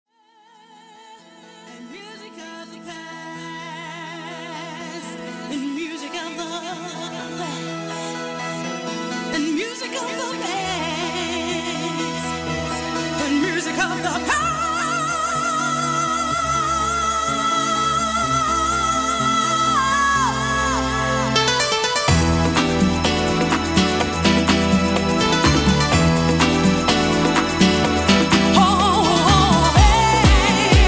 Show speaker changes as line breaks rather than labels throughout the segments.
And music of the past, and music of the past, and music of the past, and music of the past. Oh, oh, oh,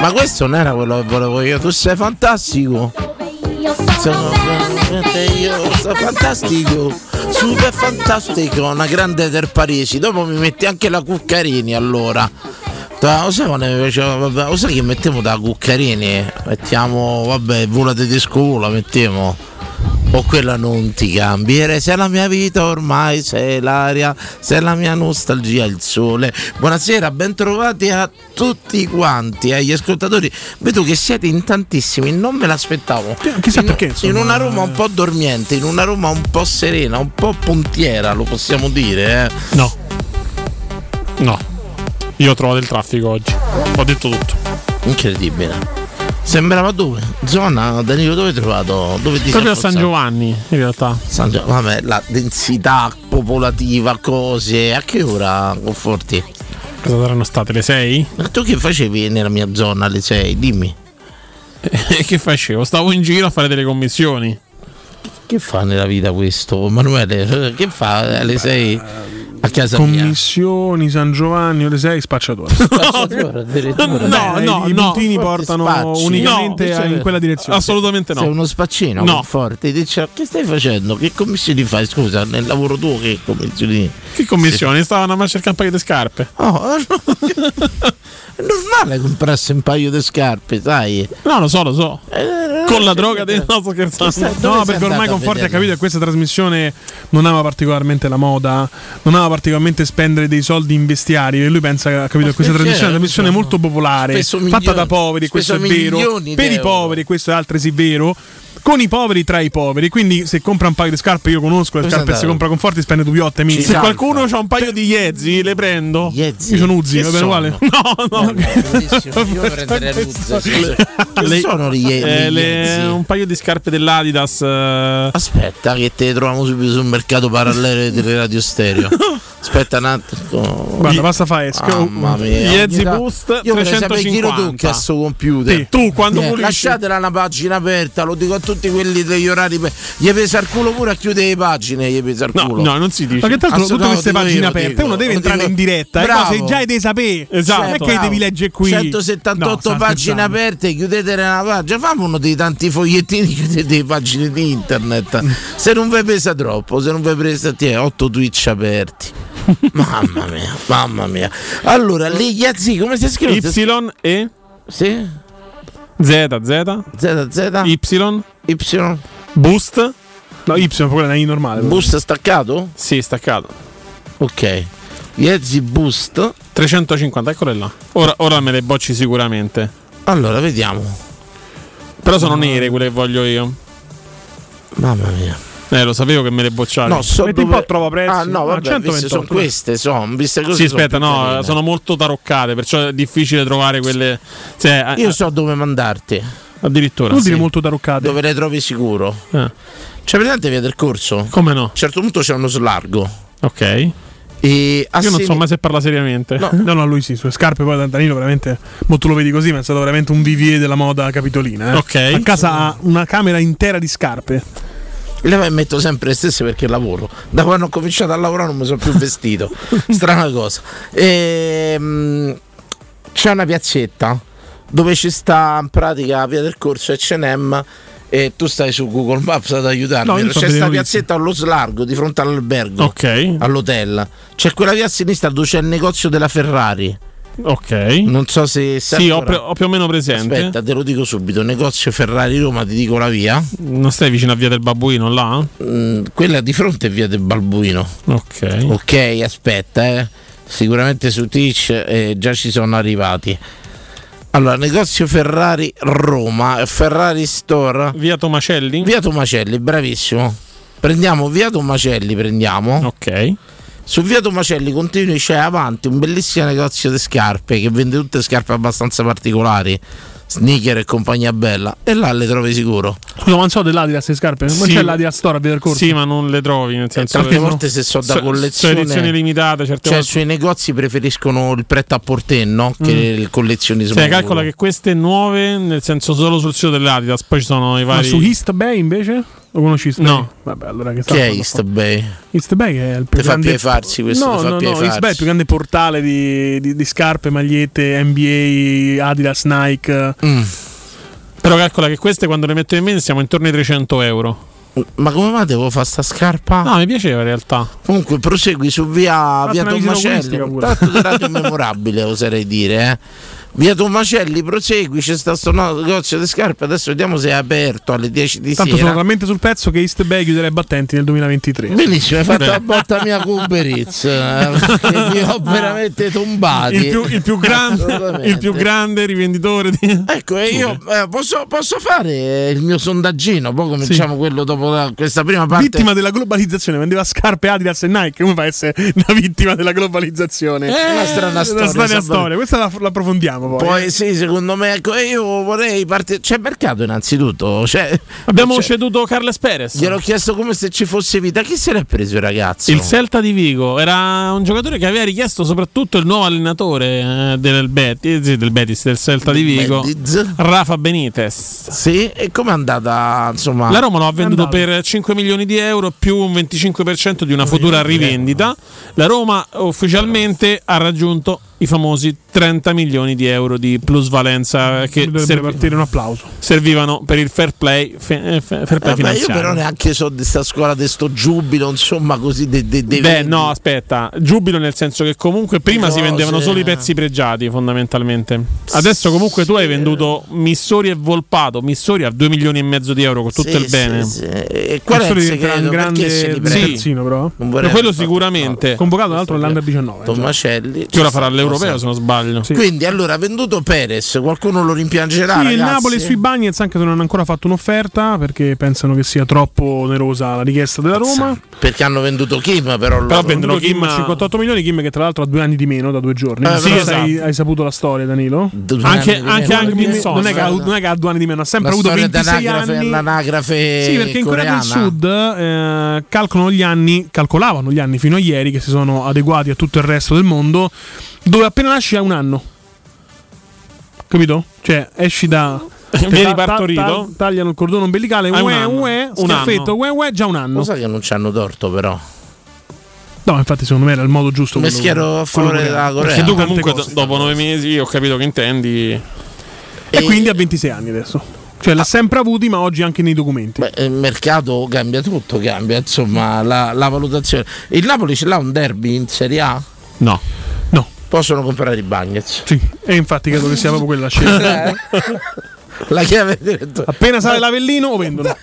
Ma questo non era quello che volevo io, tu sei fantastico. Sono veramente io, sono fantastico, super fantastico, una grande del Parisi. Dopo mi metti anche la Cuccarini allora. Da- Lo sai, quando mi piaceva- vabbè, lo sai che mettiamo da Cuccarini? Mettiamo, vabbè, vola di disco la mettiamo. O quella non ti cambiere, sei la mia vita ormai, sei l'aria, sei la mia nostalgia, il sole. Buonasera, bentrovati a tutti quanti, agli ascoltatori. Vedo che siete in tantissimi, non me l'aspettavo.
chissà
in,
perché,
in
insomma,
una Roma un po' dormiente, in una Roma un po' serena, un po' pontiera, lo possiamo dire. Eh.
No. No. Io trovo del traffico oggi. Ho detto tutto.
Incredibile. Sembrava dove? Zona, Danilo, dove hai trovato? Dove ti sei
Proprio a San
affozzato?
Giovanni, in realtà.
San Gio- Vabbè, la densità popolativa, cose. A che ora conforti?
Cosa saranno state le 6?
Ma tu che facevi nella mia zona alle 6? Dimmi.
E che facevo? Stavo in giro a fare delle commissioni.
Che fa nella vita questo? Manuele, eh, che fa alle 6 a casa mia?
Commissioni, San Giovanni, ore 6, spacciatore.
Spacciatore, addirittura.
No,
Eh,
no,
I
no.
puntini
Forti
portano
spacci.
unicamente
No,
a- in quella direzione.
Assolutamente
Sei
no.
uno spaccino
No.
forte. Dice, che stai facendo? Che commissioni fai? Scusa, nel lavoro tuo che commissioni?
Che commissione? Stavano a marciare il paio di scarpe.
Oh, è normale comprarsi un paio di scarpe, sai?
No, lo so, lo so.
Eh,
Con la droga del no, sto
Chissà,
scherzando.
dove
No,
sei
perché
andato
ormai
a
Conforti ha
vederlo?
capito che questa trasmissione non ama particolarmente la moda, non ama particolarmente spendere dei soldi in vestiari. E lui pensa, ha capito, che questa
perché?
trasmissione è una trasmissione molto popolare,
Speso
fatta
milioni-
da poveri, questo è
speso
vero.
milioni
Per i
d'euro.
poveri, questo è altresì vero. Con i poveri tra i poveri, quindi se compra un paio di scarpe, io conosco le
Dove
scarpe,
sei
se
andato?
compra Conforti spende dubbiotte, mi
Ci
Se
Salta.
qualcuno ha un paio di Yezzi, le prendo.
Yezzi?
Io sono Uzzi,
Che
va bene
sono?
uguale. No, no.
Bellissimo, Io prenderei Luzza. Che
Le-
sono gli, gli
Eh, le-
Yezzi?
un paio di scarpe dell'Adidas. eh,
Aspetta, che te troviamo subito sul mercato parallelo delle radio stereo. Aspetta un attimo.
Guarda, basta fare
Mamma mia.
Yezzi
Ogni-
Boost
Io vorrei sapere chi lo
350.
tocca a sto computer.
Sì, tu quando
Eh,
pulisci-
lasciatela una pagina aperta, lo dico a tutti quelli degli orari. pe- Gli pesa il culo pure a chiudere le pagine, gli pesa il
No,
culo.
no, non si dice.
Ma che tra l'altro tutte
Assolutamente,
queste
lo
pagine
dico,
aperte,
dico.
uno deve
Lo
entrare
dico.
in diretta,
Bravo.
e cose già devi sapere.
Esatto.
Non è che devi leggere qui.
178
No, sta
pagine
scherzando.
aperte, chiudete una pagina, famo uno dei tanti fogliettini, chiudete le pagine di internet. Se non vi pesa troppo, se non vi presa te, 8 Twitch aperti. mamma mia, mamma mia. Allora, lì Yazzi, come si scrive?
Y, E,
Sì?
Z, Z,
ZZ?
Y,
Y?
Boost.
No, Y, quella è I normale.
Boost staccato?
Sì, staccato.
Ok. Yazzi Boost.
350, eccole là. Ora, ora me le bocci sicuramente.
Allora, vediamo.
Però sono nere quelle che voglio io.
Mamma mia.
Eh, lo sapevo che me le bocciavi.
No, so
Metti un
dove-
po' a trova prezzi.
Ah, no,
No,
vabbè, viste sono
128.
queste, sono, viste così.
Sì,
sono
aspetta,
più
no,
carine.
sono molto taroccate, perciò è difficile trovare quelle. Cioè, eh,
Io so dove mandarti,
addirittura.
Non
sì.
dire molto taroccate.
dove le trovi sicuro.
Eh,
C'è presente via del corso? A
Come no?
un certo punto c'è uno slargo.
Ok. Io
E a
non so
semi-
mai se parla seriamente.
No.
No, no, lui sì, sulle scarpe poi da Danilo veramente, mo tu lo vedi così, ma è stato veramente un vivier della moda capitolina. eh.
Ok.
A casa ha una camera intera di scarpe.
Le metto sempre le stesse perché lavoro. Da quando ho cominciato a lavorare non mi sono più vestito. Strana cosa. Ehm, c'è una piazzetta dove ci sta in pratica via del corso HM. E tu stai su Google Maps ad aiutarmi.
No, io so
c'è
delle
questa
notizie.
piazzetta allo slargo di fronte all'albergo,
Ok.
all'hotel. C'è quella via a sinistra dove c'è il negozio della Ferrari.
Ok.
Non so se. se
Sì, ho,
ancora-
pre- ho più o meno presente.
Aspetta, te lo dico subito. Negozio Ferrari Roma, ti dico la via.
Non stai vicino a via del babbuino là?
Mm, quella di fronte è via del Balbuino.
Ok.
Ok, aspetta, eh. Sicuramente su Twitch eh, già ci sono arrivati. Allora, negozio Ferrari Roma, Ferrari Store,
Via Tomacelli?
via Tomacelli, bravissimo. Prendiamo via Tomacelli, prendiamo.
Ok.
Su via Tomacelli continui c'è avanti un bellissimo negozio di scarpe che vende tutte scarpe abbastanza particolari, sneaker e compagnia bella. E là le trovi sicuro.
Scusa, ma non so dell'Adidas le scarpe. Non
Sì.
c'è l'Adidas Store a vedere il corso.
Sì, ma non le trovi, nel senso
Tante
che-
Eh, volte se so da
so- sono edizioni
collezione...
limitate, certe volte.
Cioè,
Mm.
sui negozi preferiscono il pret a portè, no? Che il collezionismo.
Cioè, calcola che queste nuove, nel senso solo sul sito dell'Adidas, poi ci sono i
Ma
vari
su East Bay invece? Lo conosci East Bay?
No.
Vabbè, allora che
Chi è
sta
East Bay?
East Bay che è il più
Ti fa
grande
piefarsi questo,
No,
ti fa
no, no,
piefarsi.
East Bay è il più grande portale di, di- di scarpe, magliette, NBA, Adidas, Nike.
Mm.
Però calcola che queste quando le metto in mente siamo intorno ai 300 euro.
Mm, Ma come mai devo fare sta scarpa?
No, mi piaceva in realtà.
Comunque prosegui su via, via
una visita oculistica
Tommacelli.
pure.
Tanto di radio memorabile, oserei dire. Eh. Via Tommacelli, prosegui, c'è sta sto no- negozio di scarpe. Adesso vediamo se è aperto alle 10 di
Tanto sono
sera.
talmente sul pezzo che East Bay chiuderà i battenti nel 2023.
Benissimo, hai fatto la botta mia con Uber Eats, eh, che mi ho veramente tombati.
Il più, il più grande,
Assolutamente.
il più grande rivenditore di...
Ecco, e io eh, posso, posso fare eh, il mio sondaggino, poi cominciamo quello dopo la- questa prima parte.
Vittima della globalizzazione, vendeva scarpe Adidas e Nike. Come fa a essere una vittima della globalizzazione?
È Eh, una strana
È una
storia.
strana
sa-
storia, questa la, la approfondiamo poi. eh.
Poi sì, secondo me, ecco, e io vorrei partire. C'è mercato innanzitutto. Cioè,
Abbiamo
cioè,
ceduto Carles Perez.
Gliel'ho chiesto come se ci fosse vita. Chi se l'è preso il ragazzo?
Il Celta di Vigo era un giocatore che aveva richiesto soprattutto il nuovo allenatore eh, del, Betis, sì, del Betis, del Celta di Vigo,
Mendiz.
Rafa Benitez.
Sì, e com'è andata? Insomma,
La Roma lo ha venduto
andato.
per 5 milioni di euro più un 25% di una futura rivendita. La Roma ufficialmente ha raggiunto i famosi 30 milioni di euro di plusvalenza che
Dovrebbe
serv-
partire un applauso.
servivano per il fair play, fe- eh, fair play
Eh, vabbè, io
finanziario.
però neanche so di sta scuola di sto giubilo, insomma, così de- de- dei
Beh,
vendi.
no, aspetta, giubilo nel senso che comunque prima
No,
si vendevano
sì.
solo i pezzi pregiati, fondamentalmente. Adesso, comunque, tu hai venduto Missori e Volpato. Missori a 2 milioni e mezzo di euro, con tutto
Sì,
il
sì,
bene.
sì. E qual è
Questo
il
diventerà
segreto?
un
Perché se
grande
li prende?
Sì.
terzino, però. eh.
Non vorrei
Quello
aver
sicuramente.
fatto-
Convocato, tra l'altro, all'Under 19. già.
Tommacelli
eh, cioè. Che ora farà l'europeo, se non sbaglio.
Sì.
Quindi allora venduto Perez, qualcuno lo rimpiangerà.
Sì, il
ragazzi?
Napoli sui Bagnets anche se non hanno ancora fatto un'offerta perché pensano che sia troppo onerosa la richiesta della Roma.
Perché hanno venduto Kim, però,
Però
loro.
vend- Vendono
Kim a
Kim-
58 milioni, Kim che tra l'altro ha due anni di meno da due giorni.
Eh,
Non so
sì,
se hai,
esatto.
hai saputo la storia Danilo?
Due
anche- anche
anni di meno. Eh,
Angminson.
non, è che ha,
Guarda.
non è che ha due anni di meno, ha sempre
la
avuto
storia
26
d'anagrafe
anni.
all'anagrafe
Sì, perché in Corea del
eh, coreana.
Sud eh, calcolano gli anni, calcolavano gli anni fino a ieri che si sono adeguati a tutto il resto del mondo, dove appena nasci hai un anno. Capito? Cioè, esci da
Vieni
ta- ta-
partorito.
ta- tagliano il cordone ombelicale,
Hai un
ue,
anno.
ue,
Un
schiaffetto,
anno.
ue, ue, già un anno.
Lo sai che non ci hanno torto, però.
No, infatti secondo me era il modo giusto.
Mi
quello-
schiero a
quello
favore
coreano.
della Corea.
Che tu
Tante
comunque
cose.
do- dopo nove mesi ho capito che intendi.
E quindi ha 26 anni adesso. Cioè,
Ah.
l'ha sempre avuti, ma oggi anche nei documenti.
Beh, il mercato cambia tutto, cambia insomma la, la valutazione. Il Napoli ce l'ha un derby in Serie A?
No.
No,
Possono comprare i Bagnets.
sì. E infatti credo che sia proprio quella scelta.
Eh. La chiave diretto.
Appena sale l'Avellino, o vendono.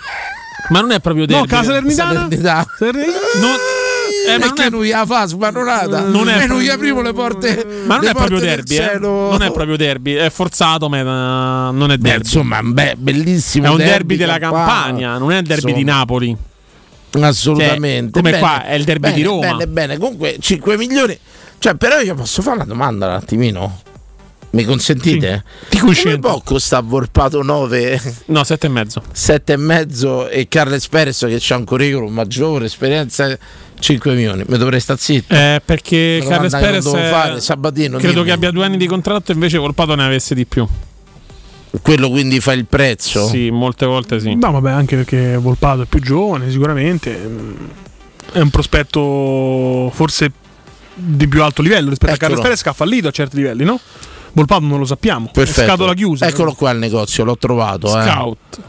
Ma non è proprio
No,
derby.
casa Salernitana.
Salernitana.
Salernitana.
Non- eh, ma
E
non
che
è-
lui la fa sbaronata.
Non è-
e noi gli apriamo le porte.
ma non
le
è proprio
porte del
derby, eh.
cielo.
non è proprio derby, è forzato, ma eh, non è
Beh,
derby.
insomma, beh, bellissimo.
È un derby, della Campania, non è il derby di
Insomma.
Napoli.
Assolutamente.
Cioè, come
Bene,
qua, è il derby
bene,
di Roma.
Bene, bene, comunque 5 milioni. Cioè, però io posso fare una domanda un attimino? Mi consentite?
Ti
Come
cucino.
può costa Volpato 9,
No, sette e mezzo.
7 e mezzo e Carles Perez che c'ha un curriculum maggiore, esperienza 5 milioni? Mi dovrei stare zitto.
Eh, perché
Una
Carles
domanda che
Perez
non devo
è-
fare, Sabatino,
credo
dimmi.
che abbia due anni di contratto invece Volpato ne avesse di più.
Quello quindi fa il prezzo.
Sì, molte volte sì.
No, vabbè, anche perché Volpato è più giovane, sicuramente. mm, È un prospetto forse di più alto livello rispetto
Eccolo.
a Carles Perez che ha fallito a certi livelli, no? Volpato non lo sappiamo.
Perfetto.
È scatola chiusa.
Eccolo qua il negozio, l'ho trovato. eh.
Scout.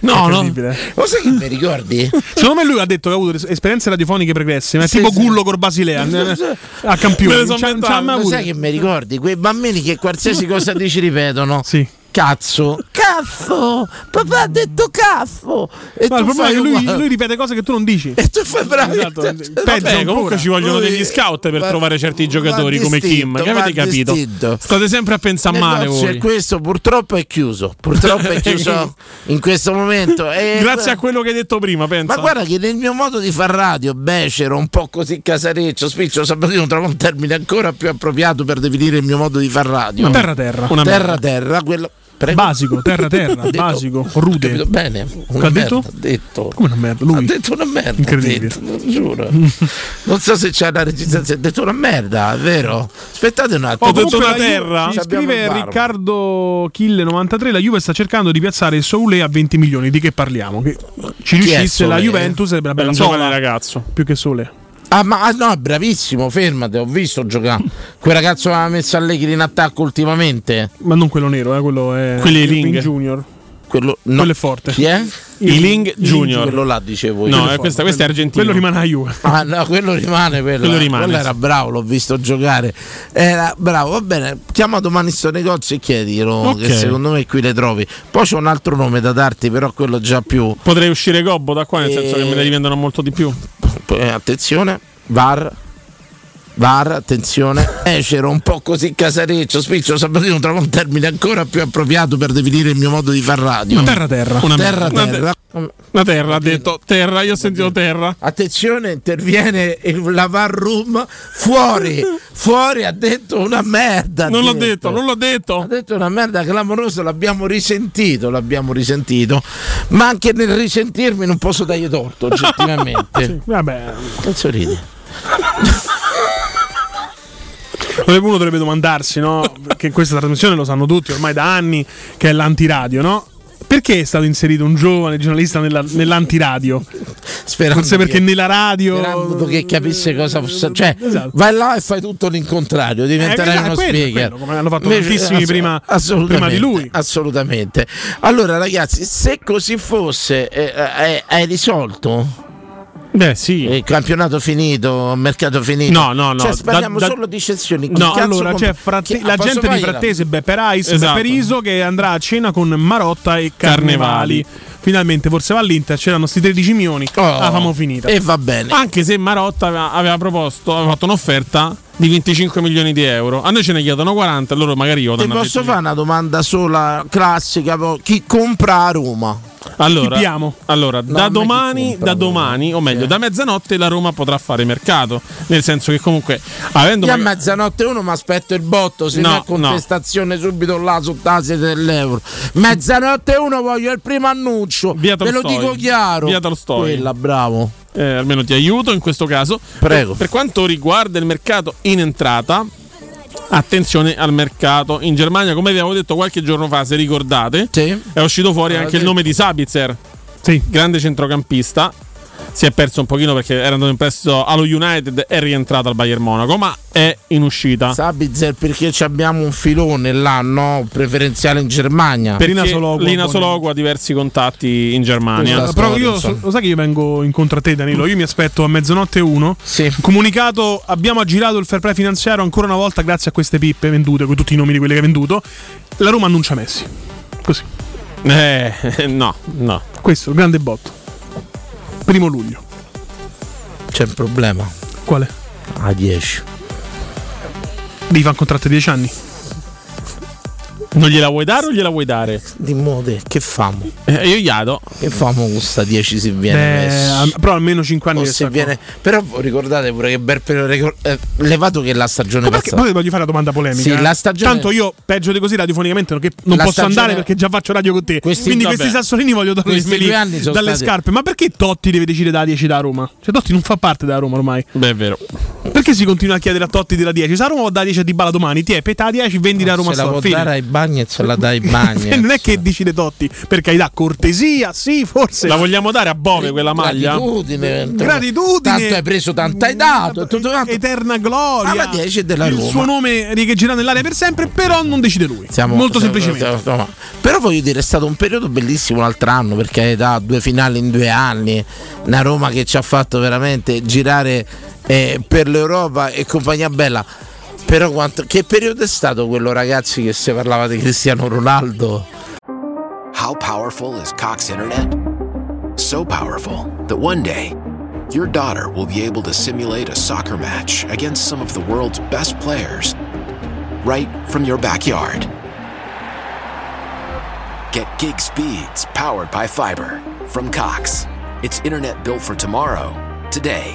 no, no.
Incredibile. Mm.
Lo sai che Oh, mi ricordi?
Secondo me lui ha detto che ha avuto res- esperienze radiofoniche pregresse, ma è
Sì,
tipo
sì.
Gullo col Basilea eh, a campione.
Me le son
C'ha- c'ha
inventate,
mai
Lo
avuto.
sai che mi ricordi? Quei bambini che qualsiasi cosa dici ripetono.
Sì.
Cazzo, caffo, papà ha detto caffo. E
Ma il
tu
problema è
fai
che lui,
uguale.
lui ripete cose che tu non dici.
E tu fai bravo.
Esatto,
Cioè,
peggio
vabbè,
Beh, comunque
ancora.
ci vogliono
Lui-
degli scout per
va-
trovare certi
va
giocatori come Kim.
distinto,
Che
va
avete capito?
distinto.
State sempre a pensare male
Negozio è
voi.
questo purtroppo è chiuso. Purtroppo è chiuso in questo momento. E-
Grazie a quello che hai detto prima, pensa.
Ma guarda che nel mio modo di far radio, becero, un po' così casareccio, spiccio, sabatino, trovo un termine ancora più appropriato per definire il mio modo di far radio.
Terra terra.
Una merda.
terra terra, quello Prego.
Basico, terra terra,
Ha detto-
basico,
Ho
rude.
capito bene.
Che
Una
ha detto?
merda, ha detto.
Come una merda, lui.
Ha detto una merda,
Incredibile.
ha detto, lo giuro. non so se c'è la registrazione, ha detto una merda, è vero? Aspettate un attimo.
Ho detto una terra.
Ci
Abbiamo il
scrive
VAR.
Riccardo Kille 93, la Juve sta cercando di piazzare Soule a 20 milioni, di che parliamo? Che ci
Chi è
riuscisse la
Soule?
Juventus sarebbe una
Beh,
bella
un
sola,
giovane ragazzo.
più che Soule.
Ah, ma ah, no, bravissimo, fermate, ho visto giocare. Quel ragazzo che aveva messo Allegri in attacco ultimamente.
Ma non quello nero, eh, quello è
Quello è
Irving
Ling.
Junior.
Quello, no.
Quello è forte.
Chi è?
I Ling
Quello
Junior.
là dicevo io.
No, eh, questa, questa è argentina.
Quello rimane la Juve.
Ah no, quello rimane quello.
Quello
eh.
rimane,
Quello
sì.
era bravo, l'ho visto giocare. Era bravo, va bene. Chiama domani sto negozio e chiediglielo.
Ok.
Che secondo me qui le trovi. Poi c'è un altro nome da darti, però quello già più.
Potrei uscire gobbo da qua, nel
Eh.
senso che me ne rivendono molto di più.
Eh, attenzione, VAR. VAR, attenzione, escero un po' così casareccio, spiccio Sabatino trova un termine ancora più appropriato per definire il mio modo di far radio.
Terra terra.
Una
terra,
merda.
terra.
La terra ha detto terra, io ho sentito terra.
Attenzione, interviene il- la VAR room fuori, fuori ha detto una merda. ha
Non l'ho detto, non l'ho
Ha
detto.
detto una merda clamorosa, l'abbiamo risentito, l'abbiamo risentito, ma anche nel risentirmi non posso dargli torto, oggettivamente.
Vabbè,
Cazzo ridi?
uno dovrebbe domandarsi, no? Perché questa trasmissione lo sanno tutti ormai da anni, che è l'antiradio, no? Perché è stato inserito un giovane giornalista nella- nell'antiradio?
Sperando
Forse perché
che-
nella radio.
sperando che capisse cosa fosse. Cioè,
Esatto.
vai là e fai tutto l'incontrario, diventerai
Eh,
uno
quello,
speaker.
quello, come hanno fatto
Invece-
tantissimi
ass-
prima-
assolutamente,
prima di lui.
Assolutamente. Allora, ragazzi, se così fosse, eh, eh, hai risolto
Beh, sì.
il campionato finito, il mercato finito.
No, no, no,
Cioè, parliamo
da- da-
solo di eccezioni. Chi
No,
cazzo
allora
compra-
c'è Fratte-
chi-
la
ah, posso
gente di
fargliela?
Frattese, Beppe Rice,
Esatto.
Beppe Riso che andrà a cena con Marotta e Carnevali.
Carnevali.
Finalmente, forse va all'Inter, c'erano sti 13 milioni.
Oh,
la famo finita.
E va bene.
Anche se Marotta aveva, aveva proposto, aveva fatto un'offerta di 25 milioni di euro. A noi ce ne chiedono 40, loro magari io
Ti posso fare una domanda sola classica? po- Chi compra a Roma?
Allora,
Tipiamo.
allora
a me
da
chi
domani,
compra,
da
allora?
domani, o meglio,
Sì.
da mezzanotte la Roma potrà fare mercato. Nel senso che comunque avendo
Io a
maga-
mezzanotte uno mi aspetto il botto, se
No,
no, è contestazione subito là sotto la sede dell'euro. Mezzanotte uno voglio il primo annuncio.
Via
Ve lo
Tolstoi.
dico chiaro.
Via Tolstoi.
Quella, bravo.
eh, almeno ti aiuto in questo caso.
Prego.
Per, per quanto riguarda il mercato in entrata, attenzione al mercato. In Germania, come vi avevo detto qualche giorno fa, se ricordate,
Sì.
è uscito fuori
Ah,
anche il
detto.
nome di Sabitzer,
Sì.
grande centrocampista. Si è perso un pochino perché era andato in prestito allo United, è rientrato al Bayern Monaco, ma è in uscita.
Sabitzer perché ci abbiamo un filone là, no? Preferenziale in Germania.
Perché
Lina Sologu ha
Lina
buoni-
Sologu ha diversi contatti in Germania.
Questa-
Però io
insomma.
lo sai che io vengo incontro a te, Danilo. Io mi aspetto a mezzanotte uno.
Sì.
Comunicato, abbiamo aggirato il fair play finanziario ancora una volta grazie a queste pippe vendute, con tutti i nomi di quelle che ha venduto. La Roma annuncia Messi. Così.
Eh, no, no.
Questo, il grande botto. Primo luglio.
C'è un problema.
Quale?
A 10.
Devi fare un contratto di 10 anni.
Non gliela vuoi dare o gliela vuoi dare?
Di mode, che famo?
Eh, io gli do.
Che famo costa 10 se viene
Eh,
messo?
al- però almeno 5 anni
O
che
se
sta
viene- Però ricordate pure che bel periodo ricor- eh, levato che la stagione
qua. Perché-
passata.
poi voglio fare una domanda polemica.
Sì,
eh.
la stagione-
Tanto io peggio di così radiofonicamente non, che non
La
posso
stagione-
andare perché già faccio radio con te.
Questi-
Quindi
vabbè.
questi sassolini voglio
Questi
darmeli
due anni sono
dalle
stati-
scarpe. Ma perché Totti deve decidere da 10 da Roma? Cioè Totti non fa parte da Roma ormai.
Beh, è vero.
Perché si continua a chiedere a Totti della 10? Sa Roma o da 10 a Dybala domani? Ti è peta 10, vendi da Roma
se la
Store.
può
Fine.
dare ai bagni e se la dai ai bagni.
non è che decide Totti, per carità, cortesia, sì, forse.
La vogliamo dare a Bove quella maglia?
Gratitudine.
Gratitudine.
Tanto hai preso, tanto hai dato. e Tutto quanto.
Eterna gloria.
Ah, ma 10 è della
Il
Roma.
suo nome riecheggerà nell'aria per sempre, però non decide lui. Molto
siamo-
semplicemente.
siamo- siamo- però voglio dire, è stato un periodo bellissimo l'altro anno perché da due finali in due anni, una Roma che ci ha fatto veramente girare eh, per l'Europa e compagnia bella. Però quanto- che periodo è stato quello ragazzi che si parlava di Cristiano Ronaldo?
How powerful is Cox Internet? So powerful that one day your daughter will be able to simulate a soccer match against some of the world's best players right from your backyard. Get gig speeds powered by fiber from Cox. It's internet built for tomorrow, today.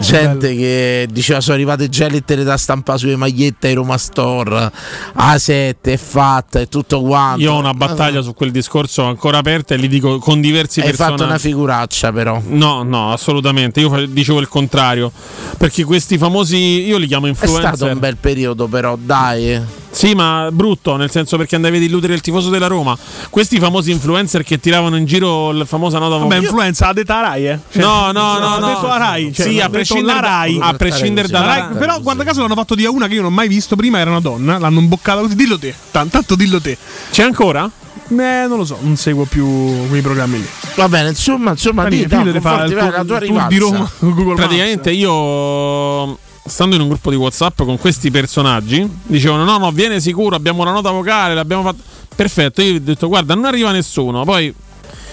Gente che diceva sono arrivate già lettere da stampa sulle magliette ai Roma Store, A7 è fatta e tutto quanto.
Io ho una battaglia su quel discorso ancora aperta e li dico con diversi
Ah, Hai fatto una
personaggi.
figuraccia però.
No, no, assolutamente. Io fa- dicevo il contrario. Perché questi famosi, io li chiamo
È
influencer.
stato un bel periodo però, dai.
Sì, ma brutto, nel senso perché andavi ad illudere il tifoso della Roma. Questi famosi influencer che tiravano in giro la famosa nota
Vabbè, influenza ha detto la Rai, eh. Cioè,
No, no, no,
ha
no.
detto la Rai, cioè,
sì,
ha
a
detto
prescindere,
la Rai.
a prescindere
La
La
dalla
Rai-
Rai,
però
sì.
guarda caso l'hanno fatto di a una che io non ho mai visto prima, era una donna, l'hanno imboccata così, dillo te, tan- tanto dillo te.
C'è ancora?
Eh, non lo so, non seguo più quei programmi lì.
Va bene, insomma, insomma,
Quindi
dì,
figlio
no,
deve fare
conforti,
il
vai,
tour-
la tua
il tour di
rivalsa.
Roma con Google Maps.
Praticamente io stando in un gruppo di WhatsApp con questi personaggi dicevano "No, no, viene sicuro, abbiamo la nota vocale, l'abbiamo fatta". Perfetto, io ho detto "Guarda, non arriva nessuno". Poi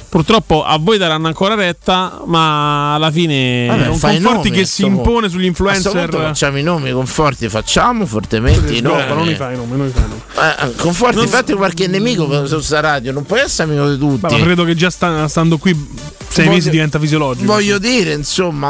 Purtroppo a voi daranno ancora retta, ma alla fine
Vabbè,
un
fai i
Eh, conforti
nomi, eh,
che si
insomma.
impone sugli
A sto
influencer.
punto facciamo i nomi, conforti, facciamo fortemente i
No,
nomi.
non li fai i nomi, non li fai i nomi.
Eh, conforti, fate qualche nemico per- su sta radio, non puoi essere amico di
Beh, ma
tutti.
credo che già sta- stando qui sei
Voglio-
mesi diventa fisiologico.
Voglio dire, insomma,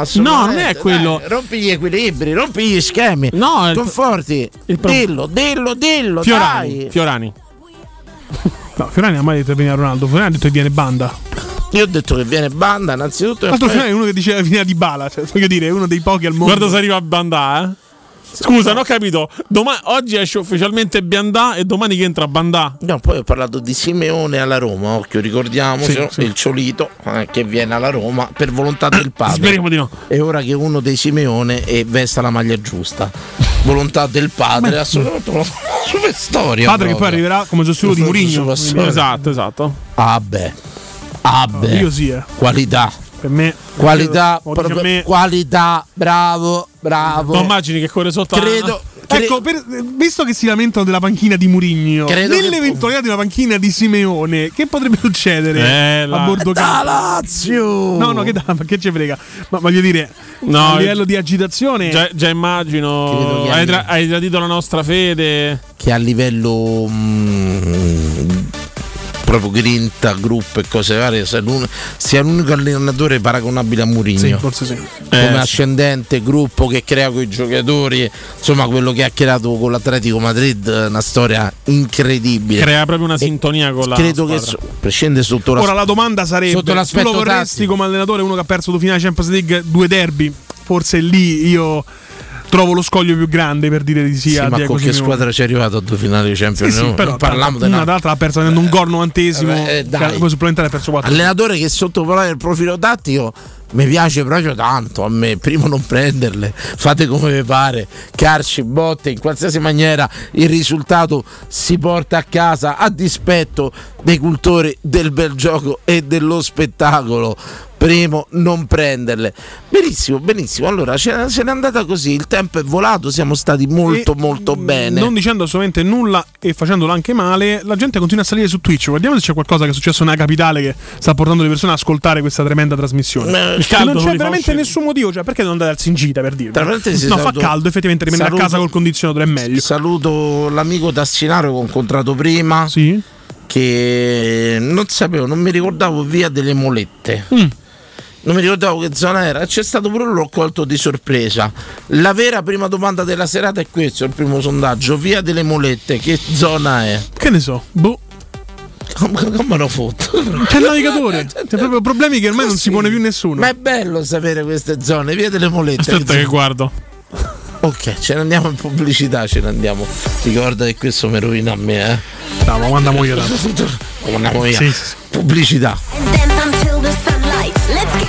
No, non è
assolutamente,
quello.
dai, rompi gli equilibri, rompi gli schemi.
No, il-
conforti,
il pro-
dillo, dillo, dillo,
Fiorani,
dai.
Fiorani.
No, Fiorani non ha mai detto che viene Ronaldo, Fiorani ha detto che viene Banda. Tra
Io ho detto che viene banda, innanzitutto. e
l'altro
poi-
Fiorani è uno che diceva che veniva di Bala, cioè, voglio dire, è uno dei pochi al mondo.
Guarda se arriva Bandà, eh. Scusa, non ho capito. Doma- oggi esce ufficialmente Biandà e domani che entra Bandà.
No, poi ho parlato di Simeone alla Roma, occhio, ricordiamoci,
Sì, sì.
il Ciolito eh, che viene alla Roma per volontà del padre.
Speriamo di no.
È ora che uno dei Simeone e vesta la maglia giusta. Volontà del padre, assolutamente una superstoria.
Padre che
proprio.
poi arriverà come Giossulo di
Su- su-
Murigno.
sulla storia.
Esatto, esatto.
Ah beh. Ah beh.
Io sì, eh.
Qualità.
Per me
Qualità,
Lo dice
proprio
a me-
qualità, bravo, bravo.
Non immagini che corre sotto la-
credo, cre-
Ecco, per- visto che si lamentano della panchina di Murigno,
Credo che-
nell'eventualità di una panchina di Simeone, che potrebbe succedere
Eh, la-
a bordo
da
campo?
Lazio.
No, no, che, da- ma che ci frega? Ma voglio dire,
No,
a livello di agitazione,
Già, già immagino.
Credo che
Hai,
arrivi.
tra- hai tradito la nostra fede.
che a livello mm, proprio grinta, gruppo e cose varie sia l'un- sia l'unico allenatore paragonabile a Mourinho
sì, forse sì.
come
Eh,
ascendente gruppo che crea con i giocatori insomma quello che ha creato con l'Atletico Madrid è una storia incredibile
Crea proprio una sintonia con la.
Eh, credo che
squadra.
so- prescinde sotto la
Ora la domanda sarebbe:
Sotto
tu
l'aspetto
lo vorresti
tattico.
come allenatore uno che ha perso due finali Champions League, due derby? Forse lì io trovo lo scoglio più grande per dire di sì,
Sì,
a
ma
Diego
con che
Simeone.
squadra ci è arrivato a due finali di
Sì,
Champions
sì,
Noi
però
parliamo di
una
una-
dall'altra ha perso prendendo un gol novantesimo,
eh, eh, dai.
che poi supplementare ha perso 4.
allenatore che sotto però il profilo tattico mi piace proprio tanto a me, primo non prenderle, fate come vi pare, carci, botte, in qualsiasi maniera il risultato si porta a casa a dispetto dei cultori del bel gioco e dello spettacolo. Primo non prenderle. Benissimo, benissimo. Allora ce- se n'è andata così, il tempo è volato, siamo stati molto
E,
molto
mh,
bene.
Non dicendo assolutamente nulla e facendolo anche male, la gente continua a salire su Twitch. Guardiamo se c'è qualcosa che è successo nella capitale che sta portando le persone ad ascoltare questa tremenda trasmissione.
Eh,
Che
caldo
non
non
c'è
li fa
veramente
uscire.
nessun motivo, cioè perché non andare al Singita per dire?
Tra parentesi,
no, fa
saluto-
caldo, effettivamente rimanere
saluto-
a casa col condizionatore è meglio.
Saluto l'amico Tassinaro che ho incontrato prima.
Sì.
che non sapevo, non mi ricordavo via delle molette. Non mi ricordavo che zona era, c'è stato pure lui, l'ho colto di sorpresa. La vera prima domanda della serata è questo, il primo sondaggio, via delle molette, che zona è?
Che ne so, boh.
Come come me lo fotto?
C'è il navigatore. C'è proprio problemi che ormai non si pone più nessuno.
Certo. Ma è bello sapere queste zone, via delle molette.
Aspetta, che
zona-
guardo.
ok, ce ne andiamo in pubblicità, ce ne andiamo. Ricorda che questo mi rovina a me, eh.
No, ma quando muoio tanto. Eh,
Mamma mia.
Sì, sì, sì.
Pubblicità.
Dance until the sunlight. Let's get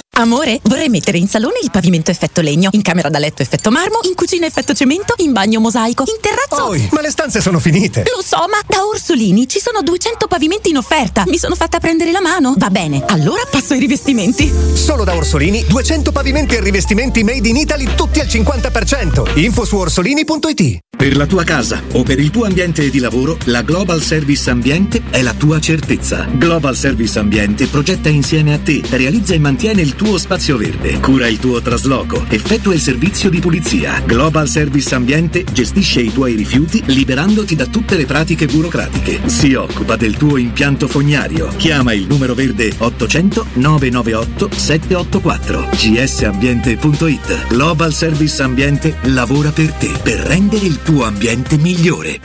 Amore, vorrei mettere in salone il pavimento effetto legno, in camera da letto effetto marmo, in cucina effetto cemento, in bagno mosaico, in
Oh.
terrazzo.
Poi, ma le stanze sono finite.
Lo so, ma da Orsolini ci sono 200 pavimenti in offerta. Mi sono fatta prendere la mano. Va bene, allora passo ai rivestimenti.
Solo da Orsolini 200 pavimenti e rivestimenti made in Italy tutti al 50%. Info su orsolini.it.
Per la tua casa o per il tuo ambiente di lavoro, la Global Service Ambiente è la tua certezza. Global Service Ambiente progetta insieme a te, realizza e mantiene il tuo spazio verde, cura il tuo trasloco, effettua il servizio di pulizia. Global Service Ambiente gestisce i tuoi rifiuti liberandoti da tutte le pratiche burocratiche. Si occupa del tuo impianto fognario. Chiama il numero verde 800 998 784 gsambiente.it. Global Service Ambiente lavora per te per rendere il tuo ambiente migliore.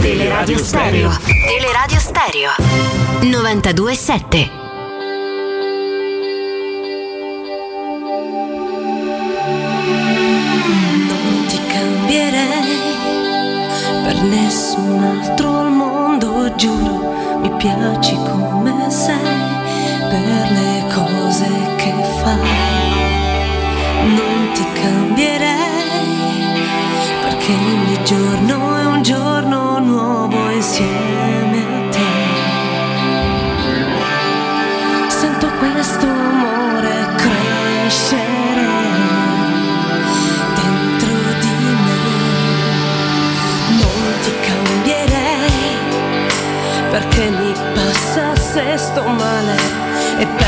Teleradio Stereo. Teleradio Stereo. 927.
Non ti cambierei per nessun altro al mondo, giuro, mi piaci come sei, per le cose che fai. Non ti cambierei perché ogni giorno è un giorno nuovo insieme a te. Sento questo amore crescere dentro di me non ti cambierei perché mi passa se sto male e penso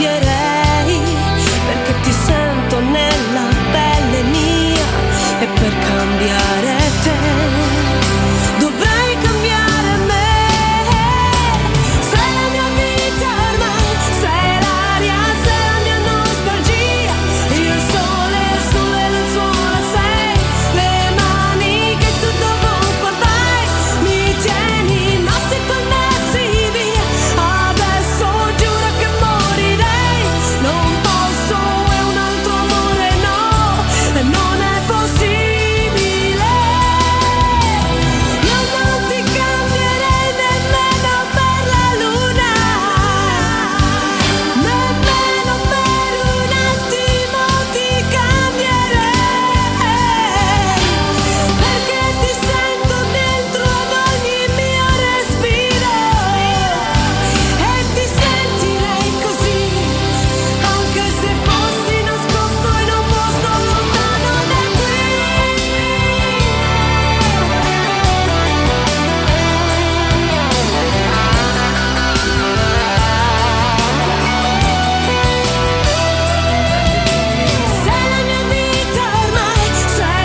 Oh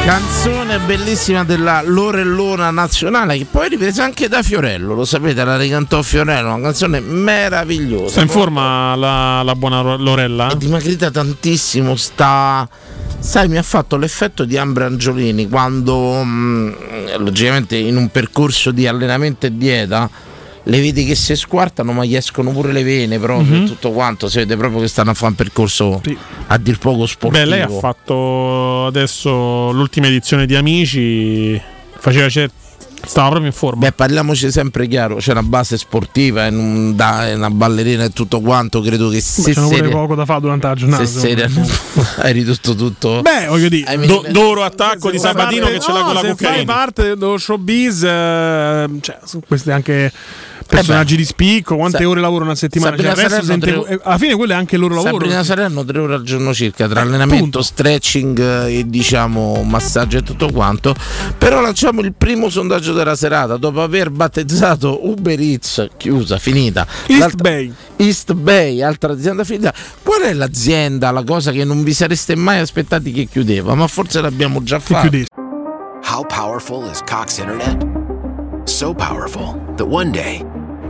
Canzone bellissima della Lorellona nazionale che poi è ripresa anche da Fiorello, lo sapete, la ricantò Fiorello, una canzone meravigliosa.
Sta in forma Ah, la, la buona Ro- Lorella?
È dimagrita tantissimo, sta... Sai, mi ha fatto l'effetto di Ambra Angiolini quando, mh, logicamente, in un percorso di allenamento e dieta, le vedi che si squartano, ma gli escono pure le vene proprio
Mhm.
e tutto quanto. Si vede proprio che stanno a fare un percorso a dir poco sportivo.
Beh, lei ha fatto adesso l'ultima edizione di Amici, faceva cer- stava proprio in forma.
Beh, parliamoci sempre chiaro, c'è una base sportiva, è un- da- è una ballerina e tutto quanto, credo che
Beh,
se
c'è pure
seria,
poco da fare durante la giornata.
se
secondo me.
seria hai ridotto tutto.
Beh, voglio dire,
Do- d'oro attacco di Sabatino che ce l'ha con la
se fai
Cuccarini.
parte dello showbiz, eh, cioè, su- questi anche personaggi di spicco, quante
Eh Sa-
ore lavoro una settimana? Cioè,
Sabrina
adesso
Salerno
sente-
tre-
eh, alla fine quello è anche il loro lavoro.
Sabrina Salerno tre ore al giorno circa tra allenamento, stretching eh, e diciamo massaggio e tutto quanto. Però lanciamo il primo sondaggio della serata dopo aver battezzato Uber Eats, chiusa, finita.
East
Bay. East Bay, altra azienda finita. Qual è l'azienda, la cosa che non vi sareste mai aspettati che chiudeva? Ma forse l'abbiamo già fatta.
How powerful is Cox Internet? So powerful that one day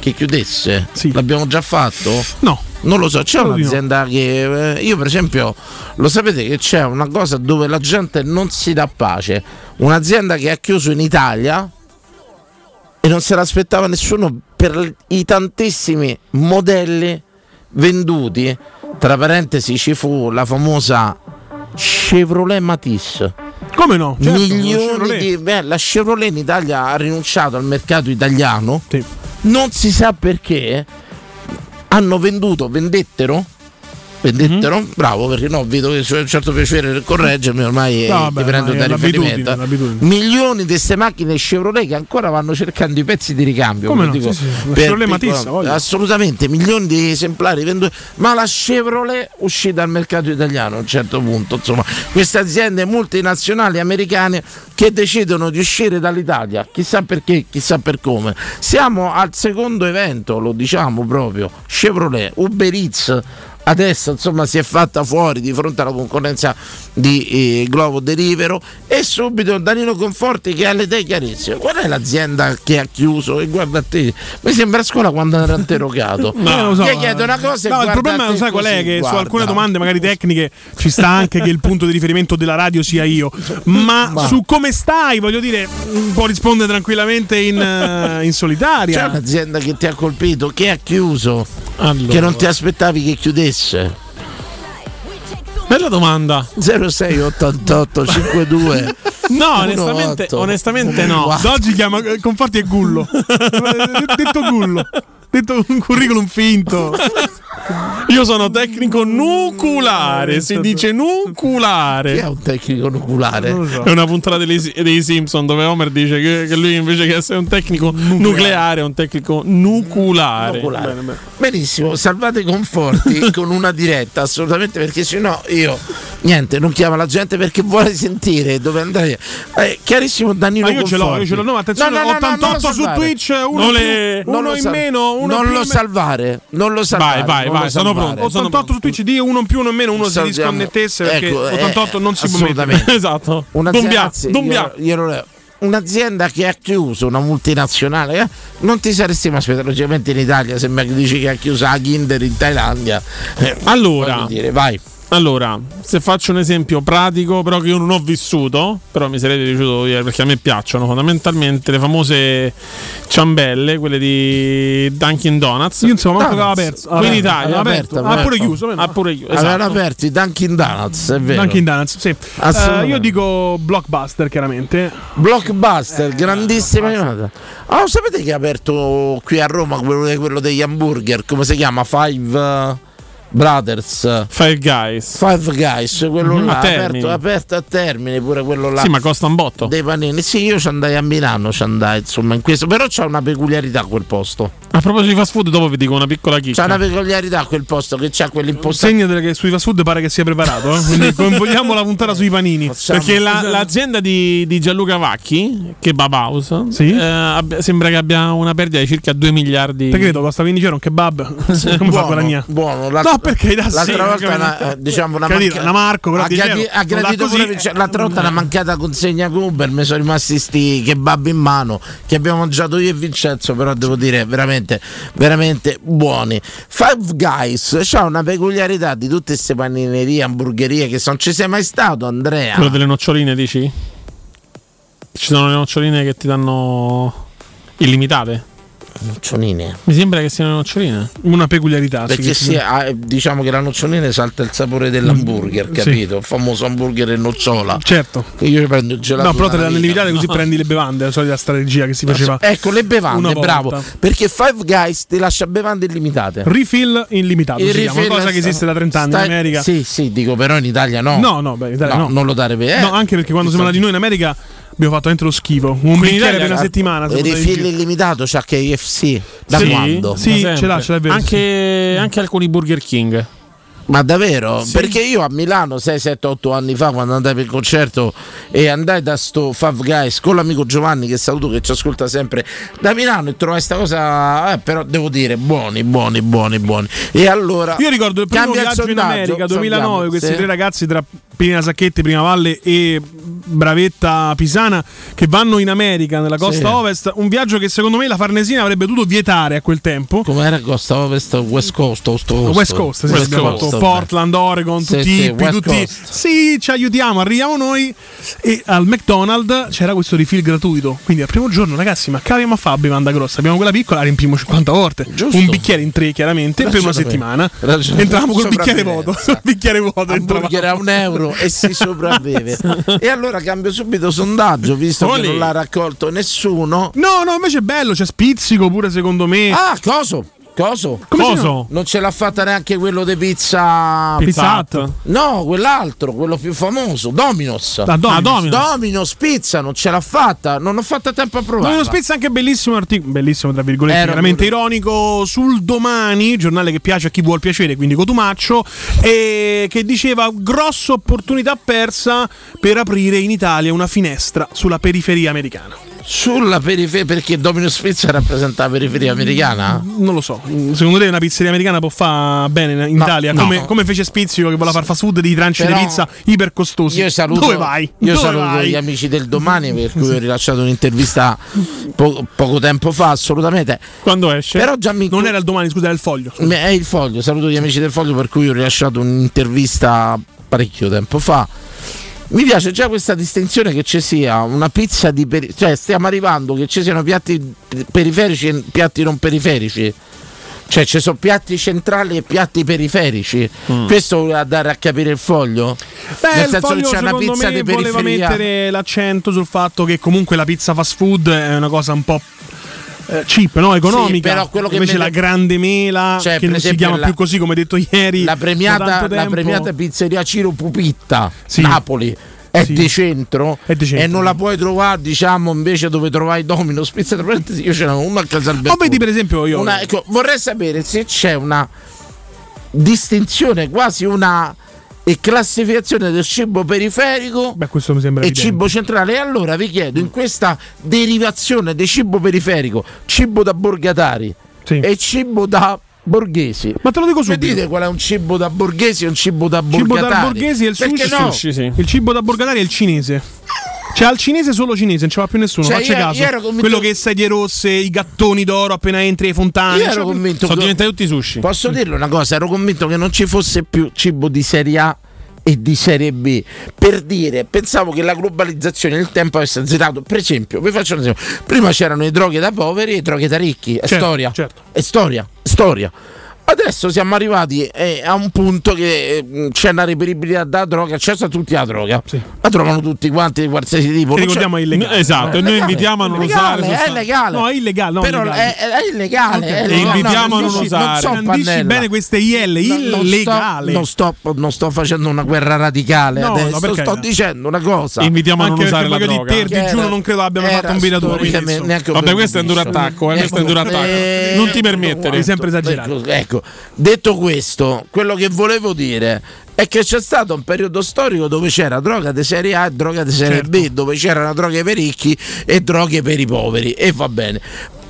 Che chiudesse? L'abbiamo già fatto?
No.
Non lo so, c'è
Credo di no.
un'azienda che. eh, Io, per esempio, lo sapete che c'è una cosa dove la gente non si dà pace. Un'azienda che ha chiuso in Italia e non se l'aspettava nessuno per i tantissimi modelli venduti. Tra parentesi, ci fu la famosa Chevrolet Matisse.
Come no? Certo,
Milioni
la Chevrolet.
di. beh, la Chevrolet in Italia ha rinunciato al mercato italiano. Non si sa perché. Hanno venduto, vendettero. Vendettero,
Mm-hmm.
bravo, perché no, vedo che c'è un certo piacere nel correggermi, ormai eh,
No, vabbè,
ti prendo
ma
da
è l'abitudine,
riferimento.
l'abitudine.
Milioni di queste macchine Chevrolet che ancora vanno cercando i pezzi di ricambio.
Come
lo
no?
dico,
Sì, sì, la
per
Chevrolet
piccolo-
Matisse, voglio.
assolutamente, milioni di esemplari venduti, ma la Chevrolet uscì dal mercato italiano a un certo punto, insomma, queste aziende multinazionali americane che decidono di uscire dall'Italia, chissà perché, chissà per come. Siamo al secondo evento, lo diciamo proprio, Chevrolet, Uber Eats. Adesso insomma si è fatta fuori di fronte alla concorrenza di eh, Globo Derivero e subito Danilo Conforti che ha le idee chiarissime. Qual è l'azienda che ha chiuso? E guarda te, mi sembra a scuola quando era interrogato.
Eh, lo so,
Gli
eh.
chiedo una cosa e
No, il
guarda
problema
te
lo sai qual è
così,
che su
guarda.
alcune domande magari tecniche ci sta anche che il punto di riferimento della radio sia io ma,
Ma-
su come stai voglio dire mm, può rispondere tranquillamente in, eh, in solitaria
C'è un'azienda che ti ha colpito, che ha chiuso, che non ti aspettavi che chiudesse.
Bella domanda
0688 52
No, onestamente, onestamente no. Da Oggi chiama eh, Conforti e Gullo. Eh, Detto Gullo. Detto un curriculum finto.
Io sono tecnico nuculare, si dice nuculare.
Chi è un tecnico nuculare?
Non lo so.
È una puntata dei, dei Simpson dove Homer dice che, che lui invece che essere un tecnico nucleare, è un tecnico nuculare.
Nuculare. Benissimo, salvate i conforti con una diretta, assolutamente, perché sennò io niente, non chiamo la gente perché vuole sentire dove andare. Eh, chiarissimo Danilo
Ma io ce l'ho,
Conforti.
io ce l'ho. No, ma attenzione, 88
non lo
su
salvare.
Twitch, uno in più, uno
lo
in
sal-
meno, uno
Non
più
lo
in me-
salvare, non lo salvare.
Vai, vai,
non lo
vai, sono
salvare.
pronto. 88 su Twitch di uno in più, uno in meno, uno si
Salviamo.
disconnettesse perché
Ecco, eh,
88 non si può mettere.
assolutamente.
Esatto.
Un'azienda,
Dombia,
anzi,
Dombia.
glielo- glielo leo. Un'azienda che ha chiuso, una multinazionale, eh, non ti saresti mai aspettato, logicamente in Italia sembra che dici che ha chiuso la Kinder in Thailandia.
Eh, Allora,
voglio dire, vai.
Allora, se faccio un esempio pratico, però che io non ho vissuto, però mi sarebbe piaciuto dire perché a me piacciono fondamentalmente le famose ciambelle, quelle di Dunkin' Donuts. Io
insomma, manco avevo aperto.
Qui in Italia, Ah,
Aveva aperto, aveva aperto.
Ha pure chiuso.
Avevano
esatto.
aperto i Dunkin' Donuts, è vero.
Dunkin' Donuts, sì.
Assolutamente.
Eh, io dico blockbuster, chiaramente. Eh,
Blockbuster, grandissima chiamata. Ah, lo sapete che ha aperto qui a Roma quello, quello degli hamburger? Come si chiama? Five eh, Brothers.
Five Guys.
Five Guys, quello
Mhm.
là,
A Termini.
aperto, aperto a termine pure quello là.
Sì, ma costa un botto.
Dei panini. Sì, io ci andai a Milano, ci andai, insomma, in questo. Però c'è una peculiarità quel posto.
A proposito di fast food, dopo vi dico una piccola
C'è
chicca.
una peculiarità quel posto che c'è quell'impostazione.
Segno che sui fast food pare che sia preparato. eh. Quindi coinvolgiamo la puntata sui panini.
Perché la- l'azienda di, di Gianluca Vacchi, che è Bauhaus, eh, abbia- sembra che abbia una perdita di circa 2 miliardi.
Perché credo costa 15 euro un kebab.
Sì,
Come fa
buono,
guadagnare?
Buono, l'alt-
No, perché da
l'altra
sì,
volta
veramente.
una, eh, diciamo una,
Capito,
manca-
una Marco, però
ha,
dieci
gradi-
euro.
ha
Non dà
gradito
così.
pure Vincenzo. l'altra volta una mancata consegna Cooper mi sono rimasti sti kebab in mano che abbiamo mangiato io e Vincenzo però devo dire veramente veramente buoni Five Guys c'ha una peculiarità di tutte queste paninerie hamburgerie che non ci sei mai stato Andrea
Quello delle noccioline, dici? Ci sono le noccioline che ti danno illimitate?
Noccioline?
Mi sembra che siano le noccioline.
Una peculiarità.
perché sì, ah, eh, diciamo che la nocciolina salta il sapore dell'hamburger,
Mm, Sì.
capito? Il famoso hamburger e nocciola.
Certo.
Io ci prendo il gelato.
No, però te le
dalla
danno
vita.
limitate così prendi le bevande, la solita strategia che si faceva.
Ecco le
una
bevande,
volta.
bravo. Perché Five Guys ti lascia bevande illimitate.
Refill illimitato,
Il
si chiama,
refill
una cosa
è
che esiste da 30 anni
sta-
in America.
Sì, sì, dico, però in Italia no.
No, no, beh, in Italia no.
Non lo dare per. eh.
No, anche perché quando siamo andati noi in America abbiamo fatto entro lo schifo. Un
Quindi
bicchiere
Italia-
per una settimana.
Il
siamo andati in
refill
giro.
illimitato c'ha che KFC. Da
Sì?
quando?
Sì, Da ce l'ha, sempre. ce l'ha, è vero,
Anche, anche alcuni Burger King.
Ma davvero?
Sì.
Perché io a Milano 6, 7, 8 anni fa, quando andai per il concerto e andai da sto Five Guys con l'amico Giovanni, che saluto che ci ascolta sempre da Milano, e trovai questa cosa, eh, però devo dire, buoni, buoni, buoni, buoni. E allora.
Io ricordo il primo
cambia
viaggio in
sondaggio,
America 2009,
salviamo,
questi
sì.
tre ragazzi tra Pina Sacchetti, Primavalle e Bravetta Pisana che vanno in America nella costa
Sì.
ovest, un viaggio che secondo me la Farnesina avrebbe dovuto vietare a quel tempo.
Com'era Costa Ovest o West Coast? West Coast,
West Coast, sì,
West
abbiamo
Coast,
fatto
vabbè.
Portland, Oregon,
Sì,
tutti,
sì,
i-
West
tutti
Coast.
sì, ci aiutiamo, arriviamo noi e al McDonald's c'era questo refill gratuito, quindi al primo giorno ragazzi, ma che abbiamo a fare a bevanda grossa? Abbiamo quella piccola, la riempiamo 50 volte, un bicchiere in tre chiaramente per una
Ragiona bene.
settimana,
Ragiona-
entravamo col bicchiere vuoto,
Sopravvivenza.
il bicchiere vuoto entravamo.
Hamburger a un euro e si sopravvive. e allora cambio subito sondaggio, visto
Olì.
che non l'ha raccolto nessuno.
No, no, invece è bello, c'è Spizzico pure secondo me.
Ah, coso? Coso?
Come si chiama?
Non ce l'ha fatta neanche quello di pizza.
Pizza Hut.
No, quell'altro, quello più famoso, Dominos.
Ah, Domino's. Ah, Domino's.
Domino's pizza, non ce l'ha fatta. Non ho fatto a tempo a provare.
Domino Spezza anche bellissimo articolo, bellissimo tra virgolette,
Era
veramente
pure.
ironico sul Domani, giornale che piace a chi vuol piacere, quindi Cotumaccio, e che diceva grossa opportunità persa per aprire in Italia una finestra sulla periferia americana.
Sulla periferia, perché Domino's Pizza rappresenta la periferia americana?
Non lo so, secondo te una pizzeria americana può fare bene in in
No,
Italia?
no.
Come, come fece Spizio che voleva far fast food di tranci
Però
di pizza iper costosi?
Io saluto,
Dove vai?
Io
Dove
saluto
vai?
gli amici del domani per cui ho rilasciato un'intervista po- poco tempo fa, assolutamente.
Quando esce?
Però già mi
Non era il domani, scusa, era il foglio.
Mi- È il foglio, saluto gli amici del foglio per cui ho rilasciato un'intervista parecchio tempo fa. Mi piace già questa distinzione che ci sia una pizza di peri- cioè stiamo arrivando che ci siano piatti periferici e piatti non periferici. Cioè ci sono piatti centrali e piatti periferici. Questo a dare a capire il foglio.
Mm. Beh,
Nel
il
senso che
Foglio,
c'è una
secondo
pizza
me,
di
voleva
periferia.
mettere l'accento sul fatto che comunque la pizza fast food è una cosa un po' eh, cheap, no? economica.
Sì, però quello che
Invece
me-
la grande mela,
Cioè,
che
per
non si
esempio,
chiama
la-
più così come detto ieri,
la
da
premiata,
tanto
la
tempo.
premiata pizzeria Ciro Pupitta Napoli è di centro e non la puoi trovare diciamo invece dove trovai Domino Spizza tra parentesi, io ce n'avevo una a Casalberto
Oh, vedi, per esempio, io-
Una- ecco, vorrei sapere se c'è una distinzione quasi una e classificazione del cibo periferico
Beh, questo mi sembra
e
evidente.
cibo centrale. E allora vi chiedo, in questa derivazione di cibo periferico, cibo da borgatari e cibo da borghesi.
Ma te lo dico
subito. Mi dite qual è un cibo da borghesi e un cibo da
Il cibo
borgatari?
da borghesi è il
Perché
sushi,
no?
Il cibo da borgatari è il cinese. C'è al cinese solo cinese, non ci va più nessuno.
Cioè,
faccia
io-
caso.
io ero convinto-
Quello che sedie rosse, i gattoni d'oro appena entri, le fontane. cioè, Mm.
Io ero convinto
Sono
che-
diventati tutti sushi.
Posso dirle una cosa? Ero convinto che non ci fosse più cibo di serie A e di serie B. Per dire, pensavo che la globalizzazione nel tempo avesse azzerato. Per esempio, vi faccio un esempio: prima c'erano le droghe da poveri e le droghe da ricchi. È
Certo,
storia. È storia, storia. Adesso siamo arrivati eh, a un punto che eh, mh, c'è una reperibilità da droga, c'è sta tutti la droga. La trovano tutti quanti di qualsiasi tipo.
Che
Non c'è-
ricordiamo è illegale.
No,
Esatto,
è
e noi
illegale,
invitiamo a non
è illegale,
usare
È
sostanze.
legale.
No, è illegale, no,
Però
illegale.
È, è illegale.
Ok.
è
E
illegale.
invitiamo a non
so-
usare.
so
Brandisci
Pannella.
bene queste IL,
sto-
illegale.
non, sto, non sto facendo una guerra radicale.
No,
adesso
no, perché?
sto dicendo una cosa.
Invitiamo a non
perché
usare la
voglio
droga.
dire,
Che era- era storicamente neanche un
Vabbè,
primo
questo è un duro
ministro.
attacco. eh,
Neanche
questo è un
un
duro
primo
attacco.
ministro.
Non ti
Eh,
permettere.
hai sempre esagerato.
Ecco, ecco, detto questo, quello che volevo dire è che c'è stato un periodo storico dove c'era droga di serie A e droga di serie B, dove c'erano droghe per i ricchi e droghe per i poveri. E va bene.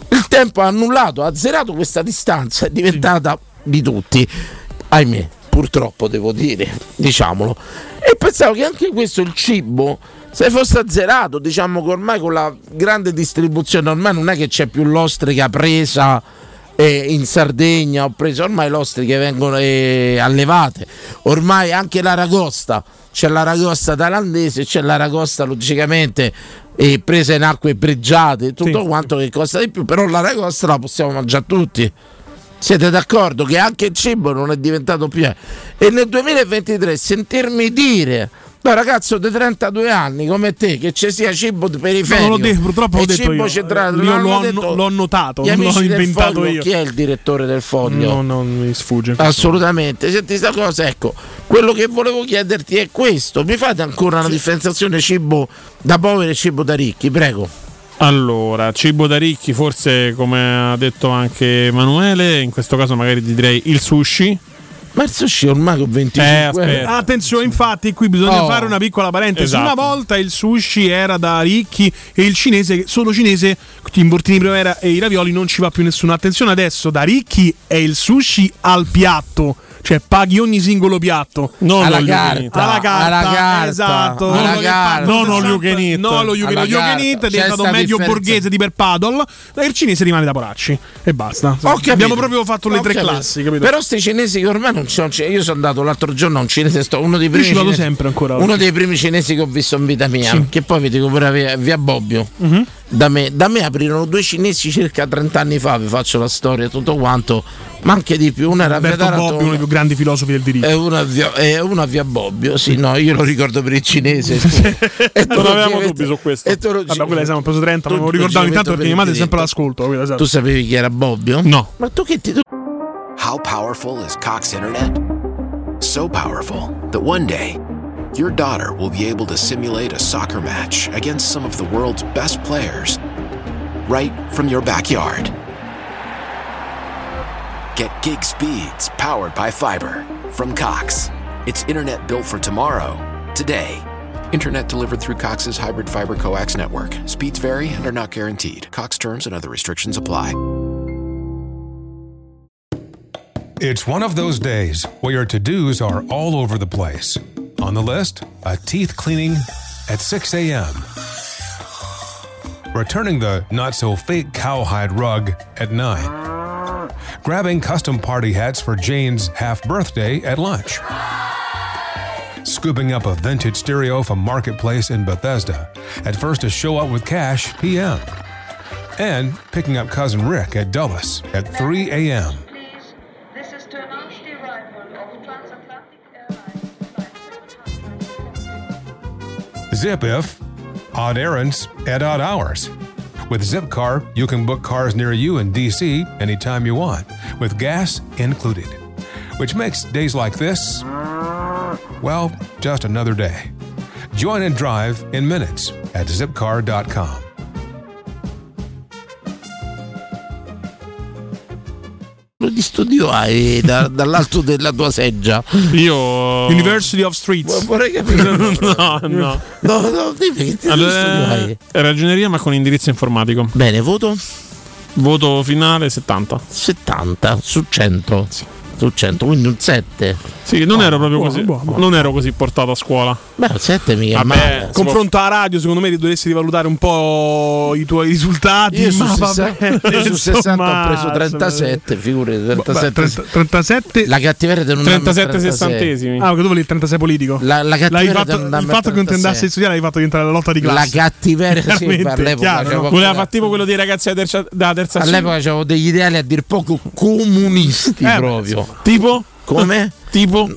Il tempo ha annullato, ha azzerato questa distanza, è diventata di tutti. Ahimè, purtroppo devo dire, diciamolo. E pensavo che anche questo, il cibo, se fosse azzerato, diciamo che ormai con la grande distribuzione, ormai non è che c'è più l'ostrica presa eh, in Sardegna ho preso ormai l'ostri che vengono eh, allevate ormai anche l'aragosta c'è l'aragosta thailandese c'è l'aragosta logicamente eh, presa in acque pregiate tutto quanto che costa di più però l'aragosta la possiamo mangiare tutti siete d'accordo che anche il cibo non è diventato più eh? e nel 2023 sentirmi dire da ragazzo di 32 anni come te che ci sia cibo
No,
periferico
non l'ho detto, purtroppo l'ho
e
detto
cibo
io.
centrale,
Io
non
l'ho
l'ho
an-
detto.
l'ho annotato,
Gli
non l'ho
amici del
inventato
Foglio,
io.
chi è il direttore del foglio
No, no, mi sfugge.
assolutamente senti sta cosa ecco quello che volevo chiederti è questo mi fate ancora una differenziazione cibo da poveri e cibo da ricchi prego
Allora, cibo da ricchi, forse come ha detto anche Emanuele, in questo caso magari ti direi il sushi.
Ma il sushi ormai con 25
Eh, aspetta.
Attenzione, infatti, qui bisogna
Oh.
fare una piccola parentesi.
Esatto.
Una volta il sushi era da ricchi e il cinese, solo cinese, i involtini di primavera e i ravioli non ci va più nessuno. Attenzione adesso, da ricchi è il sushi al piatto. Cioè paghi ogni singolo piatto. Non
Alla
all you can
carta,
eat. alla carta,
alla carta,
esatto.
alla
Non lo che
carta.
fanno
Non all you can eat.
No, lo you can
Alla
eat. Lo you can eat
carta.
è
C'è
diventato
sta
medio
differenza.
borghese di per paddle. e il cinese rimane da poracci. E basta. Abbiamo proprio fatto le
Ho
tre
capito.
classi, capito?
Però sti cinesi che ormai non sono. cin- Io sono andato l'altro giorno a un cinese, sto- uno dei
Io
primi.
ci vado
cinesi-
sempre ancora
Uno
oggi.
dei primi cinesi che ho visto in vita mia.
Sì.
Che poi vi dico pure a via, via Bobbio.
Mhm.
Da me, da me aprirono due cinesi circa 30 anni fa, vi faccio la storia e tutto quanto, ma anche di più. Una era a via
Alberto Bobbio,
Taranto,
uno dei più grandi filosofi del diritto.
e una a via, e una a via Bobbio. Sì, no, io lo ricordo per il cinese. scusa. e tu
non
lo
avevamo
chiedi-
dubbi su questo.
e tu lo-
Vabbè, quella siamo preso 30,
Tu-
non lo
tu
ricordavo
ci
intanto
metto
perché mia
per
madre è
il
sempre
diritto.
all'ascolto. quella, esatto.
Tu sapevi chi era Bobbio?
No.
Ma tu che ti.
How powerful is Cox Internet? So powerful that one day, your daughter will be able to simulate a soccer match against some of the world's best players right from your backyard. Get gig speeds powered by fiber from Cox. It's internet built for tomorrow, today. Internet delivered through Cox's hybrid fiber coax network. Speeds vary and are not guaranteed. Cox terms and other restrictions apply.
It's one of those days where your to dos are all over the place. On the list, a teeth cleaning at 6 a.m., returning the not so fake cowhide rug at
Ah,
9, grabbing custom party hats for Jane's half birthday at lunch, scooping up a vintage stereo from Marketplace in Bethesda, at first to show up with cash p.m., and picking up cousin Rick at Dulles at 3 a.m. ZipIf, odd errands at odd hours. With Zipcar, you can book cars near you in DC anytime you want, with gas included. Which makes days like this, well, just another day. Join and drive in minutes at zipcar.com.
di studio hai da- dall'alto della tua seggia?
Io.
University of Streets.
Vorrei capire.
no, no.
No, no, dimmi che ti studio
Allora,
hai.
eh, ragioneria ma con indirizzo informatico.
Bene, voto?
Voto finale 70.
70 su 100. sul 100, quindi un 7.
Sì, non ero proprio
buono,
così.
buono, buono.
Non ero così portato a scuola.
Beh, il 7 mica è male. eh,
Vabbè, confronto a radio, secondo me dovresti rivalutare un po' i tuoi risultati.
Io su,
ma
60,
vabbè,
io su 60 ho preso
insomma,
37, figure 37.
37
la cattiveria del
37 sessantesimi. Ah, perché tu volevi il 36 politico.
La, la cattiveria
L'hai fatto,
del numero
il fatto che non ti
36.
andassi a studiare l'hai fatto diventare la lotta di
La
classe.
cattiveria, sì,
Chiaramente,
per l'epoca,
chiaro,
cioè,
no?
qualcuno-
Voleva fare tipo quello dei ragazzi della terza, della terza
All'epoca avevo degli ideali a dir poco
Eh,
Eh,
comunisti proprio.
Tipo?
Come?
tipo?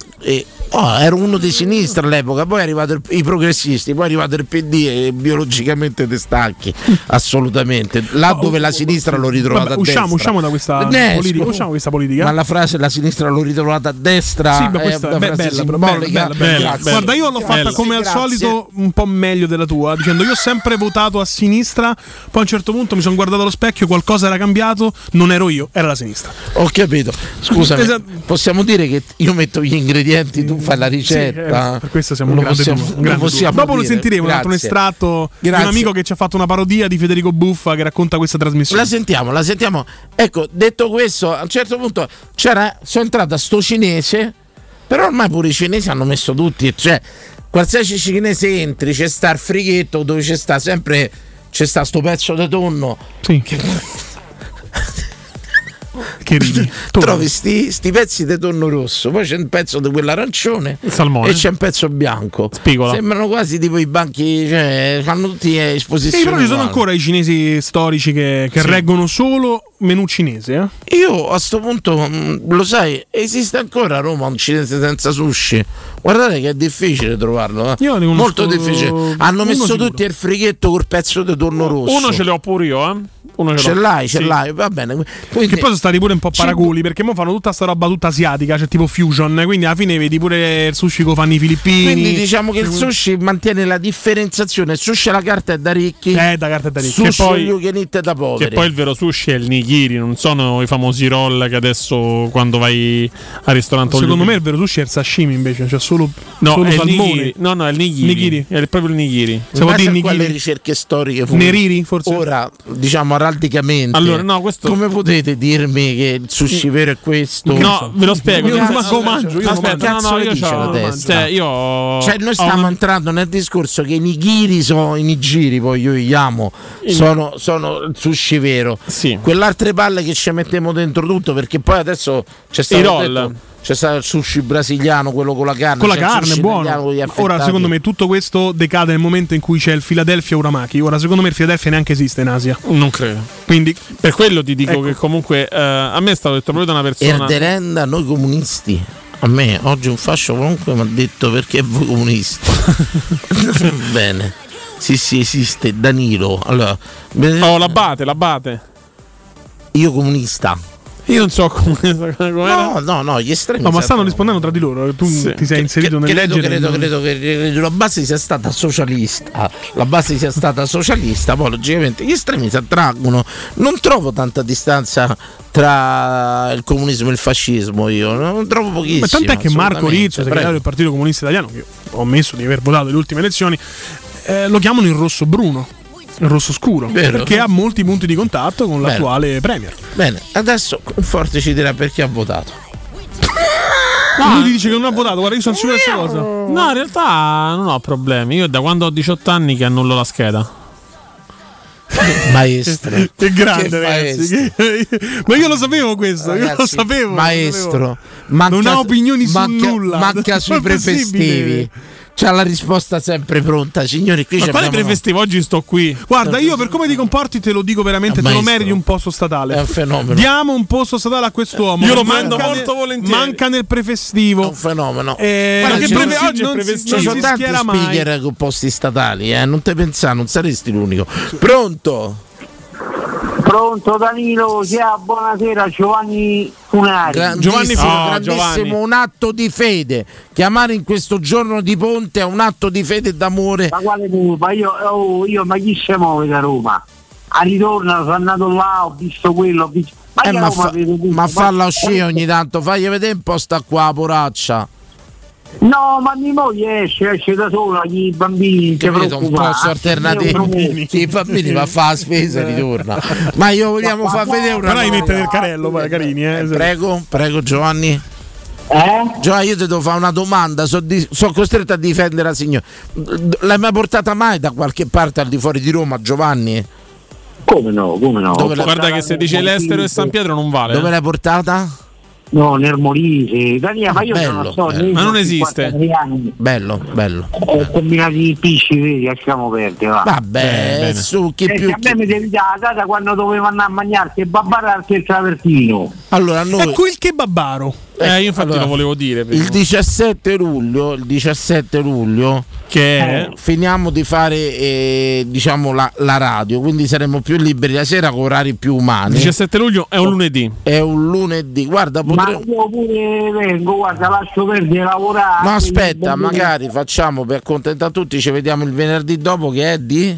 oh, ero uno di sinistra all'epoca, poi è arrivato il- i progressisti, poi è arrivato il PD e biologicamente te stacchi. Assolutamente. Là dove la sinistra l'ho ritrovata
Oh, Vabbè,
a destra.
usciamo, usciamo da questa
Eh,
politica.
scusa.
Usciamo da questa politica.
Ma la frase la sinistra l'ho ritrovata a destra. eh,
Sì, ma
è
questa
una
beh,
frase
bella, bella,
simbolica.
bella, bella.
eh, Grazie.
Guarda, io l'ho fatta
Grazie,
come al
grazie.
solito un po' meglio della tua, dicendo io ho sempre votato a sinistra, poi a un certo punto mi sono guardato allo specchio, qualcosa era cambiato, non ero io, era la sinistra.
Ho capito. Scusami,
Esatto.
possiamo dire che io metto gli ingredienti, tu fai la ricetta.
eh, per questo siamo un
Lo
grande
possiamo-
duo, un
lo
grande duo.
possiamo
Dopo lo
dire.
sentiremo, un altro un
Grazie.
estratto di
Grazie.
un amico che ci ha fatto una parodia di Federico Buffa che racconta questa trasmissione.
La sentiamo, la sentiamo. Ecco, detto questo, a un certo punto c'era, sono entrata sto cinese, però ormai pure i cinesi hanno messo tutti, cioè qualsiasi cinese entri, c'è sta il frighetto dove c'è sta sempre c'è sta sto pezzo di tonno. Che
Che ridi?
Trovi sti, sti pezzi di tonno rosso, poi c'è un pezzo di quell'arancione
salmone.
e c'è un pezzo bianco.
Spigola.
Sembrano quasi tipo i banchi, cioè, hanno tutti eh, esposizioni.
Sì, però ci sono
uguali.
ancora i cinesi storici che, che
Sì.
reggono solo menù cinese. Eh?
Io a sto punto, mm, mh, lo sai, esiste ancora a Roma un cinese senza sushi. Guardate che è difficile trovarlo. eh.
Io ne conosco
Molto difficile. Hanno
uno
messo
sicuro.
tutti il frighetto col pezzo di torno rosso.
Uno ce l'ho pure io, eh. Uno
Ce
l'ho.
l'hai, ce
Sì.
l'hai, va bene. Eh, Quindi-
Che poi sono stati pure un po'
Sì.
paraculi perché mo fanno tutta sta roba tutta asiatica, cioè tipo fusion, quindi alla fine vedi pure il sushi che fanno i filippini.
Quindi diciamo che il sushi mantiene la differenziazione. Il sushi alla carta è da ricchi.
Eh, da carta è da ricchi.
Sushi
Che poi-
you can eat è da poveri.
Che poi il vero sushi è il nigiri, non sono i famosi roll che adesso quando vai al ristorante
Secondo me il vero sushi è il sashimi invece, cioè solo,
no,
solo
è il
salmone.
nigiri. No, no, è il nigiri.
Nigiri.
È il- proprio il nigiri.
In base a quelle ricerche storiche fu-
Neriri, forse?
Ora, diciamo araldicamente.
Allora, no, questo- Mm.
Come potete dirmi che il sushi vero è questo?
No, ve lo spiego.
Io non
Aspetta,
manco mangio, io non
Aspetta,
mangio.
no, no,
Cazzo
io
dice
c'ho-
la testa?
Cioè, io ho-
Cioè, noi
ho
stiamo
una-
entrando nel discorso che i nigiri sono i nigiri, poi io li amo,
Il-
sono, sono il sushi vero. Quell'altre palle che ci mettiamo dentro tutto, perché poi adesso c'è stato
I roll.
detto, c'è stato il sushi brasiliano, quello con la carne.
Con la
c'è il
carne,
sushi italiano
buono.
con gli
Ora,
affettati.
secondo me, tutto questo decade nel momento in cui c'è il Philadelphia Uramaki. Ora, secondo me, il Philadelphia neanche esiste in Asia.
Non credo.
Quindi,
Per quello ti dico
Ecco.
che comunque eh, a me è stato detto proprio da una persona.
Erderenda, noi comunisti. A me oggi un fascio qualunque mi ha detto perché voi comunisti. Bene. Sì, sì, esiste Danilo. Allora,
Oh, l'abbate, l'abbate.
Io comunista.
Io non so come
No, no, no, gli estremi.
no, ma
sappiamo.
stanno rispondendo tra di loro. Tu
Sì.
Mm, ti sei inserito nel
credo,
leggere.
credo, credo che che la base sia stata socialista. La base sia stata socialista, poi logicamente gli estremi si attraggono. Non trovo tanta distanza tra il comunismo e il fascismo. Io non trovo pochissimo.
Ma tant'è che Marco
assolutamente.
Rizzo, segretario del Partito Comunista Italiano, che ho ammesso di aver votato le ultime elezioni, eh, lo chiamano il rosso bruno, il rosso scuro,
Vero.
perché ha molti punti di contatto con l'attuale Premier.
Bene, adesso Conforti ci dirà perché ha votato.
Lui ti dice che non ha votato, guarda, io sono sicuro di questa cosa.
No, in realtà non ho problemi. Io da quando ho 18 anni che annullo la scheda.
Maestro.
Che grande,
Che
ragazzi. Ma io lo sapevo questo, io lo
Ragazzi,
sapevo.
Maestro,
non ha opinioni su
Cioè, manca-
nulla.
Manca sui
Non è possibile.
prefestivi. C'ha la risposta sempre pronta, signori. Qui
Ma
c'è
quale
prefestivo? Oggi sto qui.
Guarda, io per come ti comporti te lo dico veramente,
Eh,
te lo
maestro.
meriti un posto statale.
È un fenomeno.
Diamo un posto statale a quest'uomo.
Io lo
Manca
mando
nel-
molto volentieri.
Manca nel prefestivo.
un fenomeno.
Eh,
Guarda,
che
ci
breve-
sono-
oggi è
non si-
prevestivo.
Ci sono
Non si
tanti
schiera mai.
speaker con posti statali, eh? non te pensare, non saresti l'unico. Pronto?
Pronto Danilo, sia buonasera Giovanni Funari.
Giovanni
Fu-
grandissimo,
Giovanni.
un atto di fede. Chiamare in questo giorno di ponte è un atto di fede e d'amore.
Ma quale mu- ma io, oh, io ma chi si muove da Roma? A ritorno sono andato là, Ah, ho visto quello, ho visto. Ma,
Eh,
io a
ma,
Roma
fa-
vedo tutto,
ma falla uscire ogni tanto, fagli vedere un po' sta qua poraccia.
No, ma mia moglie esce, esce da sola, i bambini, che
Capito? Un posto alternativo. I bambini va a fare la spesa e ritorna. Ma io vogliamo far vedere una
Però li
cosa.
mette nel carello, guarda, carini, eh.
Prego, prego Giovanni.
Eh?
Giovanni, io ti devo fare una domanda, sono costretto a difendere la signora. L'hai mai portata mai da qualche parte al di fuori di Roma, Giovanni?
Come no, come no?
Dove la-
Guarda che se dice l'estero e San Pietro non vale. eh.
Dove l'hai portata?
No, nel Molise. Daniele, ma io sono
Bello,
a Sony,
bello.
io
Ma non
ho
esiste.
53 anni,
Bello, bello.
Ho combinato i pisci, vedi, lasciamo perdere. Va.
Vabbè,
bene.
su chi
Eh,
più
se a me mi devi dare la data quando dovevo andare a mangiarti e babbararti il travertino.
Allora, noi...
È quel che babbaro.
Eh, io infatti
allora,
lo volevo dire. prima.
Il 17 luglio, il 17 luglio
Che è?
eh, finiamo di fare eh, diciamo la, la radio, quindi saremo più liberi la sera con orari più umani. Oh,
17 luglio è un lunedì.
È un lunedì, guarda,
Ma
potremmo...
io pure vengo, guarda, lascio perdere lavorare.
No, aspetta, magari facciamo per accontentare tutti, ci vediamo il venerdì dopo che è di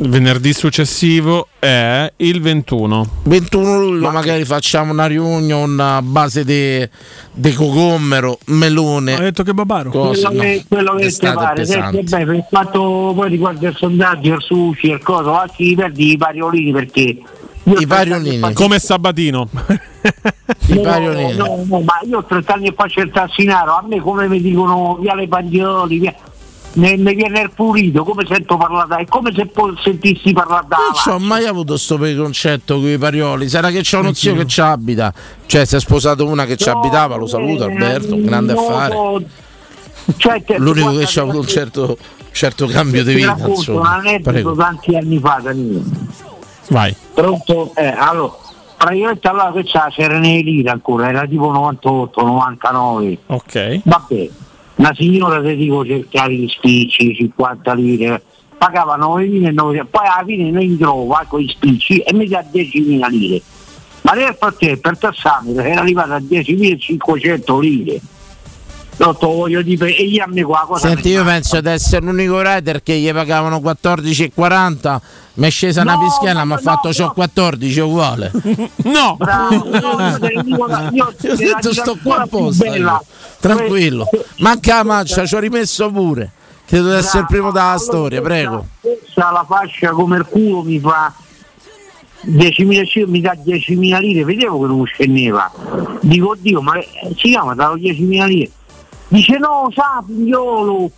Il venerdì successivo è il 21.
21 luglio, magari facciamo una riunion a base di de cogommero, melone. Ho
detto che babaro.
Cosa,
quello che, quello che ti pare, senti, beh, per il fatto poi riguardo il sondaggio, il sushi, il coso, anche i perdi i pariolini perché io
I pariolini.
Come Sabatino.
I
no, no, no, ma io ho 30 anni e faccio il tassinaro, a me come mi dicono via le bandioli, via. Ne, ne viene il pulito, come sento parlare da- è come se po- sentissi parlare da
Non ci ho mai avuto sto preconcetto con i parioli. Sarà che c'è uno zio che ci abita. Cioè, si è sposato una che ci abitava, lo saluto Alberto, un grande
eh, no,
affare.
Cioè, te-
L'unico che
guarda,
ci ha avuto un
ti-
certo, certo cambio di
ti
vita.
racconto un
Insomma.
aneddoto
Prego.
tanti anni fa, Danilo.
Vai.
Pronto? Eh, allora, praticamente allora questa c'era l'elite ancora, era tipo 98, 99.
Ok.
Vabbè, una signora se dico cercare gli spicci, 50 lire, pagava 9.900, poi alla fine noi li trovo eh, con gli spicci e mi dà 10.000 lire. Ma lei al frattempo per tassametro era arrivata a 10.500 lire. No, te lo voglio dire, e gli a me qua cosa
Senti, io penso di essere l'unico rider che gli pagavano 14,40. Mi è scesa una
No,
pischiana,
ma
mi ha
no,
fatto ciò 14 uguale.
No!
Bravo, io te lo dico, io
Io ho
te la
detto
dico
sto qua
ancora più
apposta.
bella. Eh,
io. Tranquillo. Manca la mancia, ci ho rimesso pure. Credo di essere il primo della storia, prego.
Questa la fascia come il culo mi fa 10.000 cibo, mi dà 10.000 lire, vedevo che non scendeva. Dico, oddio, ma eh, si chiama, davo 10.000 lire. Dice, no, sa, figliolo,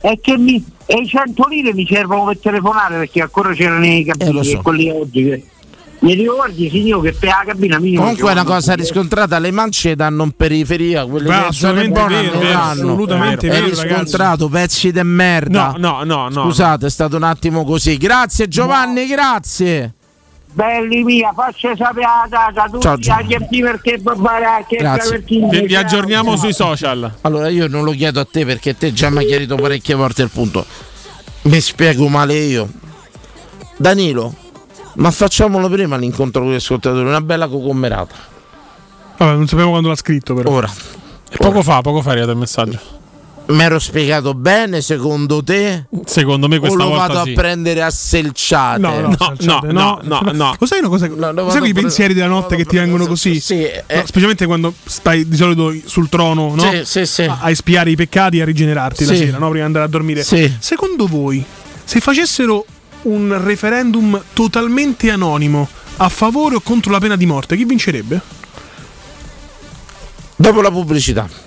è che mi, e i 100 lire mi servono per telefonare perché ancora c'erano
Eh,
i cabini e quelli oggi che... Mi dico, guardi signore che per la cabina minima...
Comunque è una cosa
risposta
riscontrata, le mance danno in periferia, quelle
Beh,
che sono
assolutamente
buone
vero,
non
vero,
danno. Eh,
assolutamente
è
vero,
riscontrato, pezzi di merda.
No, no, no, no.
Scusate, è stato un attimo così. Grazie Giovanni, grazie.
Belli mia, faccia sapere la data, tutti
Ciao, Gianni.
agli MP perché Barbara, che
Grazie.
Travertini, ciao.
sui social.
Allora io non lo chiedo a te perché te già mi hai chiarito parecchie volte il punto. Mi spiego male io. Danilo, ma facciamolo prima l'incontro con gli ascoltatori, una bella cocommerata.
Vabbè, non sapevo quando l'ha scritto, però.
Ora.
Poco fa, poco fa è arrivato il messaggio.
Mi ero spiegato bene secondo te?
Secondo me questa
o lo
volta
vado
sì.
a prendere a selciate?
No, no, salciate, Cos'è una cosa? sai
vado
quei
pure-
pensieri della notte che ti vengono così? No, specialmente quando stai di solito sul trono, no?
eh. Sì, sì, sì.
A, a espiare i peccati e a rigenerarti la
Sì.
sera, no? Prima di andare a dormire.
Sì.
Secondo voi, se facessero un referendum totalmente anonimo a favore o contro la pena di morte, chi vincerebbe?
Dopo la pubblicità.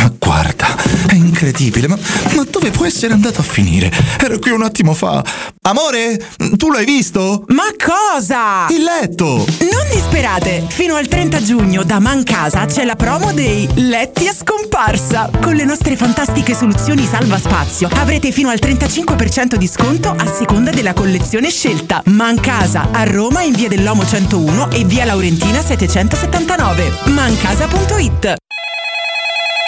Ma guarda, è incredibile, ma, ma dove può essere andato a finire? Ero qui un attimo fa. Amore, tu l'hai visto?
Ma cosa?
Il letto!
Non disperate! Fino al 30 giugno da Mancasa c'è la promo dei letti a scomparsa. Con le nostre fantastiche soluzioni salva spazio avrete fino al 35% di sconto a seconda della collezione scelta. Mancasa a Roma in via dell'Omo 101 e via Laurentina 779. Mancasa.it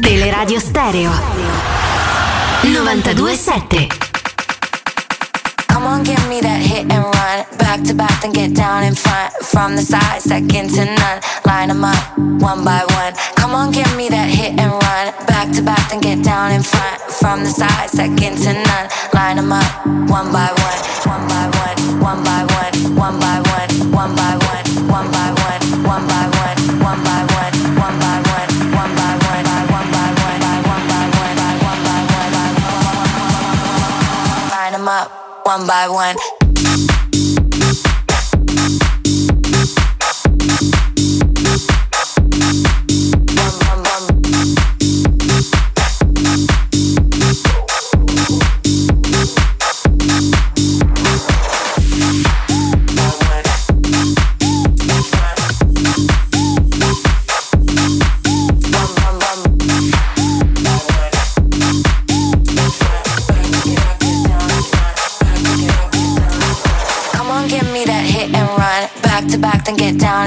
Teleradio Stereo 927
Come on, give me that hit and run. Back to back, then get down in front. From the side, second to none. Line them up, one by one. Come on, give me that hit and run. Back to back, then get down in front. From the side, second to none. Line them up, one by one. One by one, one by one, one by one, one by one, one by one, one by one, one by one, one by one, one by one, by one by one, by one by one, by one by one, by one. Line 'em up, one by one. Come on, give me that hit and run. Back to back, then get down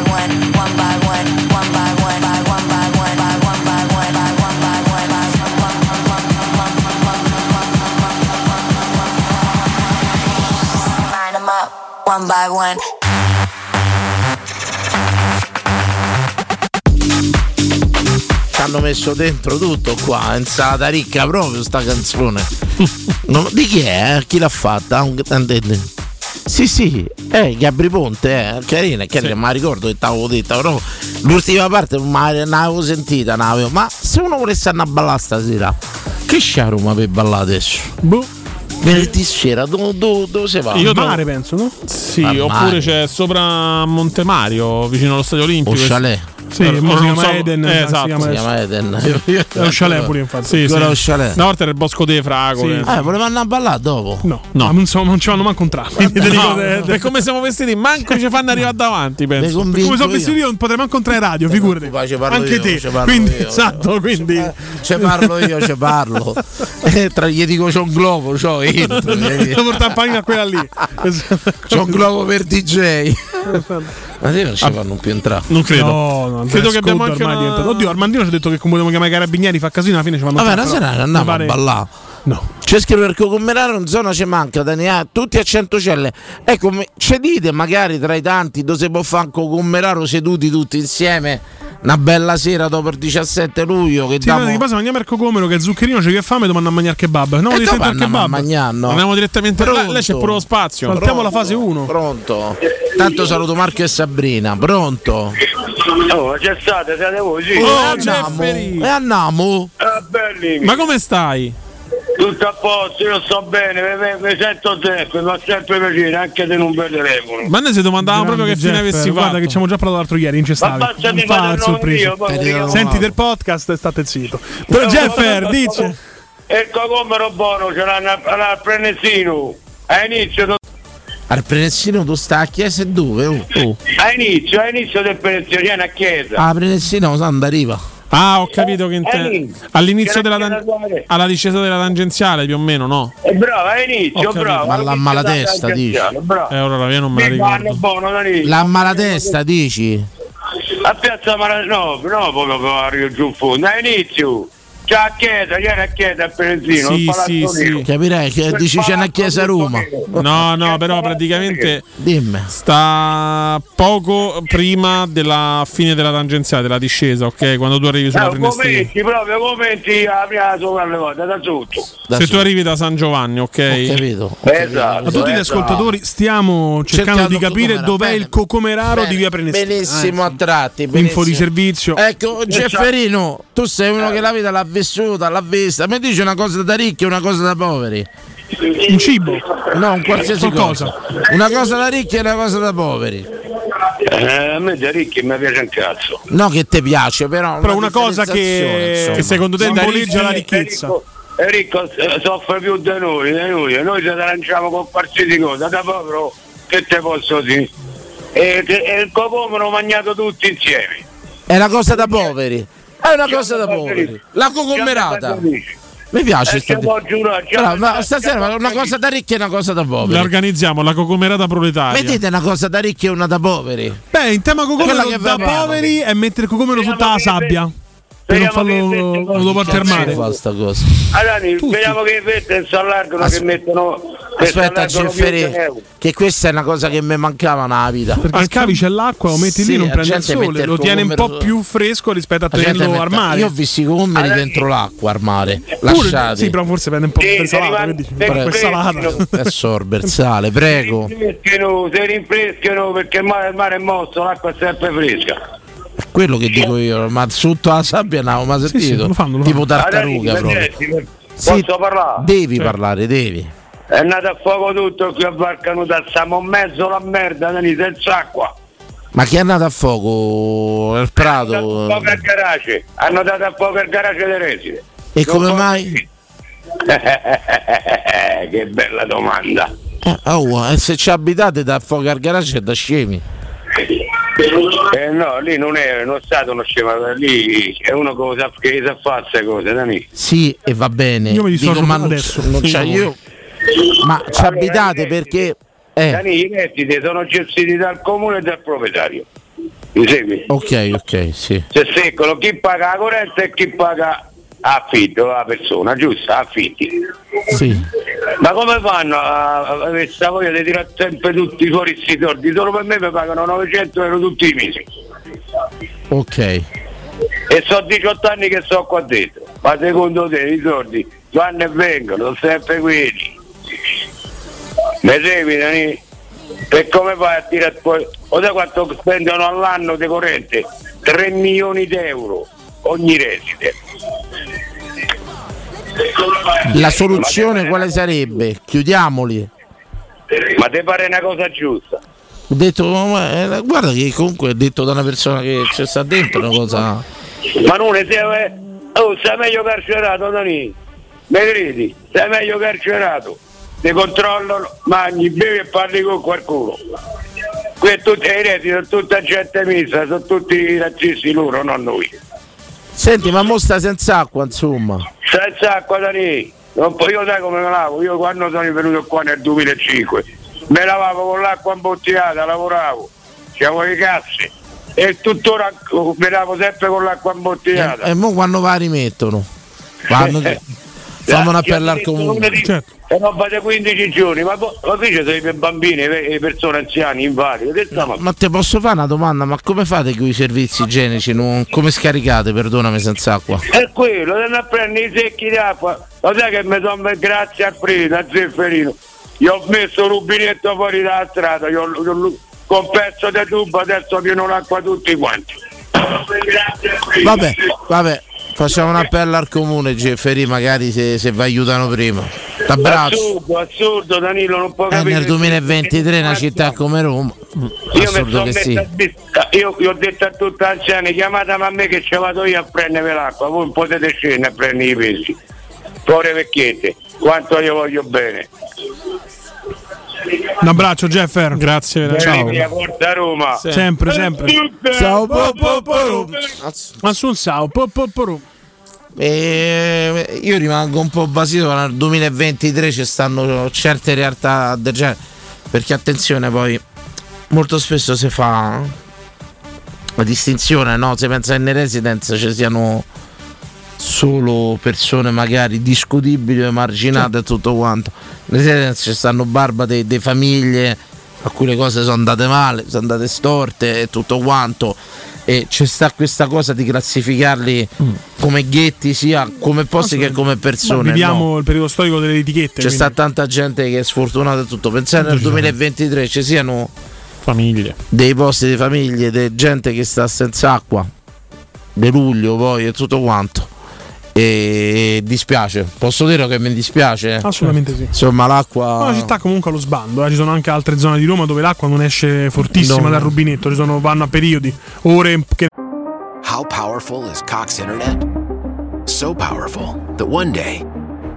one, one by one, one by one, by one by one, by one by one, by one by one, by one by one, one by one. Line 'em up, one by one.
Ci hanno messo dentro tutto qua, insalata ricca proprio sta canzone. No, di chi è? eh? Chi l'ha fatta? Un grande- Sì, sì, eh, Gabri Ponte, eh, carina, carina, ma ricordo che t'avevo detto, però l'ultima parte non me la- non l'avevo sentita, non avevo- ma se uno volesse andare a ballare stasera, che c'è a Roma per ballare adesso? Boh. Venerdì sera, do- do- dove si va?
Io
Al
trovo-
mare,
penso, no?
Sì,
Al
oppure
mare.
c'è sopra Montemario, vicino allo Stadio Olimpico.
O chalet.
Sì,
Allora,
mo si
non
chiama Eden,
eh,
si
esatto.
chiama Si chiama Eden. Eden. È un chalet pure, infatti.
Sì, sì.
Ancora un chalet.
Una volta era il Bosco delle Fragole.
Sì. Eh, voleva
andare a ballare dopo.
No, no. Non, so, non ci hanno manco un tratto. Quindi te dico,
No,
eh,
per come siamo vestiti, manco ci fanno arrivare davanti. Penso.
per come sono vestito io non potrei manco entrare in radio, figurati.
parlo
Anche
io,
te.
Eh, ci parlo
quindi,
io.
esatto, quindi...
Ce parlo io, ce parlo. Eh, tra gli dico c'ho un globo, c'ho entro. eh.
Devo portare panino a quella lì.
c'ho un globo per DJ. Ma te non
Ah,
ci fanno più entrare.
Non credo.
No, no,
Ah, Credo che abbiamo
Scout
anche
ormai è
una-
diventato- Oddio, Armandino ci ha detto che come vogliamo chiamare i carabinieri fa casino, alla fine ci vanno
Vabbè,
sempre,
una sera
però mi
andiamo
pare-
a ballare.
No.
C'è scritto perché commerare in zona ci manca, Daniele, tutti a 100 celle. Ecco, mi- ci dite magari tra i tanti dove si può fare anche commeraro seduti tutti insieme una bella sera dopo il 17 luglio che
Sì,
diamo-
guarda, che poi se andiamo al Cocomero che Zuccherino c'è che ha fame domanda a mangiare kebab. Andiamo
E
direttamente al
dove Eh, andiamo a
kebab.
mangiare, no?
Andiamo direttamente là, là c'è pure lo spazio.
Saltiamo la
Pronto?
fase 1.
Pronto. Tanto saluto Marco e Sabrina. Pronto?
Oh, c'è stata, siete voi, sì.
Oh, Jeffrey. E andiamo.
Eh, belli.
Ma come stai?
Tutto a posto, io sto bene, mi- mi, mi sento sempre, mi fa sempre piacere, anche se non per telefono.
Ma noi si domandavamo
Grande
proprio che fine
Jeff,
avessi
guarda
fatto.
che ci abbiamo già parlato l'altro ieri, in cestavi.
Ma basta, mi
fa
vado
il
a
sorpreso.
Roma io, poi mi chiamo.
Senti del podcast state zitto. Però Jeffer,
Ecco,
dice.
E il cocomero ecco buono ce l'hanno al- al prenezzino. A inizio, do-
Al Prenezzino tu stai a chiesa e dove? Oh, oh.
a inizio, a inizio del prenezzino, vieni a chiesa.
Ah, Prenezzino, sanno arriva.
Ah, ho capito che
è
intendi.
lì.
All'inizio
Che
della
la-
tan-
che la guarda.
alla discesa della tangenziale, più o meno, no?
E brava, è eh, inizio,
Ho capito.
brava.
Alla malatesta, dici.
Brava.
Eh, ora la via non me la
Mi
ricordo.
fanno buono, da lì.
La malatesta dici?
A Piazza Mara... No, no, proprio che arrivo giù in fondo. A inizio. C'è la chiesa, ieri a chiesa a Pellegrino, il palazzo nero.
Capirei
Cioè,
che dici c'è una chiesa a Roma.
No, no, però praticamente sta poco prima della fine della tangenziale, della discesa, ok? Quando tu arrivi sulla
Eh,
Prenestina.
commenti, proprio commenti la prima sopra le volte, da sotto.
Se tu arrivi da San Giovanni, ok? Ho
capito.
Esatto.
A tutti gli ascoltatori stiamo cercando,
Cercando
di capire
Cocomero,
dov'è
bene.
il cocomeraro
Bene,
di via Prenestina.
benissimo
Eh,
a tratti.
Info
benissimo.
di servizio.
Ecco, Gefferino, tu sei uno che la vita l'ha vissuta, l'ha vista. Mi dici una cosa da ricchi e una cosa da poveri.
Un cibo?
No, un qualsiasi
Qualcosa.
cosa. Una cosa da ricchi e una cosa da poveri.
Eh, a me da ricchi mi piace un cazzo.
No che ti piace, però.
Però una cosa che-
differenziazione,
che secondo te
insomma.
simboleggia la ricchezza. E ricco eh, soffre più da noi, da noi, noi ci arrangiamo con qualsiasi cosa, da povero che te posso dire. E, che- e il cocomero mangiato tutti insieme.
È una cosa da poveri. È una cosa da poveri. La cocommerata. Mi
Eh,
piace.
Eh,
sta- Bravo, ma stasera ma una cosa da ricchi e una cosa da poveri.
La organizziamo, la cocomerata proletaria.
Vedete una cosa da ricchi e una da poveri.
Beh, in tema
Quella
cocomero
che
da
va bene.
poveri è mettere il cocomero su tutta la sabbia. Per non farlo non lo portare male.
Fa sta cosa.
Allora, vediamo che fette si allargano, che mettono... che si
Aspetta,
allargano più di
Cefferì,
euro.
che questa è una cosa che mi mancava nella vita.
Perché scavi c'è l'acqua, lo metti
Sì,
lì, non
la
prende il
gente mette
sole,
il
lo tiene un po'
cocomero-
più fresco rispetto a
La gente
tenerlo
mette-
al mare.
Io ho visto i gommeri
Allora-
dentro l'acqua al mare.
Pure-
Lasciati.
Sì, però forse prende un po' per salata. che dici,
Prego.
Per salata.
Adesso, Orbersale, prego.
Rinfrescano, si rinfrescano perché il mare, il mare è mosso, l'acqua è sempre fresca.
Quello che dico io, ma sotto la sabbia non avevo mai sentito.
lo fanno, lo
tipo
fanno.
tartaruga
Allora,
proprio.
Posso
Sì,
parlare?
Devi parlare, devi.
È andato a fuoco tutto qui a Varcanuta, siamo in mezzo alla merda, Dani, senza acqua.
Ma chi è andato a fuoco? Il Prato?
Fuoco al garage, hanno dato a fuoco il garage Eh, di Reside.
E come mai?
eh, che bella domanda.
Eh, oh, eh, se ci abitate da fuoco al garage è da scemi.
Eh no, lì non è, non è stato uno scemo, lì è uno che, lo sa- che gli sa fare queste cose, Dani.
Sì, e va bene.
Io mi dissocio
Dico, ma non-
adesso.
non c'è- io- ma ci
Allora,
abitate
i
perché... Eh.
Dani, i redditi sono gestiti dal comune e dal proprietario. Mi segui?
Ok, ok, sì.
Se seccano chi paga la corrente e chi paga affitto, la persona, giusto? Affitti.
Sì.
Ma come fanno a a avere sta voglia di tirare sempre tutti fuori questi soldi? Solo per me mi pagano 900 euro tutti i mesi.
Ok.
E sono 18 anni che sto qua dentro. Ma secondo te i soldi vanno e vengono, sono sempre quelli. Mi segui, Dani? E come fai a tirare fuori? O sai quanto spendono all'anno di corrente? 3 milioni di euro ogni residente.
La soluzione quale sarebbe? Chiudiamoli.
Ma ti pare una cosa giusta?
Ho detto, ma, eh, guarda che comunque è detto da una persona che ci sta dentro una cosa...
Manone, sei, eh, oh, sei meglio carcerato, Dani. Mi credi? Sei meglio carcerato. Ti controllano, mangi, bevi e parli con qualcuno. Qui è tut- i reti sono tutta gente mista, sono tutti razzisti loro, non noi.
Senti, ma mo sta senza acqua, insomma.
Senza acqua, Dani. Non po- io sai come me lavo, io quando sono venuto qua nel 2005, me lavavo con l'acqua imbottigliata, lavoravo, siamo i cazzi. E tuttora eh, me lavo sempre con l'acqua
E,
imbottigliata. Eh,
e Eh, mo quando va rimettono? Vanno... Fammelo appellare al comune.
Certo. È roba da 15 giorni, ma, boh, po- ma qui ci sono i bambini, le le persone anziane, invalidi, che stiamo a
Ma te posso fare una domanda? Ma come fate con i servizi igienici? Non- Come scaricate, perdonami, senza acqua?
E quello, andando a prendere i secchi d'acqua. Lo sai che mi sono grazie a Frida, a Zefferino. Gli ho messo un rubinetto fuori dalla strada, gli ho, gli ho lu- con un pezzo di tubo adesso pieno l'acqua tutti quanti.
Vabbè, vabbè, facciamo un appello al comune, Gefferì, magari se, se vi aiutano prima. T'abbraccio.
Assurdo, assurdo Danilo, non può
È
capire.
nel 2023 una città come Roma.
Io, mi
Assurdo
sono
che
messo a
sì.
dis- io, io ho detto a tutta anziani, chiamatemi a me che ci vado io a prendere l'acqua, voi potete scendere a prendere i pesi. Povere vecchiette, quanto io voglio bene.
Un abbraccio, Jeffer.
Grazie,
Venite a Porta Roma.
Sempre, sempre.
Ciao, po, po,
Ma sul Sao, po, po, po, ru.
Eh, io rimango un po' basito nel 2023 ci stanno certe realtà del genere perché attenzione poi molto spesso si fa eh, la distinzione no? se pensa che in residence ci siano solo persone magari discutibili o emarginate e tutto quanto in residence ci stanno barbate delle famiglie a cui le cose sono andate male sono andate storte e tutto quanto e c'è sta questa cosa di classificarli come ghetti sia come posti che come persone no?
Viviamo il periodo storico delle etichette.
C'è
quindi.
sta tanta gente che è sfortunata e tutto. Pensare nel 2023 ci siano
famiglie.
dei posti di famiglie, di gente che sta senza acqua, di luglio poi e tutto quanto. E dispiace, posso dire che mi dispiace. eh.
Assolutamente sì.
Insomma, l'acqua.
Ma la città comunque allo sbando, eh. ci sono anche altre zone di Roma dove l'acqua non esce fortissima
No.
dal rubinetto, ci sono, vanno a periodi, ore che
How powerful is Cox Internet? So powerful that one day,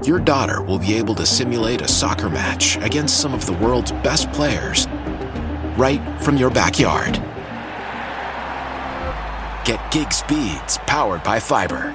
your daughter will be able to simulate a soccer match against some of the world's best players right from your backyard. Get gig speeds powered by fiber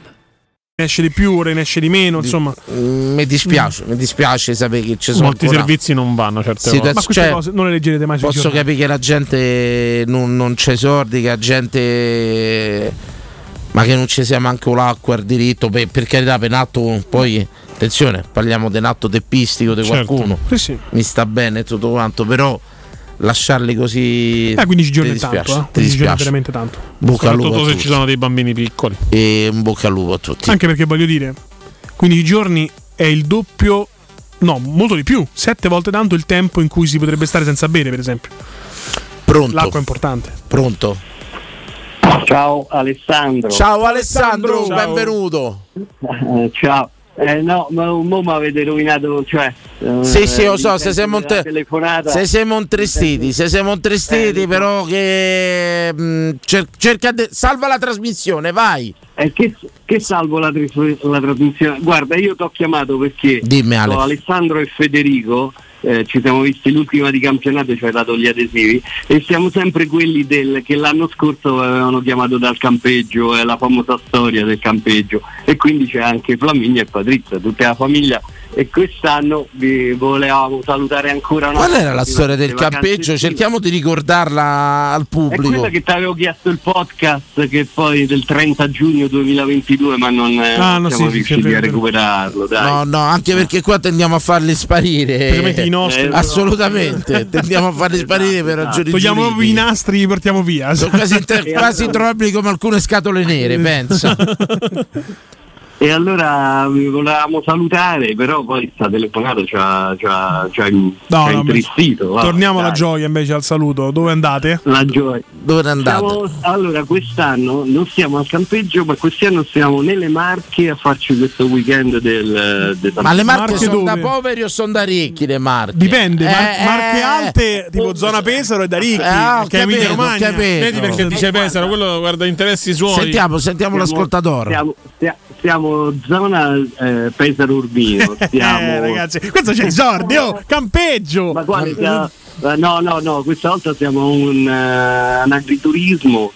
ne esce di più, ore ne esce di meno, insomma.
Mi dispiace, mi dispiace sapere che ci sono
Molti
ancora-
servizi non vanno certo. certe
Sì,
volte.
adesso-
Ma queste
cioè,
cose non le leggerete mai sui
Posso
giornali.
capire che la gente non, non c'è i sordi, che la gente. Ma che non ci sia manco l'acqua, il diritto, per, per carità, per un atto, poi attenzione, parliamo di un atto teppistico di
Certo.
qualcuno.
Sì, sì.
Mi sta bene e tutto quanto, però lasciarli così.
Eh, 15 giorni
ti
è tanto,
dispiace,
eh.
ti
15 giorni è
dispiace.
veramente tanto.
Bocca al lupo a
Soprattutto se
tutti.
ci sono dei bambini piccoli.
E un bocca al lupo a tutti.
Anche perché voglio dire, 15 giorni è il doppio, no, molto di più, 7 volte tanto il tempo in cui si potrebbe stare senza bere, per esempio.
Pronto.
L'acqua è importante.
Pronto.
Ciao Alessandro.
Ciao Alessandro,
Ciao.
benvenuto.
Eh, ciao. Eh, no, ma mo mi avete rovinato, cioè... eh,
Sì, sì, lo so,
l'intento
se siamo,
della telefonata. Eh,
se siamo intristiti, se siamo intristiti, però che mh, cer- cerca de- salva la trasmissione, vai.
Eh, che, che salvo la, tris- la trasmissione? Guarda, io ti ho chiamato perché
Dimmi, Ale.
con Alessandro e Federico eh, ci siamo visti l'ultima di campionato, ci hai dato gli adesivi, e siamo sempre quelli del, che l'anno scorso avevano chiamato dal campeggio, è la famosa storia del campeggio, e quindi c'è anche Flaminia e Patrizia, tutta la famiglia. E quest'anno vi volevamo salutare ancora una
Qual
volta
era la
durante
storia del
le vacanze
campeggio?
estive.
Cerchiamo di ricordarla al
È
pubblico.
quella che ti avevo chiesto il podcast che poi del 30 giugno 2022 ma non eh,
Ah, no,
siamo
sì, sì, è
riusciti
vero,
a
è vero.
recuperarlo. Dai.
No, no, anche perché qua tendiamo a farli sparire.
Praticamente i nostri.
Eh, Assolutamente, tendiamo a farli sparire per ragioni
Esatto, Togliamo
giuridiche.
i nastri li portiamo via. Esatto.
Sono quasi, inter- quasi troppi come alcune scatole nere, pensa.
E allora vi volevamo salutare, però poi sta telefonata ci ha, ci ha- ci ha in-
No,
ci ha
no,
intristito. va,
Torniamo alla
dai.
gioia invece al saluto. Dove andate?
La gioia.
Dove
Siamo- allora, quest'anno non siamo al campeggio, ma quest'anno siamo nelle Marche a farci questo weekend del, eh, del
Ma le marche, sono da poveri o sono da ricchi le marche?
Dipende, mar-
Eh,
marche
eh,
alte, tipo zona Pesaro e da ricchi.
Ah, ho
che è Emilia
capito, ho
Romagna.
capito.
Vedi perché dice Pesaro, quello guarda interessi suoi.
Sentiamo, sentiamo l'ascoltatore.
Siamo, sia- siamo zona eh, Pesaro Urbino. Siamo,
Eh, ragazzi, questo c'è il Zordi, oh, campeggio. Ma
quale Eh, no, no, no, questa volta siamo un, eh, un agriturismo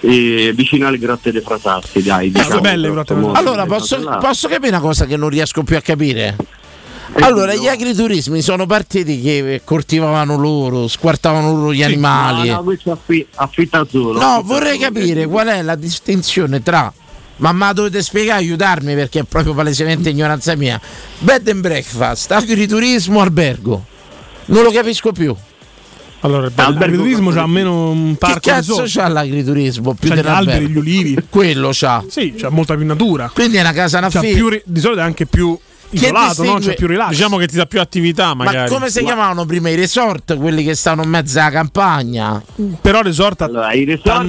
eh, vicino alle grotte dei Frasassi, dai.
Ah,
diciamo, grosso modo.
Allora, posso,
Là.
posso capire una cosa che non riesco più a capire?
Eh,
Allora,
no.
gli agriturismi sono partiti che coltivavano loro, squartavano loro gli animali.
No, no, questo affi- affitta solo.
No, vorrei capire qual è la distinzione tra. Ma ma dovete spiegare, aiutarmi perché è proprio palesemente ignoranza mia. Bed and breakfast, agriturismo, albergo. Non lo capisco più.
Allora, il L'albergo c'ha almeno un parco.
Che
sopra.
cazzo c'ha l'agriturismo? Più
C'ha gli
dell'albergo?
alberi, gli ulivi.
Quello c'ha.
Sì, c'ha molta più natura.
Quindi è una casa una
C'ha
fi-
più ri- Di solito è anche più
Che
isolato, no?
distingue-
C'è più relax.
Diciamo
che ti dà più attività,
Ma come si chiamavano prima i resort? Quelli che stanno in mezzo alla campagna?
Però resort ha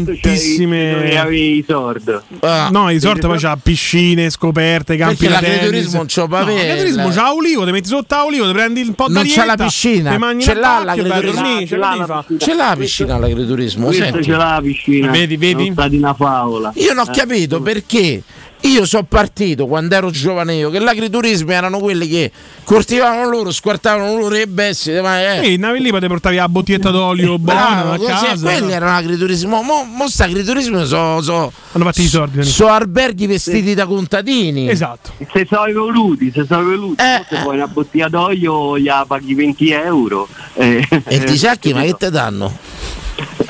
cioè, i-
tantissime.
dove avevi
i sord.
Ah.
no, i sord poi c'ha piscine, scoperte, campi
Perché
da tennis.
l'agriturismo non c'ho pavella.
l'agriturismo c'ha olivo, ti metti sotto a olivo, ti prendi il po'
Non c'è
d'arietta,
la piscina,
ti mangi
ce
una
l'ha
pacchia, vai a dormire, ce l'ha la piscina.
l'agriturismo. Ah, Ce l'ha la piscina l'agriturismo.
Questo
senti.
ce l'ha la piscina, Vedi, vedi? non sta di
una favola. Io non ho
Eh.
capito perché io sono partito quando ero giovane io che l'agriturismo erano quelli che coltivavano loro, squartavano loro e bessi. Ma eh.
Sì, andavi lì, poi ti portavi la bottiglietta d'olio buona
Bravo,
a
così,
casa.
quelli erano agriturismo. Mo, mo sta agriturismo so, so,
Hanno fatto i soldi. Denis.
so alberghi vestiti da contadini.
Esatto.
Se sono evoluti, se sono evoluti,
Eh,
se vuoi una bottiglia d'olio la paghi 20 euro. Eh,
E ti sacchi, ma che te danno?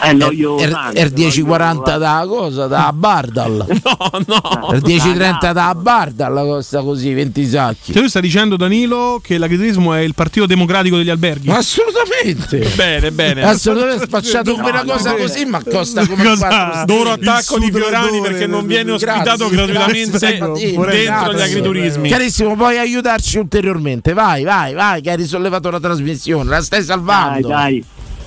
Eh, l'olio
Er-
umano,
er 10,40 da cosa? Da Bardal.
no.
Er 10,30 da Bardal costa così, 20 sacchi.
Cioè, tu stai dicendo, Danilo, che l'agriturismo è il partito democratico degli alberghi?
assolutamente!
Bene, bene.
Assolutamente spacciato come una
No,
cosa
no,
così,
no.
ma costa come
Cosa?
quattro stelle.
Duro attacco di Fiorani perché non viene ospitato gratuitamente dentro gli agriturismi.
Carissimo, puoi aiutarci ulteriormente. Vai, vai, vai, che hai risollevato la trasmissione, la stai
Dai,
salvando.
dai.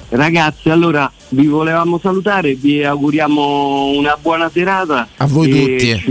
Ragazzi, allora vi volevamo salutare, vi auguriamo una buona serata.
A voi
E
tutti.
Ci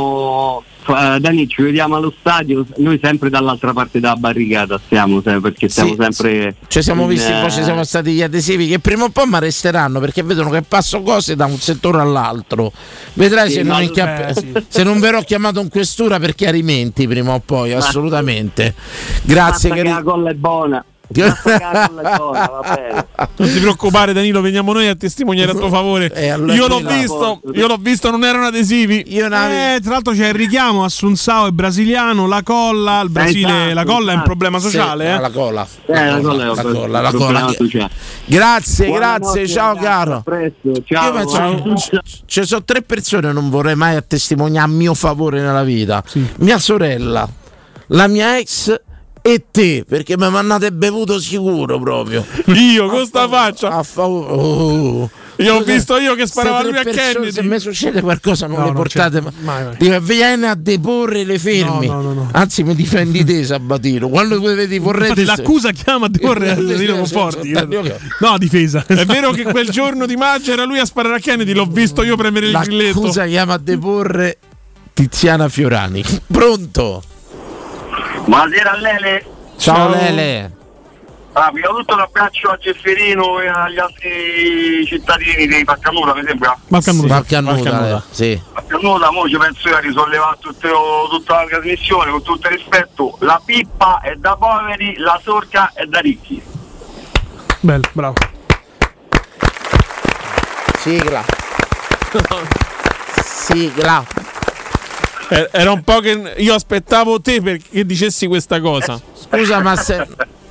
vediamo. fa- Dani, ci vediamo allo stadio, noi sempre dall'altra parte della barricata stiamo, se- perché siamo sempre...
Ci siamo
in,
visti,
eh,
poi ci siamo stati gli adesivi che prima o poi ma resteranno perché vedono che passo cose da un settore all'altro. Vedrai
Sì,
se,
ma
non
lo-
incap-
eh, sì.
se non verrò chiamato in questura per chiarimenti prima o poi, assolutamente. Grazie,
basta che la colla è buona. basta che la colla è buona, va bene.
Non ti preoccupare, Danilo, veniamo noi a testimoniare a tuo favore.
Eh, allora
io l'ho
sì, la
visto,
porto.
io l'ho visto, non erano adesivi.
Io
Eh, tra l'altro c'è il richiamo, Assunzao è brasiliano, la colla, il Brasile,
Esatto,
la colla è un
esatto.
problema sociale.
Sì,
eh.
la colla.
Eh, la colla è un
La
pro-
colla, la
problema
colla.
sociale.
Grazie,
Buonanotte,
grazie, ciao
ragazzi,
caro.
a presto, ciao.
Io penso
Ciao.
che c- ci sono tre persone che non vorrei mai a testimoniare a mio favore nella vita. Mia sorella, la mia ex e te, perché mi mandate bevuto sicuro proprio.
Io con sta faccia.
A favore. oh.
Io ho
Scusa,
visto io che sparava
se tre
lui a
persone-
Kennedy.
Se mi succede qualcosa non
No,
le
non
portate
c'è.
ma-
Mai, mai.
Dico, viene a deporre le fermi.
No, no, no, no.
Anzi, mi difendi te, Sabatino. Quando tu vedi vorrei.
Infatti, l'accusa chiama a Torre Danilo Conforti. No, difesa.
È
Esatto.
vero che quel giorno di maggio era lui a sparare a Kennedy, l'ho visto io premere il grilletto.
L'accusa chiama a deporre Eh, Tiziana Fiorani. Pronto?
Buonasera a Lele.
Ciao, Lele.
Ah, prima di tutto un abbraccio a Gefferino e agli altri cittadini di Paccanura, mi sembra.
Balcanuda. Balcanuda,
Balcanuda.
eh, Sì.
Paccanura, mo ci penso io a risollevare tutto- tutta la trasmissione, con tutto il rispetto. La pippa è da poveri, la sorca è da ricchi.
Bello, bravo.
Sigla. Sigla.
Eh, Era un po' che io aspettavo te perché dicessi questa cosa.
Scusa, ma se.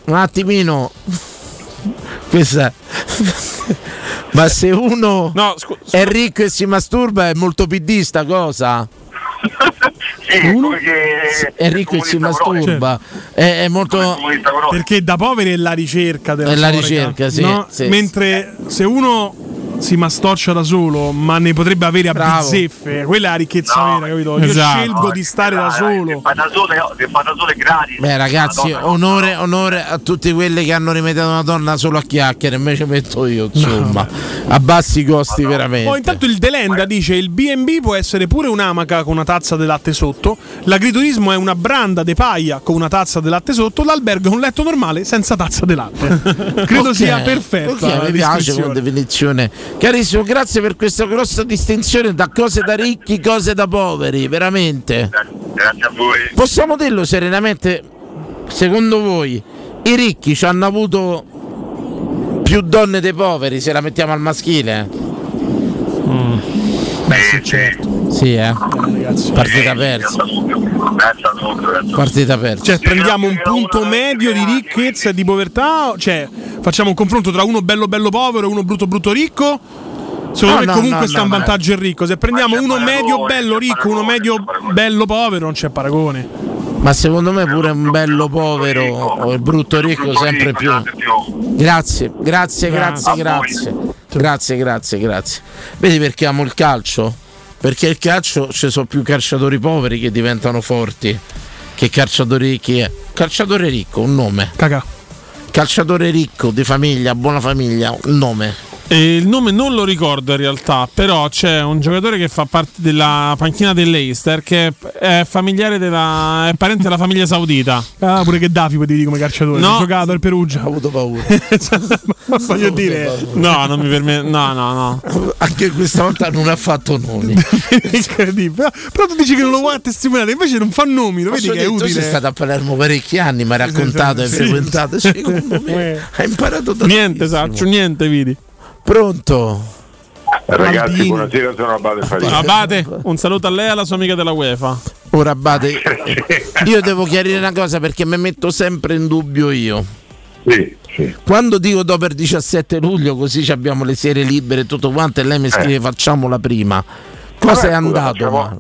Un attimino. Questa. ma se uno è ricco e si masturba è molto pidista cosa? Eh, Se È ricco e si masturba. È, è molto.
Perché da poveri è la ricerca della
È la
storica,
ricerca, sì,
no?
sì.
Mentre se uno si mastorcia da solo, ma ne potrebbe avere a
Bravo.
bizzeffe, quella è la ricchezza vera, capito? Io
Esatto.
scelgo di stare da solo.
Ma da solo, è- se fa da solo è gratis.
Beh ragazzi,
Madonna,
onore, onore a tutti quelli che hanno rimediato una donna solo a chiacchiere, invece metto io, insomma, a bassi costi veramente.
Oh, intanto il Delenda dice il B&B può essere pure un'amaca con una tazza di latte sotto, l'agriturismo è una branda de paia con una tazza di latte sotto, l'albergo è un letto normale senza tazza di latte. Credo
Ok,
sia perfetta
ok,
la
mi piace
descrizione.
come definizione. Carissimo, grazie per questa grossa distinzione da cose da ricchi, cose da poveri, veramente.
Grazie a voi.
Possiamo dirlo serenamente, secondo voi, i ricchi ci hanno avuto più donne dei poveri se la mettiamo al maschile?
Beh, certo.
Sì, eh. Partita
Sì,
persa.
Senza dubbio, senza
Partita persa.
Cioè, prendiamo un punto medio di ricchezza e di povertà, cioè facciamo un confronto tra uno bello bello povero e uno brutto brutto ricco. Secondo
No,
me
no,
comunque
no,
sta
no,
in
no.
vantaggio il ricco. Se prendiamo uno medio bello ricco, uno medio bello povero, non c'è paragone.
eh, Ma secondo me pure un bello povero o il brutto ricco sempre più. Grazie, grazie, grazie,
Grazie.
grazie. Grazie, grazie, grazie. Vedi perché amo il calcio? Perché il calcio ci sono più calciatori poveri che diventano forti che calciatori ricchi. eh. Calciatore ricco, un nome. Calciatore ricco, di famiglia, buona famiglia, un nome.
E il nome non lo ricordo in realtà, però c'è un giocatore che fa parte della panchina dell'Eister che è familiare della. è parente della famiglia saudita.
Ah, pure che Davi potevi dire come calciatore.
No.
Ha giocato al Perugia. Ho
avuto paura.
Ma voglio dire.
No, non mi permetto. No, no, no.
Anche questa volta non ha fatto nomi.
Incredibile. Però, però tu dici che non lo vuoi testimoniare, invece non fa nomi, lo vedi
Posso
che è
dire, Tu
utile.
sei stato a Palermo parecchi anni, mi hai raccontato, hai
Sì.
frequentato. Secondo me hai imparato tantissimo.
Niente, Saccio, niente, vedi.
Pronto?
Ragazzi,
Albini.
buonasera, sono Abate Farina.
Abate, un saluto a lei e alla sua amica della UEFA.
Ora Abate, io devo chiarire una cosa perché mi metto sempre in dubbio io.
Sì,
Quando dico dopo il 17 luglio così ci abbiamo le sere libere e tutto quanto e lei mi scrive facciamo la prima. Cosa
Eh.
è
Vabbè, scusa,
andato?
facciamo-
ma?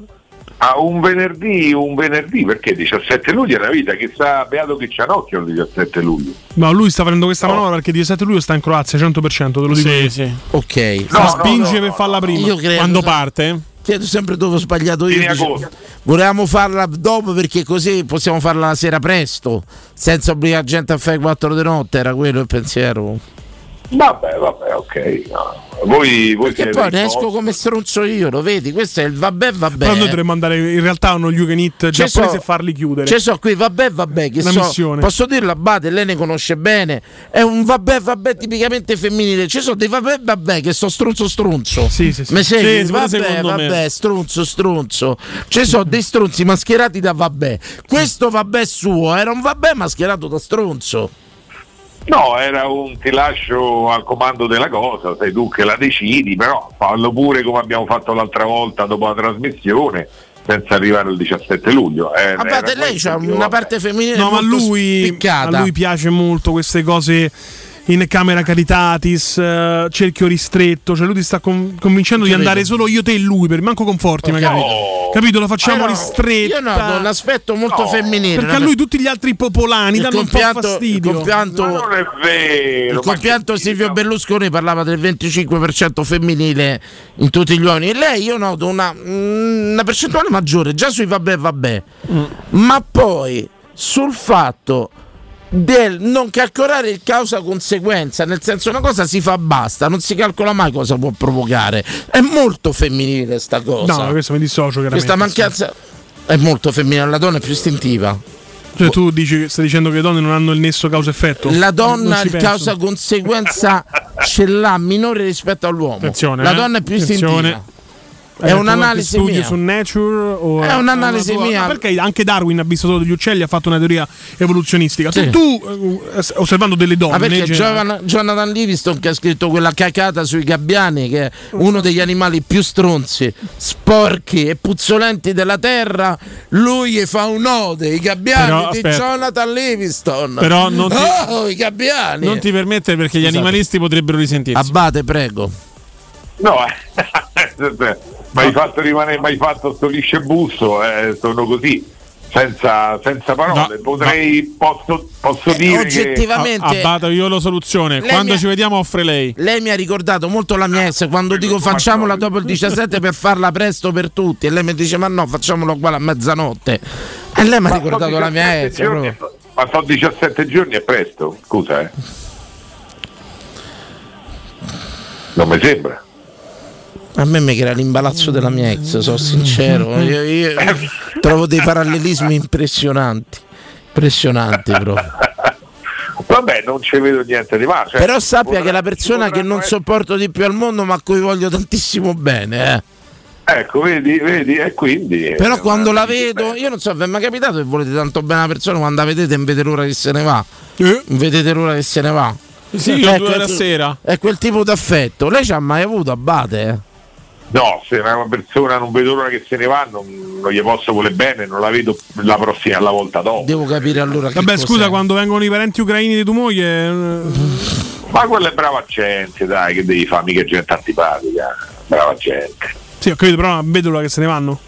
Ah, un venerdì, un venerdì, perché 17 luglio è una vita che sta beato che c'anocchia il 17 luglio.
Ma lui sta prendendo questa manovra perché il 17 luglio sta in Croazia 100%, te lo dico.
Sì,
io.
sì.
Ok.
La spinge per farla prima.
Io credo-
Quando parte.
Chiedo sempre dove ho sbagliato io.
Fine
dicevo,
agosto.
volevamo farla dopo perché così possiamo farla la sera presto, senza obbligare gente a fare 4 di notte, era quello il pensiero.
Vabbè, vabbè, ok. no. Voi, voi
Che
siete
poi
in
ne esco
posto.
come stronzo io, lo vedi? Questo è il vabbè, vabbè.
Però noi dovremmo andare in realtà a uno Yugen Hit
Ci
giapponese
so-
e farli chiudere.
Ci Cioè, so qui, vabbè, vabbè, che
Una
so,
missione.
posso dirlo Abate, lei ne conosce bene, è un vabbè, vabbè tipicamente femminile, ci sono dei vabbè, vabbè che sono stronzo, stronzo,
sì, sì, sì.
Mi
Sì,
segui?
pure
vabbè,
secondo me.
vabbè, stronzo, stronzo, ci sono dei stronzi mascherati da vabbè, questo vabbè suo era un vabbè mascherato da stronzo.
No, era un ti lascio al comando della cosa, sei tu che la decidi, però fallo pure come abbiamo fatto l'altra volta dopo la trasmissione, senza arrivare al 17 luglio. Eh, era
Abate, lei
questo
c'ha
il mio
una
vabbè.
parte femminile
No, ma a
molto
lui,
spiccata.
a lui piace molto queste cose in camera caritatis, eh, cerchio ristretto. Cioè, lui ti sta con- convincendo di
Capito.
andare solo io, te e lui. Per manco conforti, magari. Capito? Lo facciamo
Ah, no.
ristretta.
Io noto un aspetto molto femminile.
Perché a
no?
lui tutti gli altri popolani
Il
danno un po'
compianto-
fastidio.
il compianto- Ma non
è
Il
vero.
compianto Silvio Berlusconi parlava del 25% femminile in tutti gli uomini. E lei io noto una, mm, una percentuale maggiore già sui vabbè vabbè.
Mm.
Ma poi sul fatto del non calcolare il causa conseguenza, nel senso una cosa si fa basta, non si calcola mai cosa può provocare. È molto femminile sta cosa.
No, questo mi dissocio.
Questa
chiaramente,
mancanza è molto femminile, la donna è più istintiva.
Cioè, tu dici, che- stai dicendo che le donne non hanno il nesso causa-effetto?
La
Non
donna
ci
il
penso.
causa conseguenza ce l'ha minore rispetto all'uomo.
Attenzione,
la
eh.
donna è più
Attenzione.
istintiva. È
Hai
un'analisi
fatto qualche
mia.
studio su Nature o
È
eh,
un'analisi
una tua-
mia.
Ma Perché anche Darwin ha visto solo degli uccelli ha fatto una teoria evoluzionistica. Se
Sì.
tu eh, s- osservando delle donne cioè-
Ma perché
in generale-
Giovan- Jonathan Livingston che ha scritto quella cacata sui gabbiani, che è uno degli animali più stronzi, sporchi e puzzolenti della terra, lui gli fa un'ode, i gabbiani
Però,
di
aspetta.
Jonathan Livingston.
Però non ti-
Oh, i gabbiani!
Non ti permettere perché gli
Scusate.
animalisti potrebbero risentirsi.
Abbate, prego.
No, eh, mi hai fatto rimanere, mi hai fatto sto liscio e busso, eh, sono così, senza, senza parole. Potrei, posso, posso dire
Eh, oggettivamente-
che...
Abbato, io ho la soluzione.
Lei
Quando
mi ha-
ci vediamo offre lei.
Lei mi ha ricordato molto la mia ex quando dico facciamola dopo il 17 per farla presto per tutti e lei mi dice ma no facciamola uguale a mezzanotte e lei mi ha ricordato la mia ex. proprio.
Ma sono 17 giorni è presto, scusa eh. Non mi sembra.
A me mi crea l'imbalazzo della mia ex, sono sincero, io, io trovo dei parallelismi impressionanti, impressionanti proprio.
Vabbè, non ci vedo niente di male. cioè,
Però sappia
potrà-
che la persona che non sopporto di più al mondo ma a cui voglio tantissimo bene, eh.
Ecco, vedi, vedi, e quindi... eh,
Però quando la vedo, io non so, vi è mai capitato che volete tanto bene una persona, quando la vedete non vedete l'ora che se ne va. Non vedete l'ora che se ne va.
Sì, io due alla
è-
sera.
È quel tipo d'affetto. Lei ci ha mai avuto abate?
No, se una persona non vedo l'ora che se ne va, non, non gli posso voler bene, non la vedo la prossima, la volta dopo.
Devo capire allora che
Vabbè,
cos'è.
scusa, quando vengono i parenti ucraini di tua moglie. eh,
Ma quella è brava gente, dai, che devi fare, mica gente
eh.
antipatica. Brava gente.
Sì, ho capito, però vedo che se ne vanno.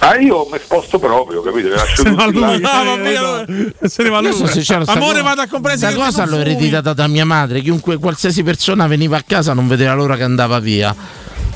Ah, io mi sposto proprio, capito? Mi lascio tutti là.
Se ne va
Io
lui.
sono sincero, sta
Amore,
cosa-
vado a comprare
Sta
sigarette
cosa
con
l'ho
fumi.
ereditata da mia madre. Chiunque, qualsiasi persona veniva a casa non vedeva l'ora che andava via.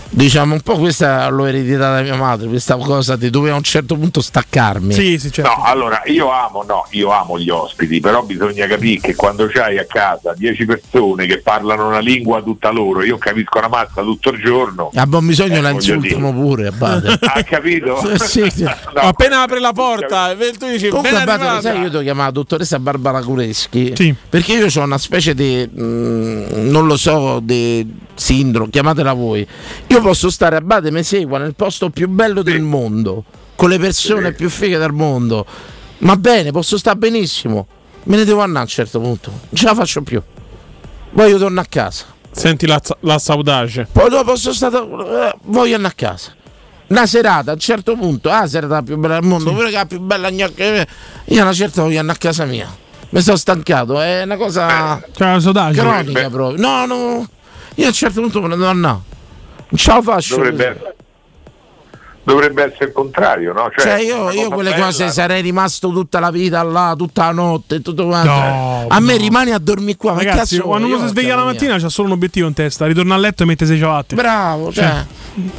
Diciamo un po' questa l'ho ereditata da mia madre, questa cosa di dove a un certo punto staccarmi.
certo.
No, allora io amo, no, io amo gli ospiti, però bisogna capire che quando c'hai a casa 10 persone che parlano una lingua tutta loro, io capisco una mazza tutto il giorno.
A buon bisogno
Eh,
la
voglio
insultano pure, Abate.
Ha capito?
Sì, sì.
Appena apre la porta, e tu dici:
Comunque,
"Ben
Abate, lo
arrivata".
sai, io ti ho chiamato dottoressa Barbara Cureschi. Perché io ho una specie di. mm, non lo so, di sindrome, chiamatela voi. Io posso stare a Bade mi segua nel posto più bello del mondo, con le persone più fighe del mondo. Ma bene, posso stare benissimo. Me ne devo andare a un certo punto. Non ce la faccio più. Poi io torno a casa.
Senti la, la saudage.
Poi dopo sono stato. eh, voglio andare a casa. Una serata, a un certo punto, ah, serata più bella del mondo, pure che è la più bella gnocca. eh, Io una certa voglio andare a casa mia. Mi sono stancato, è una cosa. cronica proprio. No, no. Io a un certo punto me ne devo andare. Non ce la faccio.
Dovrebbe, dovrebbe essere il contrario, no? Cioè,
Cioè, io,
una
io
cosa
quelle
bella-
cose sarei rimasto tutta la vita là, tutta la notte, tutto quanto.
No,
a me rimani a dormire qua, ma che
Ragazzi,
cazzo
quando
vuoi?
uno
Io cioè,
si
ho
sveglia la
casa mia.
mattina c'ha solo un obiettivo in testa, ritorna a letto e mette sei ciabatte.
Bravo, cioè.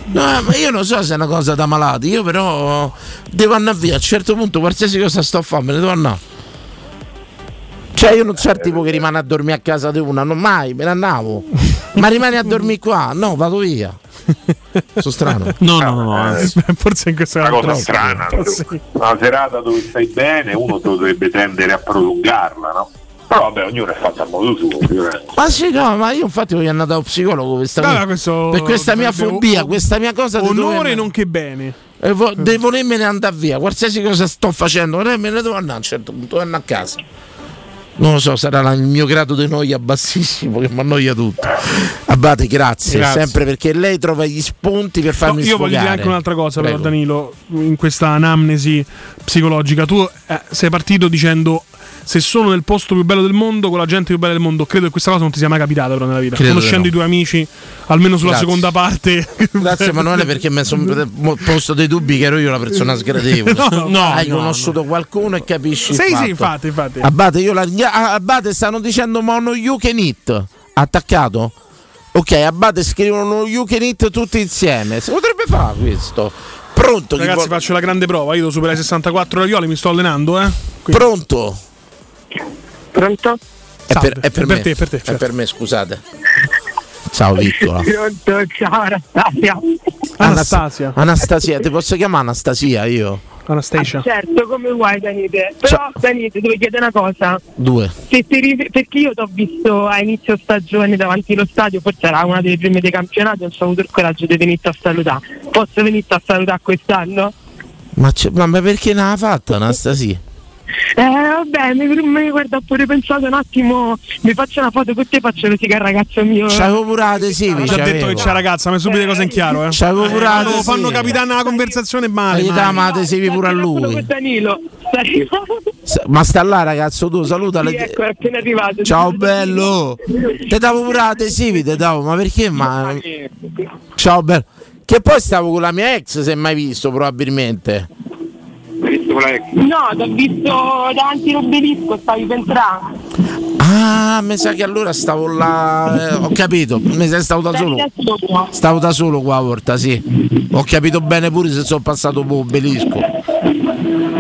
No, ma io non so se è una cosa da malati, io però devo andare via. A un certo punto, qualsiasi cosa sto a fare, me ne devo andare. Cioè, io non sono il tipo che rimane a dormire a casa di una, non mai, me ne andavo. Ma rimani a dormire qua? No, vado via. Sono strano.
No, no, no, no.
anzi. Forse in questa
Una cosa
altra-
strana,
Forse-
una serata dove stai bene, uno dovrebbe tendere a prolungarla, no? Però vabbè, ognuno è fatto a modo suo, ovviamente.
Ma sì, no, ma io infatti voglio andare da psicologo per questa,
No,
mia-
no, questo
per questa mia
sarebbe
fobia,
un-
questa mia cosa di
Onore Eh.
dovermene-
nonché bene.
e vo- di volermene andare via, qualsiasi cosa sto facendo, eh, me ne devo andare a un certo punto, andare a casa. Non lo so, sarà la- il mio grado di noia bassissimo che mi annoia tutto. Abate, grazie,
Grazie.
sempre perché lei trova gli spunti per
No,
farmi
io
sfogare.
voglio dire anche un'altra cosa, però,
Prego.
Danilo, in questa anamnesi psicologica. Tu eh, sei partito dicendo: Se sono nel posto più bello del mondo, con la gente più bella del mondo, credo che questa cosa non ti sia mai capitata però nella vita.
Credo
Conoscendo
di
i tuoi amici, almeno sulla
Grazie.
seconda parte.
Grazie Emanuele perché mi sono posto dei dubbi che ero io la persona sgradevole.
No, no,
Hai
no,
conosciuto qualcuno e capisci. il
Sì,
fatto.
sì, infatti, infatti.
Abate, io la, ah, Abate stanno dicendo ma no you can eat. Attaccato? Ok, Abate scrivono you can eat tutti insieme. Si potrebbe fare questo. Pronto, chi
Ragazzi,
vuol-
faccio la grande prova. Io devo superare i 64 ravioli, mi sto allenando, eh.
Pronto?
Pronto?
È per, è
per
per me.
te, certo. per te,
È per me, scusate. Ciao Vittola.
Pronto, ciao Anastasia.
Anastasia. Anastasia, ti posso chiamare Anastasia io?
Anastasia.
Certo, come vuoi Danite. Però Danite, devo chiedere una cosa.
Due.
Se ti ri- perché io ti ho visto a inizio stagione davanti allo stadio, forse era una delle prime dei campionati, non ho avuto il coraggio di venirti a salutare. Posso venirti a salutare quest'anno?
Ma, c'è- ma- ma perché non l'ha fatta Anastasia?
Eh vabbè, mi, mi guarda pure pensato un attimo, mi faccio una foto con te, faccio rosicare il ragazzo mio.
C'avevo pure la
Ho
tesivi,
già detto
c'avevo.
che c'è ragazza, ma subito le cose in chiaro, eh.
C'avevo pure la
quando
tesina.
fanno capitana la conversazione male.
Gli dà
male.
ma tesivi pure a lui.
ecco, Danilo, stai...
Sa- Ma sta là ragazzo tu, saluta
Sì, ecco, è appena arrivato.
Ciao bello! Te davo pure la tesivi, te davo, ma perché? Ma... Ciao bello! Che poi stavo con la mia ex, se mai visto probabilmente.
No, ti ho visto davanti all'obelisco, stavi per entrare.
Ah, mi sa che allora stavo là. eh, ho capito, mi sa che stavo da solo. Stavo da solo qua a Porta, sì. Ho capito bene pure se sono passato un obelisco.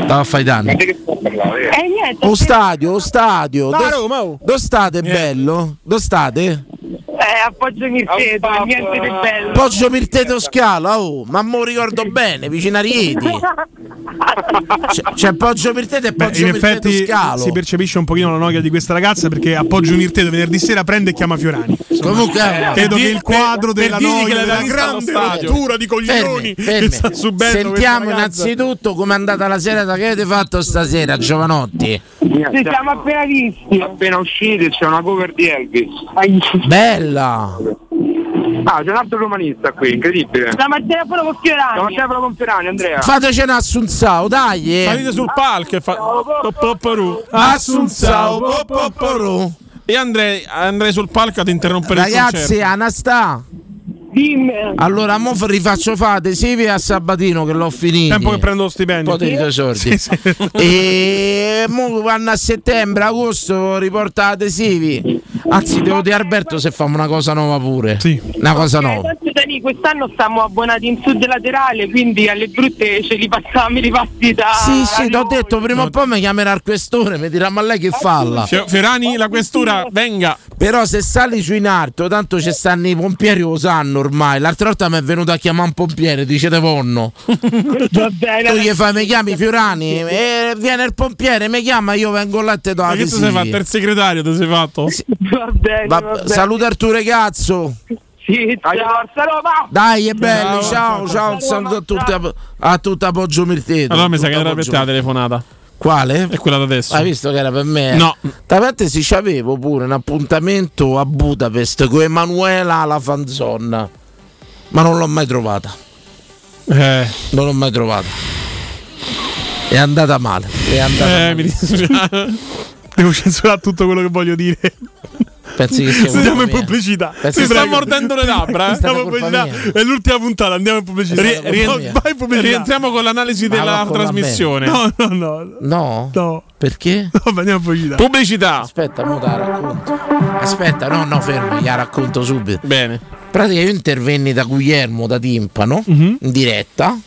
Stavo a fare i danni.
Eh niente.
O stadio, o stadio.
Ma
Do-
Roma, oh.
do state bello? Do state?
Eh, appoggio Mirceto, niente di bello.
Poggio Mirteto Scala, oh, ma mo ricordo bene, vicino a Rieti. C'è, c'è Poggio Mirteto e
Beh,
Poggio
in
Mirteto
effetti
Scalo.
si percepisce un pochino la noia di questa ragazza perché appoggio un irteto venerdì sera prende e chiama Fiorani. Insomma,
Comunque, eh,
credo
per
che
dir-
il quadro
per-
della
per dirgli
noia,
che l'aveva
della
vista allo
grande
stadio.
rottura di coglioni
Fermi,
che
fermi.
sta subendo
Sentiamo
questa ragazza.
innanzitutto com'è andata la serata che avete fatto stasera, giovanotti.
Ci siamo appena visti.
Appena uscite c'è una cover di Elvis.
Bella!
Ah, c'è un altro romanista qui, incredibile.
La mattina però con Fiorani.
La mattina però con Fiorani, Andrea.
Fateci un assunzao, dai! eh.
Salite sul palco e fa. Popporu.
Assunzao, popporu.
Io andrei, andrei sul palco ad interrompere il
Ragazzi,
concerto.
Anastà,
dimmi.
Allora, mo f- rifaccio fate Silvia a Sabatino che l'ho finito.
Tempo che prendo lo stipendio.
Un po' di risordi.
Sì, sì.
E mo vanno a settembre, agosto, riporta adesivi. Anzi, devo dire a Alberto se famo una cosa nuova pure. Una cosa nuova.
Adesso da lì, quest'anno siamo abbonati in sud laterale, quindi alle brutte ce li passiamo i ripasti da.
Sì, sì, ti ho detto prima o poi mi chiamerà il questore, mi dirà ma lei che falla.
Fio- Fiorani, la questura, venga.
Però se sali su in alto, tanto ci stanno i pompieri, lo sanno ormai. L'altra volta mi è venuto a chiamare un pompiere, dice te vonno. tu gli fai, mi chiami Fiorani, e viene il pompiere, mi chiama, io vengo là e te do la
Ma che tu sei fatto?
visione.
Il segretario ti sei fatto?
Va bene,
Va-
va bene.
saluta Arturo Cazzo.
Sì, forza Roma!
Dai, è belli,
Ciao.
ciao, ciao, un saluto a tutta, a tutta Poggio Mirteto.
Allora mi sa che
Tutta
era per
Poggio
te la telefonata.
Quale?
È quella da adesso.
Hai visto che era per me?
No.
Tra parte sì, c'avevo pure un appuntamento a Budapest con Emanuela la fanzonna. Ma non l'ho mai trovata. Non l'ho mai trovata. È andata male. È andata male.
Eh, Devo censurare tutto quello che voglio dire.
Pensi che sia
Andiamo
colpa
in
mia?
pubblicità.
Pensi
Ti
che
sta
sia-
mordendo le labbra.
È
Eh?
stata
Andiamo in
colpa
pubblicità.
mia.
È l'ultima puntata. Andiamo in pubblicità.
Ri-
Vai-
rientri-
vai in pubblicità.
rientriamo con l'analisi
Ma
della
va con la
trasmissione.
me. No, no, no.
No?
No.
Perché?
No, ma andiamo in pubblicità.
Pubblicità.
Aspetta, mo te la racconto. Aspetta, no, no, fermo, gliela racconto subito.
Bene.
Praticamente io intervenni da Guglielmo da Timpano
Mhm.
in diretta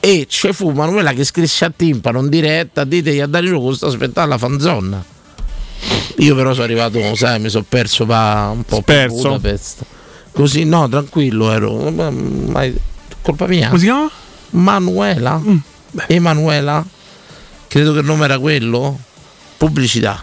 e c'è fu Manuela che scrisse a Timpano in diretta, ditegli a Dario Rocco sto aspettando la fanzonna. Io però sono arrivato, sai, mi sono perso pa- un po' per
Sperso.
Budapest. Così no, tranquillo ero. Ma, ma- colpa mia.
Come si chiama? Mm,
Manuela. Emanuela. Credo che il nome era quello. Pubblicità.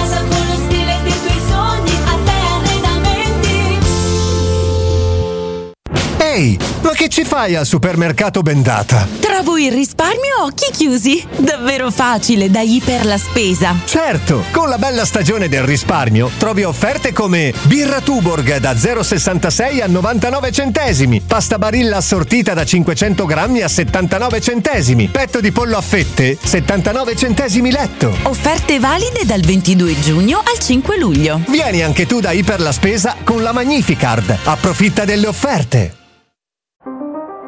casa con lo stile dei tuoi sogni, a te arredamenti.
Ehi, ma che ci fai al supermercato Bendata?
Trovo il risparmio a occhi chiusi. Davvero facile da Iper la spesa.
Certo, con la bella stagione del risparmio trovi offerte come birra Tuborg da 0,66 a 99 centesimi, pasta barilla assortita da 500 grammi a 79 centesimi, petto di pollo a fette 79 centesimi letto.
Offerte valide dal 22 giugno al 5 luglio.
Vieni anche tu da Iper la Spesa con la Magnificard. Approfitta delle offerte.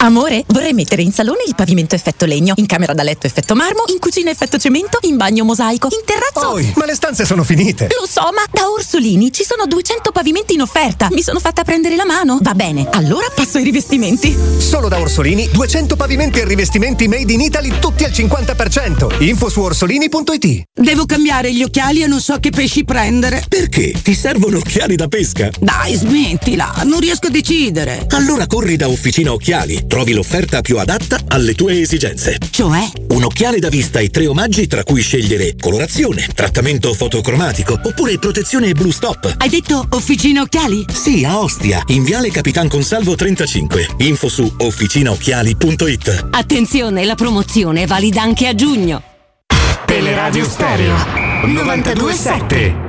Amore, vorrei mettere in salone il pavimento effetto legno, in camera da letto effetto marmo, in cucina effetto cemento, in bagno mosaico, in terrazzo.
Ma le stanze sono finite.
Lo so, ma da Orsolini ci sono 200 pavimenti in offerta. Mi sono fatta prendere la mano. Va bene, allora passo ai rivestimenti.
Solo da Orsolini 200 pavimenti e rivestimenti made in Italy tutti al 50%. Info su orsolini.it.
Devo cambiare gli occhiali e non so che pesci prendere.
Perché? Ti servono occhiali da pesca?
Dai, smettila, non riesco a decidere.
Allora corri da Officina Occhiali.
trovi l'offerta più adatta alle tue esigenze.
Cioè?
Un occhiale da vista e tre omaggi tra cui scegliere colorazione, trattamento fotocromatico oppure protezione blu stop.
Hai detto Officina Occhiali?
Sì, a Ostia, in Viale Capitan Consalvo 35. Info su officinaocchiali.it.
Attenzione, la promozione è valida anche a giugno.
Teleradio Stereo 927.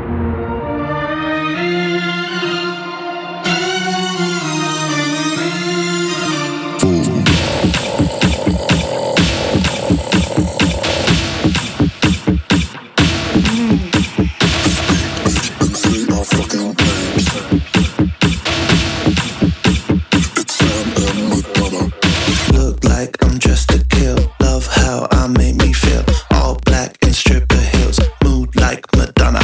Look like I'm dressed to kill. Love how I made me feel. All black and stripper heels. Mood like Madonna.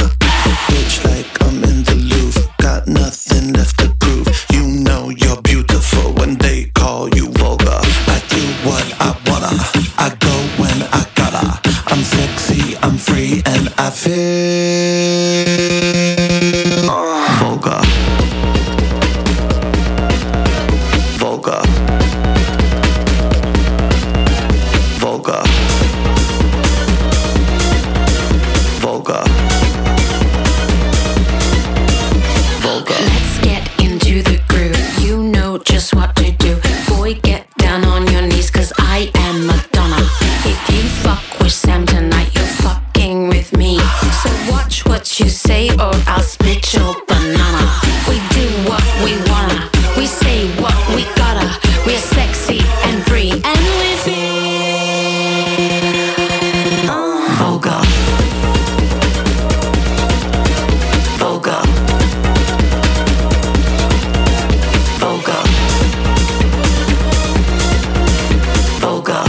Bitch like I'm in the Louvre. Got nothing left to prove. You know you're beautiful when they call you vulgar. I do what I wanna. I go when I gotta. I'm sexy, I'm free, and I feel vulgar. Vulgar. Vulgar. Vulgar. Vulgar.
Let's get into the groove. You know just what to do. Boy, get down on your knees, cause I am Madonna. If you fuck with Sam tonight, you're fucking with me. So watch what you say, or I'll split your banana. We do what we wanna, we say what we gotta. We're sexy and free, and we feel.
Vulgar. Vulgar. Vulgar. Vulgar. Vulgar.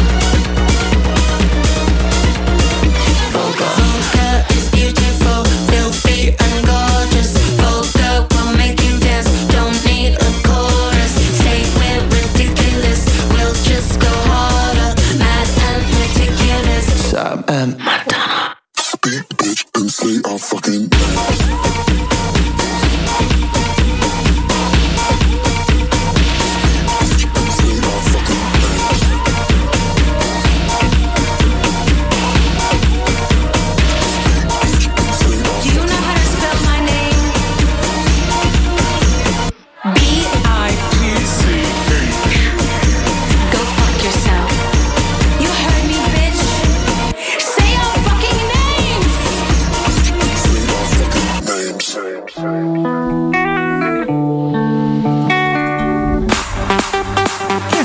Vulgar is beautiful, filthy and gorgeous. Vulgar will make you dance. Don't need a chorus. Say we're ridiculous. We'll just go harder, mad and ridiculous.
Sam and Madonna. Big bitch and say I fucking.
Do you know how to spell my name? B I T C K. Go fuck yourself. You heard me, bitch. Say our fucking names.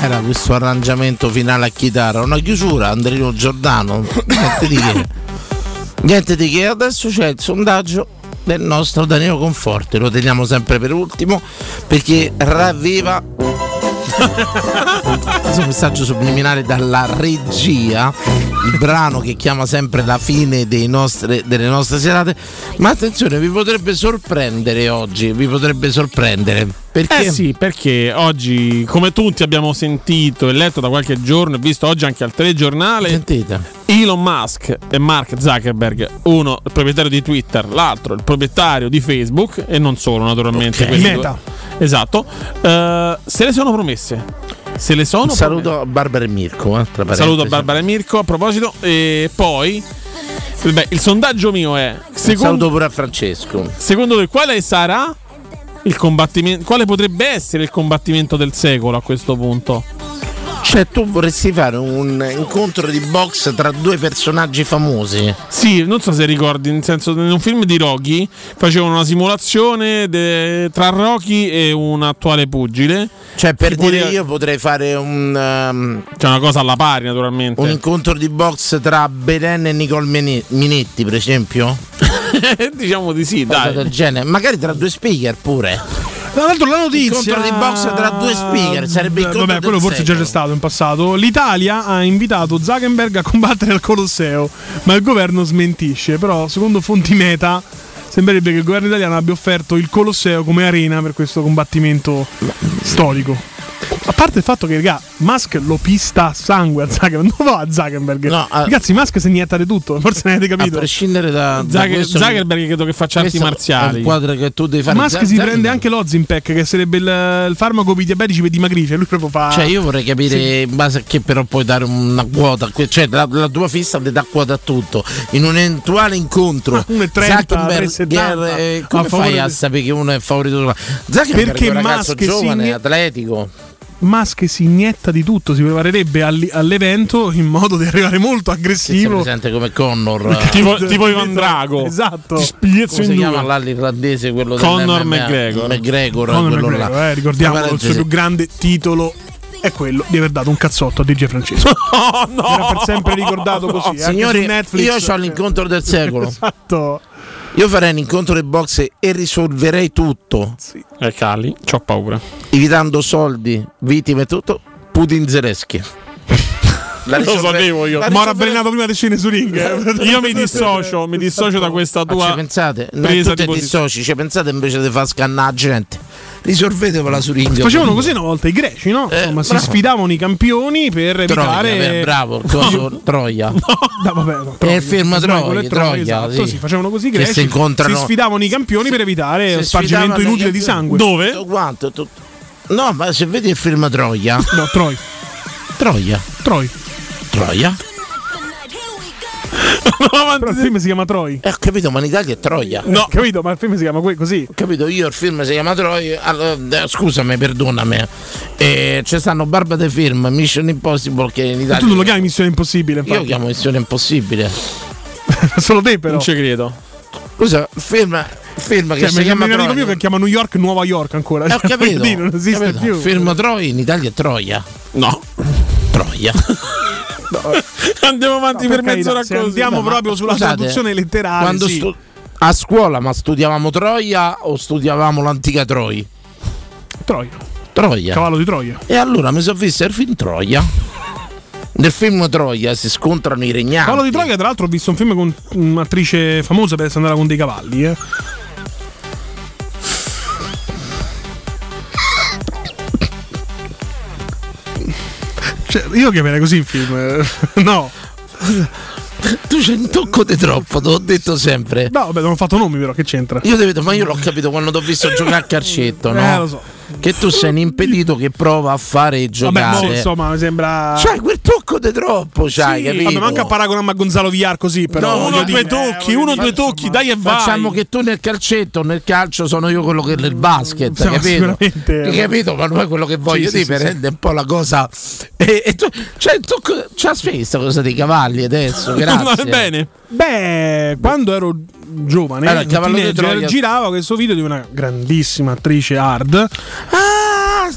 Era questo arrangiamento finale a chitarra, una chiusura, Andrino Giordano. Niente di che. Niente di che, adesso c'è il sondaggio del nostro Danilo Conforti, lo teniamo sempre per ultimo perché ravviva questo messaggio subliminale dalla regia, il brano che chiama sempre la fine dei nostre- delle nostre serate, ma attenzione, vi potrebbe sorprendere oggi, vi potrebbe sorprendere perché
Eh sì, perché oggi, come tutti abbiamo sentito e letto da qualche giorno e visto oggi anche al telegiornale, Elon Musk e Mark Zuckerberg, uno il proprietario di Twitter, l'altro il proprietario di Facebook e non solo naturalmente.
Ok.
questi
Meta.
due. Esatto. Eh, se le sono promesse. Se le sono
Un saluto a Barbara e Mirko, eh, tra parentesi.
Saluto a Barbara e Mirko a proposito. E poi, beh, il sondaggio mio è:
saluto
secondo,
pure a Francesco.
secondo te, quale sarà il combattimento? Quale potrebbe essere il combattimento del secolo a questo punto?
Cioè, tu vorresti fare un incontro di box tra due personaggi famosi?
Sì, non so se ricordi, nel senso, in un film di Rocky facevano una simulazione de- tra Rocky e un attuale pugile.
Cioè, per
Tipo
dire,
di-
io potrei fare un. ehm,
C'è Cioè, una cosa alla pari, naturalmente.
un incontro di box tra Belen e Nicole Mini- Minetti, per esempio?
diciamo di sì,
dai. Del genere. Magari tra due speaker pure.
Tra l'altro la notizia
Incontro di box tra due speaker, sarebbe il
Beh,
conto
Vabbè,
del
quello forse già
secolo.
c'è stato in passato. L'Italia ha invitato Zuckerberg a combattere al Colosseo, ma il governo smentisce. Però, secondo fonti meta, sembrerebbe che il governo italiano abbia offerto il Colosseo come arena per questo combattimento storico. A parte il fatto che, raga, Musk lo pista a sangue a Zuckerberg. Non va a Zuckerberg. Ragazzi, Musk si inietta di tutto. Forse ne avete capito.
A prescindere da, da
Zucker-
questo-
Zuckerberg credo che faccia arti
questo
marziali.
È un quadro che tu devi fare.
Musk
Zuck-
si
Zuck-
prende anche l'Ozimpec, che sarebbe il, il farmaco per i diabetici per dimagrire. Lui proprio fa.
Cioè, io vorrei capire in base a che però puoi dare una quota, a que- cioè la, la tua fissa ti dà quota a tutto. In un eventuale incontro,
1,30,
Zuckerberg,
3,70,
eh,
a
come
favore
fai a
di-
sapere che uno è favorito dell'altro? Zuckerberg
Perché
è un ragazzo
Musk si
giovane,
inie-
atletico.
Musk si inietta di tutto. Si preparerebbe all- all'evento in modo di arrivare molto aggressivo.
presente come Connor eh.
Tipo- tipo Ivan Drago. Esatto. Ti spiezzo
Come
in
si
due.
chiama là l'irlandese quello
Connor
del
McGregor.
McGregor,
Conor
quello
McGregor,
là.
eh, ricordiamo il
Parentesi.
suo più grande titolo è quello di aver dato un cazzotto a DJ Francesco.
Oh
no! Esatto. Era per sempre ricordato così. eh, anche
Signori,
su Netflix.
io ho l'incontro del secolo.
esatto.
Io farei un incontro di boxe e risolverei tutto.
E Eh, Cali, ho paura.
Evitando soldi, vittime e tutto. Putin Zelensky.
Lo
La risolve-
sapevo io.
la
Ma era
risolve-
Brenato prima di scendere su ring.
Io mi dissocio, mi dissocio da questa
Ma
tua
ci pensate? Non
presa
tutti
di
i
posizione.
soci, ci pensate invece di far scannare la gente. Risolvetevela su ring.
Facevano così una volta i greci, no? Insomma, si
Eh, bravo.
sfidavano i campioni per
Troia,
evitare.
beh, bravo, coso- Troia.
No, vabbè, no,
Eh, firma
Svagolo
Troia,
e Troia,
Troia,
esatto,
sì.
sì, facevano così i
Che
greci.
si incontrano-
si sfidavano i campioni per evitare spargimento inutile di sangue.
Tutto quanto, tutto. No, ma se vedi il film Troia.
No, Troia.
Troia.
Troia.
Troia.
Però il film si chiama Troy.
Eh, ho capito, ma in Italia è Troia.
No, Eh, capito, ma il film si chiama que- così.
Ho capito, io il film si chiama Troia. allora, eh, scusami, perdonami. Eh, ci stanno Barba dei Film, Mission Impossible che in
Ma
Italia.
tu non lo chiami Missione Impossibile,
Io lo
infatti.
chiamo Missione Impossibile.
Solo te, però.
Non ci credo.
Scusa, film, film che
Cioè,
si
mi-
chiama
mi- un amico
Troia.
mio che chiama New York Nuova York ancora.
Eh, ho
Cioè,
capito.
per dire, non esiste
capito.
più.
Film Troia in Italia è Troia.
No.
Troia.
Andiamo avanti
No,
per
per carità,
mezz'ora
se
così.
andiamo
Ma-
proprio sulla
Scusate,
traduzione letterale,
quando
sì.
stu- a scuola, ma studiavamo Troia o studiavamo l'antica Troia?
Troia.
Troia.
Cavallo di Troia.
E allora mi sono visto il film Troia. Nel film Troia si scontrano i regnanti.
Paolo di Troia, tra l'altro, ho visto un film con un'attrice famosa per essere andata con dei cavalli. eh. Cioè, io chiamerei così il film. eh. No.
Tu c'è un tocco di troppo, te l'ho detto sempre.
No, vabbè, non ho fatto nomi, però, che c'entra?
Io ti vedo, ma io l'ho capito quando ti ho visto giocare a calcetto, no?
Eh, lo so.
Che tu sei un impedito che prova a fare e
Vabbè,
giocare.
mo, insomma, mi sembra.
C'hai quel tocco di troppo, c'hai, capito?
Vabbè, manca a paragonarmi a Gonzalo Villar così, però.
No,
voglio
uno o due
dire.
tocchi,
voglio
uno o
dire,
due tocchi, dai e vai. Facciamo che tu nel calcetto, nel calcio sono io quello che nel basket,
Sì, ma
capito?
sicuramente. eh.
Hai capito? Ma non è quello che voglio
Sì, sì,
dire,
sì,
per
sì.
rendere un po' la cosa. E, e tu, cioè, tu c'ha questa cosa dei cavalli adesso, grazie.
Va bene. Beh, quando ero giovane,
Allora, il cavallo di
teenager,
Troia-
girava questo video di una grandissima attrice hard.
Ah,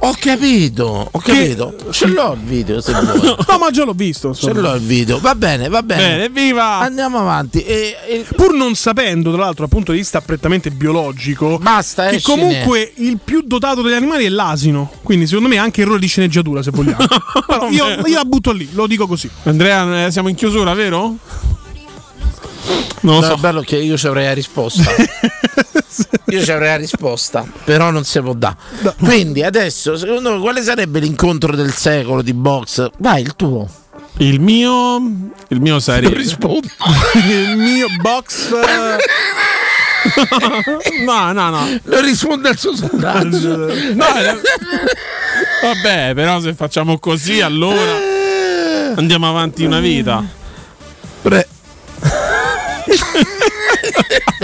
ho capito, ho capito. Ce l'ho il video, se vuoi.
No, ma già l'ho visto.
Ce
insomma.
l'ho il video, va bene, va bene.
Bene,
viva! Andiamo avanti. E, e-
Pur non sapendo, tra l'altro, dal punto di vista prettamente biologico,
Basta,
che
escine.
comunque il più dotato degli animali è l'asino. Quindi, secondo me, è anche errore di sceneggiatura, se vogliamo. Però io, io la butto lì, lo dico così.
Andrea, eh, siamo in chiusura, vero?
Non lo so. È bello che io ci avrei la risposta. io ci avrei la risposta, però non si può dare. Quindi adesso, secondo voi, quale sarebbe l'incontro del secolo di box? Vai, il tuo.
Il mio. Il mio sarebbe.
rispondo.
il mio box.
eh. no, no, no.
Non risponde al suo sondaggio.
No, era- Vabbè, però se facciamo così, allora. Andiamo avanti una vita.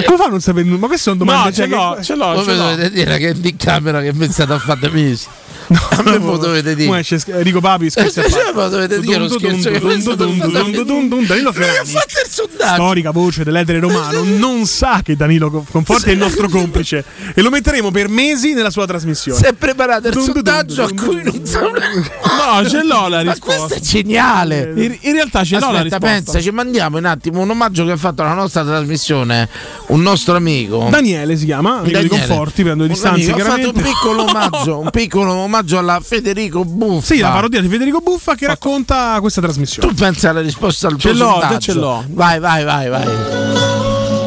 Come fa a non sapere nulla? Ma queste sono domande. cioè
No, ce l'ho, ce l'ho,
Cioè, Voi mi dovete dire che è di camera che pensate a fare mesi. A me lo dovete
Mo'
dire.
esce sch- Enrico Papi, scherzi a
Eh, sì,
parte.
ma dovete dire lo
Dun, dun,
scherzo che
dun,
questo
dun,
non
dun,
fa
dun, dun, dun, dun, Danilo Ferrani,
Fate il sondaggio.
storica voce dell'etere romano, non sa che Danilo Co- Conforti è il nostro complice e lo metteremo per mesi nella sua trasmissione.
Se preparate il sondaggio a cui non so
No, ce l'ho la risposta.
Questo è geniale.
In, in realtà ce l'ho la
Aspetta,
risposta.
pensa, ci mandiamo un attimo un omaggio che ha fatto alla nostra trasmissione un nostro amico.
Daniele si chiama, amico di
Daniele.
Ah, Conforti, prendo le
Un
distanze
amico, ha fatto un
chiaramente.
piccolo omaggio, un piccolo omaggio alla Federico Buffa.
Sì, la parodia di Federico Buffa che racconta questa trasmissione.
Tu pensa alla risposta al
Ce
tuo
l'ho, te
sondaggio.
ce l'ho.
Vai, vai, vai, vai.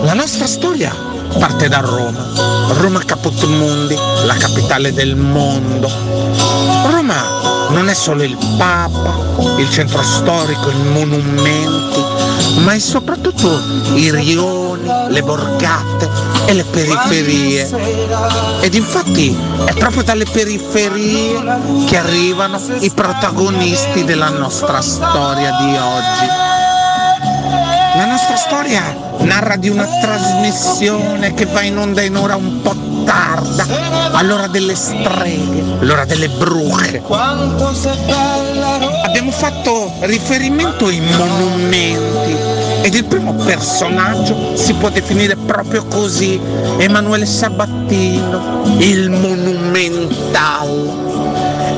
La nostra storia parte da Roma. Roma Caputmundi, la capitale del mondo. Roma non è solo il Papa, il centro storico, i monumenti, ma è soprattutto i rioni, le borgate e le periferie. Ed infatti è proprio dalle periferie che arrivano i protagonisti della nostra storia di oggi. La nostra storia narra di una trasmissione che va in onda in ora un po' tarda, all'ora delle streghe, all'ora delle bruche. Abbiamo fatto riferimento ai monumenti ed il primo personaggio si può definire proprio così, Emanuele Sabattino, il monumentale.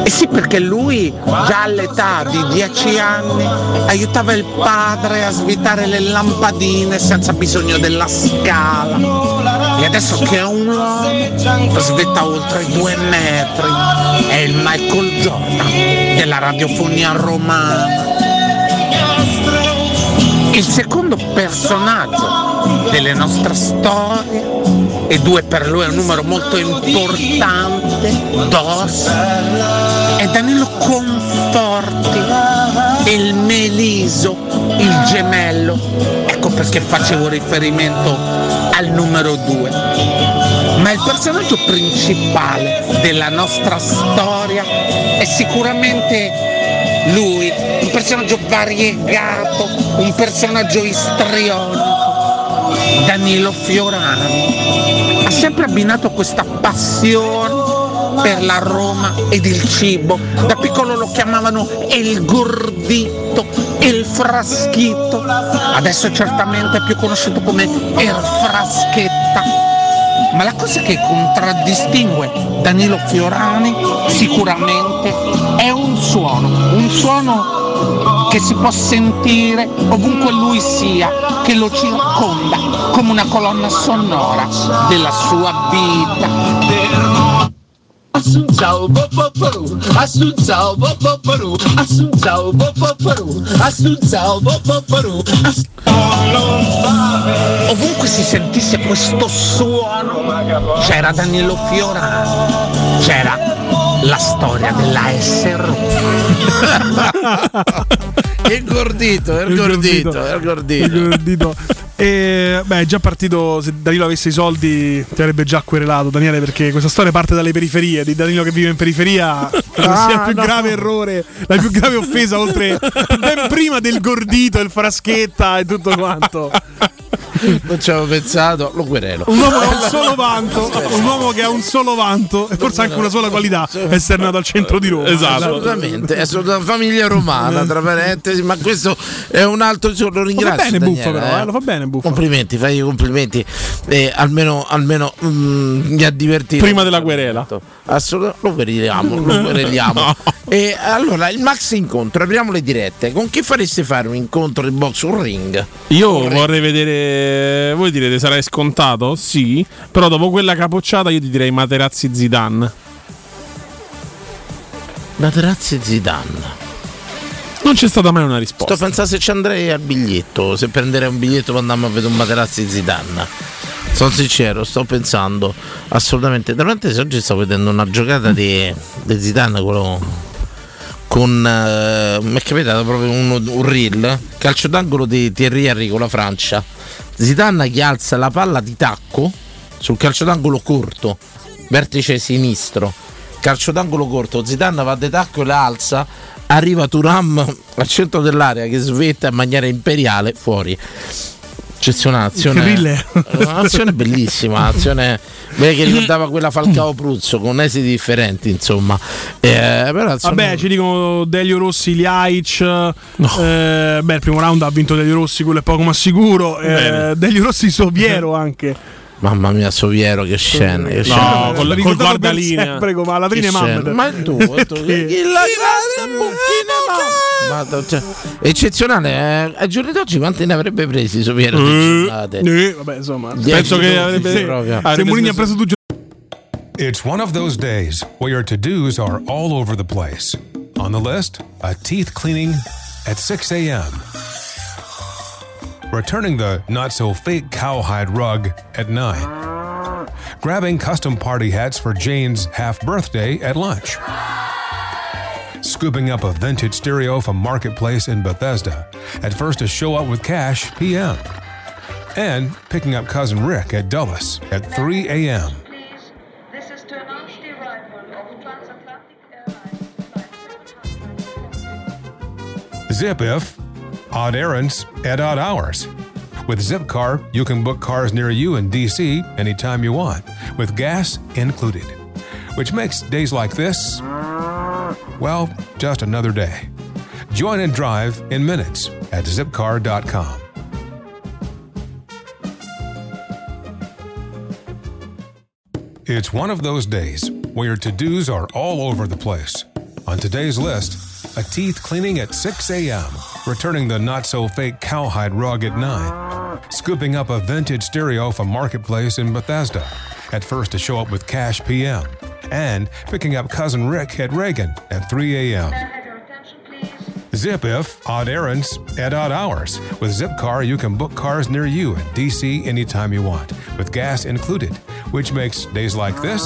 E Eh sì perché lui già all'età di 10 anni aiutava il padre a svitare le lampadine senza bisogno della scala. E adesso che è un uomo svetta oltre i due metri. È il Michael Jordan della radiofonia romana. Il secondo personaggio delle nostre storie, e due per lui è un numero molto importante, DOS, è Danilo Conforti, il Meliso, il gemello. Ecco perché facevo riferimento al numero 2. Ma il personaggio principale della nostra storia è sicuramente lui, un personaggio variegato, un personaggio istrionico. Danilo Fiorani ha sempre abbinato questa passione per la Roma ed il cibo. Da piccolo lo chiamavano il gordito, il fraschito. Adesso certamente è più conosciuto come il fraschetta. Ma la cosa che contraddistingue Danilo Fiorani sicuramente è un suono, un suono che si può sentire ovunque lui sia, che lo circonda come una colonna sonora della sua vita.
Assunção, bopaparu, Assunção, bopaparu, Assunção, bopaparu, Assunção, bopaparu,
Ovunque si sentisse questo suono c'era Danilo Fiorani, c'era la storia della SR.
Il gordito, il
Il
gordito,
gordito.
il gordito.
Il gordito. E, beh, è già partito. Se Danilo avesse i soldi, ti avrebbe già querelato, Daniele, perché questa storia parte dalle periferie. Di Danilo che vive in periferia, credo sia
Ah,
il più grave errore, la più grave offesa, oltre ben prima del gordito, il fraschetta e tutto quanto.
Non ci avevo pensato, lo querelo.
Un uomo che ha un solo vanto, un uomo che ha un solo vanto e forse anche una sola qualità, essere nato al centro di Roma.
Esatto.
Esatto.
Assolutamente, è solo una famiglia romana, tra parentesi, ma questo è un altro giorno. Lo ringrazio.
bene
Daniele,
Buffa, però, eh, lo fa bene Buffa.
Complimenti, fai i complimenti. Eh, almeno almeno mm, mi ha divertito.
Prima della querela.
Assolutamente, lo quereliamo, lo quereliamo. E allora, il max incontro, apriamo le dirette. Con chi fareste fare un incontro in box un ring?
Io vorrei vedere. Voi direte sarai scontato? Sì. Però dopo quella capocciata io ti direi Materazzi Zidane.
Materazzi Zidane.
Non c'è stata mai una risposta.
Sto pensando se ci andrei al biglietto, se prenderei un biglietto per andiamo a vedere un materazzi Zidane. Sono sincero, sto pensando assolutamente. Tra l'altro oggi stavo vedendo una giocata di, di Zidane quello con eh, mi è capitato proprio uno- un reel calcio d'angolo di Thierry Henry con la Francia. Zidane che alza la palla di tacco sul calcio d'angolo corto, vertice sinistro. Calcio d'angolo corto, Zidane va di tacco e la alza, arriva Turam al centro dell'area che svetta in maniera imperiale fuori. Eccezionale, azione,
Che reel è?
un'azione bellissima, azione vedi che ricordava quella Falcao Pruzzo con esiti differenti, insomma. Eh, però, insomma,
Vabbè, ci dicono Delio Rossi, Liaic. eh, beh, il primo round ha vinto Delio Rossi, quello è poco ma sicuro. Eh,
Bene.
Delio Rossi Soviero anche.
Mamma mia, Soviero, che scena. Che
No,
scena.
con la- L'ho col ricordato guardalinea. per sempre come alla
Che
fine
scena.
Mamed.
Ma tu, ma tu-
Perché?
la grande buchina Mamed. Madonna, cioè, eccezionale, eh. ai giorni d'oggi quanti ne avrebbe presi Soviero? di giornate?
Eh, vabbè, insomma.
Dieci
Penso che
minuti,
avrebbe.
sì, proprio.
Se Mourinho ha preso due
It's one of those days where your to dos are all over the place. On the list, a teeth cleaning at 6 a.m., returning the not so fake cowhide rug at 9, grabbing custom party hats for Jane's half birthday at lunch, scooping up a vintage stereo from Marketplace in Bethesda, at first to show up with cash PM, and picking up cousin Rick at Dulles at 3 a.m. Zip if odd errands at odd hours. With Zipcar, you can book cars near you in DC anytime you want, with gas included, which makes days like this, well, just another day. Join and drive in minutes at zipcar.com. It's one of those days where your to dos are all over the place. On today's list, a teeth cleaning at 6 a.m., returning the not so fake cowhide rug at 9, scooping up a vintage stereo from Marketplace in Bethesda, at first to show up with cash PM, and picking up cousin Rick at Reagan at 3 a.m. Zip if odd errands at odd hours. With Zipcar, you can book cars near you in DC anytime you want, with gas included, which makes days like this,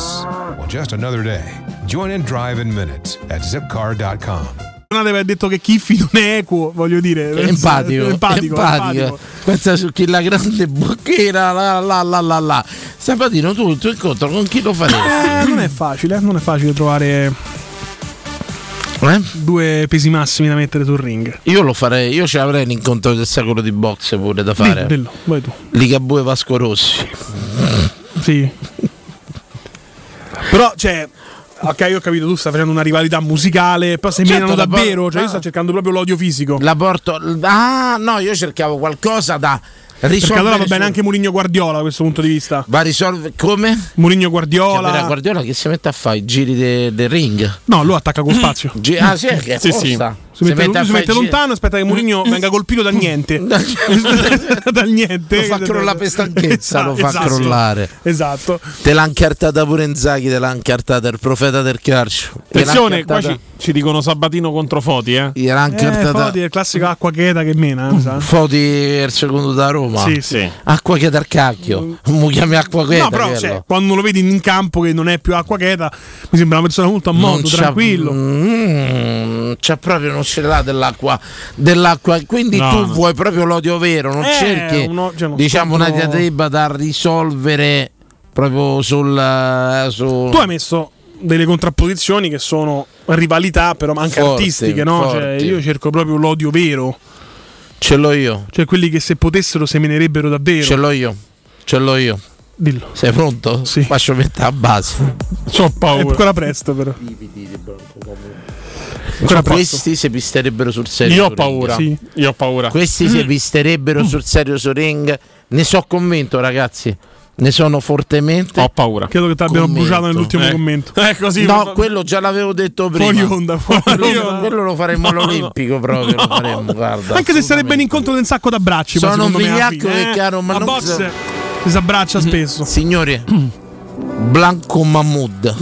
well, just another day. Join and drive in minutes at zipcar.com.
Tornate aveva detto che Kiffi non è equo, voglio dire.
È empatico,
È empatico,
empatico,
empatico.
Pensa su chi la grande bocchera, la la la la la. Sabatino, tu il tuo incontro con chi lo faresti?
Eh, non è facile, eh, non è facile trovare
Eh?
due pesi massimi da mettere sul ring.
Io lo farei, io ce l'avrei l'incontro del secolo di boxe pure da fare.
Dillo, dillo, vai tu.
Ligabue Vasco Rossi.
Sì. Però, cioè, ok, io ho capito, tu stai facendo una rivalità musicale, però se
Certo,
menano
la por-
davvero, cioè io
ah.
sto cercando proprio l'odio fisico.
La porto. Ah, no, io cercavo qualcosa da
Perché
risolvere
allora va bene
su-
anche Mourinho Guardiola da questo punto di vista.
Va a risolvere come?
Mourinho
Cioè,
Guardiola.
vera Guardiola che si mette a fare i giri de- del ring.
No, lo attacca con spazio.
Gi- ah, sì, che
Sì,
forza.
sì.
Si
Si mette,
mette a
lui si
fare Mm.
mette
il giro.
lontano, aspetta che Mourinho venga colpito dal niente. dal niente.
Lo fa crollare per stanchezza, lo fa
Esatto.
crollare.
Esatto.
Te l'ha incartata pure Inzaghi, te l'ha incartata il profeta del calcio.
Attenzione, qua
Gliel'ha
ci,
incartata-
ci dicono Sabatino contro Foti, eh.
Gliel'ha
Eh,
incartata
Fodi è il classico acqua cheta che mena. eh, mi sa.
Foti il secondo da Roma.
Sì, sì.
Acqua che dal cacchio. Mu chiami acqua che
Mm. No, però
quello.
cioè, quando lo vedi in campo che non è più acqua cheta, mi sembra una persona molto a modo,
c'ha-
tranquillo.
Mm, c'è proprio non ce l'ha dell'acqua, dell'acqua. Quindi
No,
tu
no.
vuoi proprio l'odio vero, non
Eh,
cerchi
uno- cioè, uno
diciamo una
scontro-
diatriba da risolvere proprio sul eh, su-
Tu hai messo delle contrapposizioni che sono rivalità, però ma anche
Forti,
artistiche, no? Cioè,
forti.
io cerco proprio l'odio vero.
Ce l'ho io.
Cioè, quelli che se potessero semenerebbero davvero.
Ce l'ho io. Ce l'ho io.
Dillo.
Sei pronto? Sì. Faccio mettere a base.
C'ho paura. È ancora presto, però.
Cioè,
Ancora presto.
questi si pisterebbero sul serio.
Io ho
sul ring.
paura. Io ho paura.
Questi
Mm.
si pisterebbero sul serio su ring. Ne so convinto, ragazzi. Ne sono fortemente.
Ho paura.
Credo che ti abbiano
Commento.
bruciato nell'ultimo
Eh.
commento.
È così.
no, quello già l'avevo detto prima.
Fuori onda, fuori
quello,
onda.
quello lo faremmo all'Olimpico proprio. Lo faremmo, guarda.
Anche se sarebbe un incontro di un sacco d'abbracci. poi,
Sono un
secondo me, alla
vigliacco
fine,
che
eh.
caro, ma
A
non
box
so-
si s'abbraccia spesso.
Signore, Blanco Mahmood.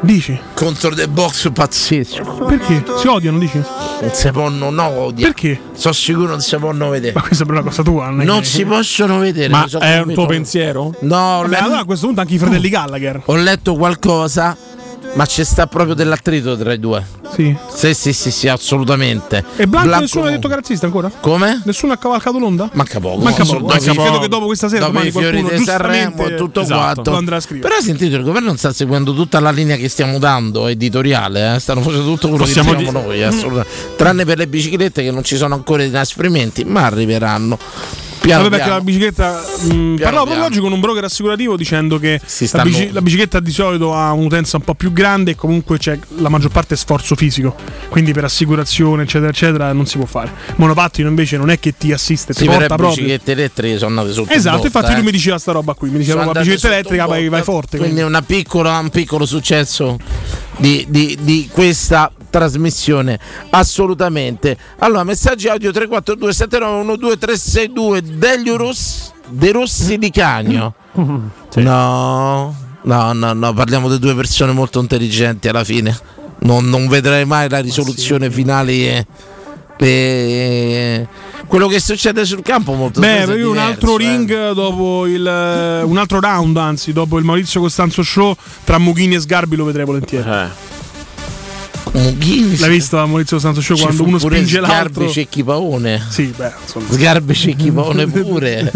Dici?
Contro The Box pazzesco.
Perché? Si odiano, dici?
Non si possono, no, odia.
Perché?
Sono sicuro non si possono vedere.
Ma questa è una cosa tua. Non, è
Non
che-
si possono vedere.
Ma
ne so
è un
convinto.
tuo pensiero?
No, ho
Vabbè,
letto, Mm.
allora a questo punto anche i fratelli Gallagher.
ho letto qualcosa, ma c'è sta proprio dell'attrito tra i due.
Sì.
Sì, sì, sì, sì, assolutamente.
E Blanco, nessuno ha detto che è razzista ancora?
Come?
Nessuno ha cavalcato l'onda?
Manca poco.
Manca
Sono
poco.
dopo
Manca
i-
poco. Credo che dopo questa sera
Oh, dopo
domani
i fiori
qualcuno,
di Sanremo
giustamente,
e tutto
esatto,
quanto.
lo andrà a scrivere.
Però sentite, il governo non sta seguendo tutta la linea che stiamo dando editoriale, eh. stanno facendo tutto quello
Possiamo
che diciamo
di-
noi, assolutamente. Tranne per le biciclette che non ci sono ancora i inasprimenti, ma arriveranno. Piano
Vabbè, perché
piano.
la bicicletta. Mh, parlavo proprio
piano.
oggi con un broker assicurativo dicendo che la,
stanno-
bici- la bicicletta di solito ha un'utenza un po' più grande e comunque c'è la maggior parte sforzo fisico. Quindi per assicurazione, eccetera, eccetera, non si può fare. Monopattino invece non è che ti assiste, ti
Sì, però
porta
le
proprio.
biciclette elettriche sono andate sotto
Esatto,
botta,
infatti
eh.
lui mi diceva sta roba qui, mi
Sono
diceva la
andate
bicicletta
sotto
elettrica vai,
botta.
vai forte.
Quindi,
quindi.
una piccola- un piccolo successo di, di- di questa trasmissione. Assolutamente. Allora, messaggi audio 342 791 2362 degli Ross, De Rossi di Cagno. No, no, no, no, parliamo di due persone molto intelligenti alla fine. Non, non vedrai mai la risoluzione finale. eh, E quello che succede sul campo molto
Beh,
spesso è
io un
diverso,
altro
eh.
ring dopo il. eh, un altro round, anzi, dopo il Maurizio Costanzo Show tra Mughini e Sgarbi lo vedrei volentieri. L'hai vista Maurizio Costanzo Show
Ci
Cioè, quando
fu
uno
pure
spinge l'altro?
Sgarbi Cecchi Paone.
Sì, beh, insomma.
Sgarbi Cecchi Paone pure.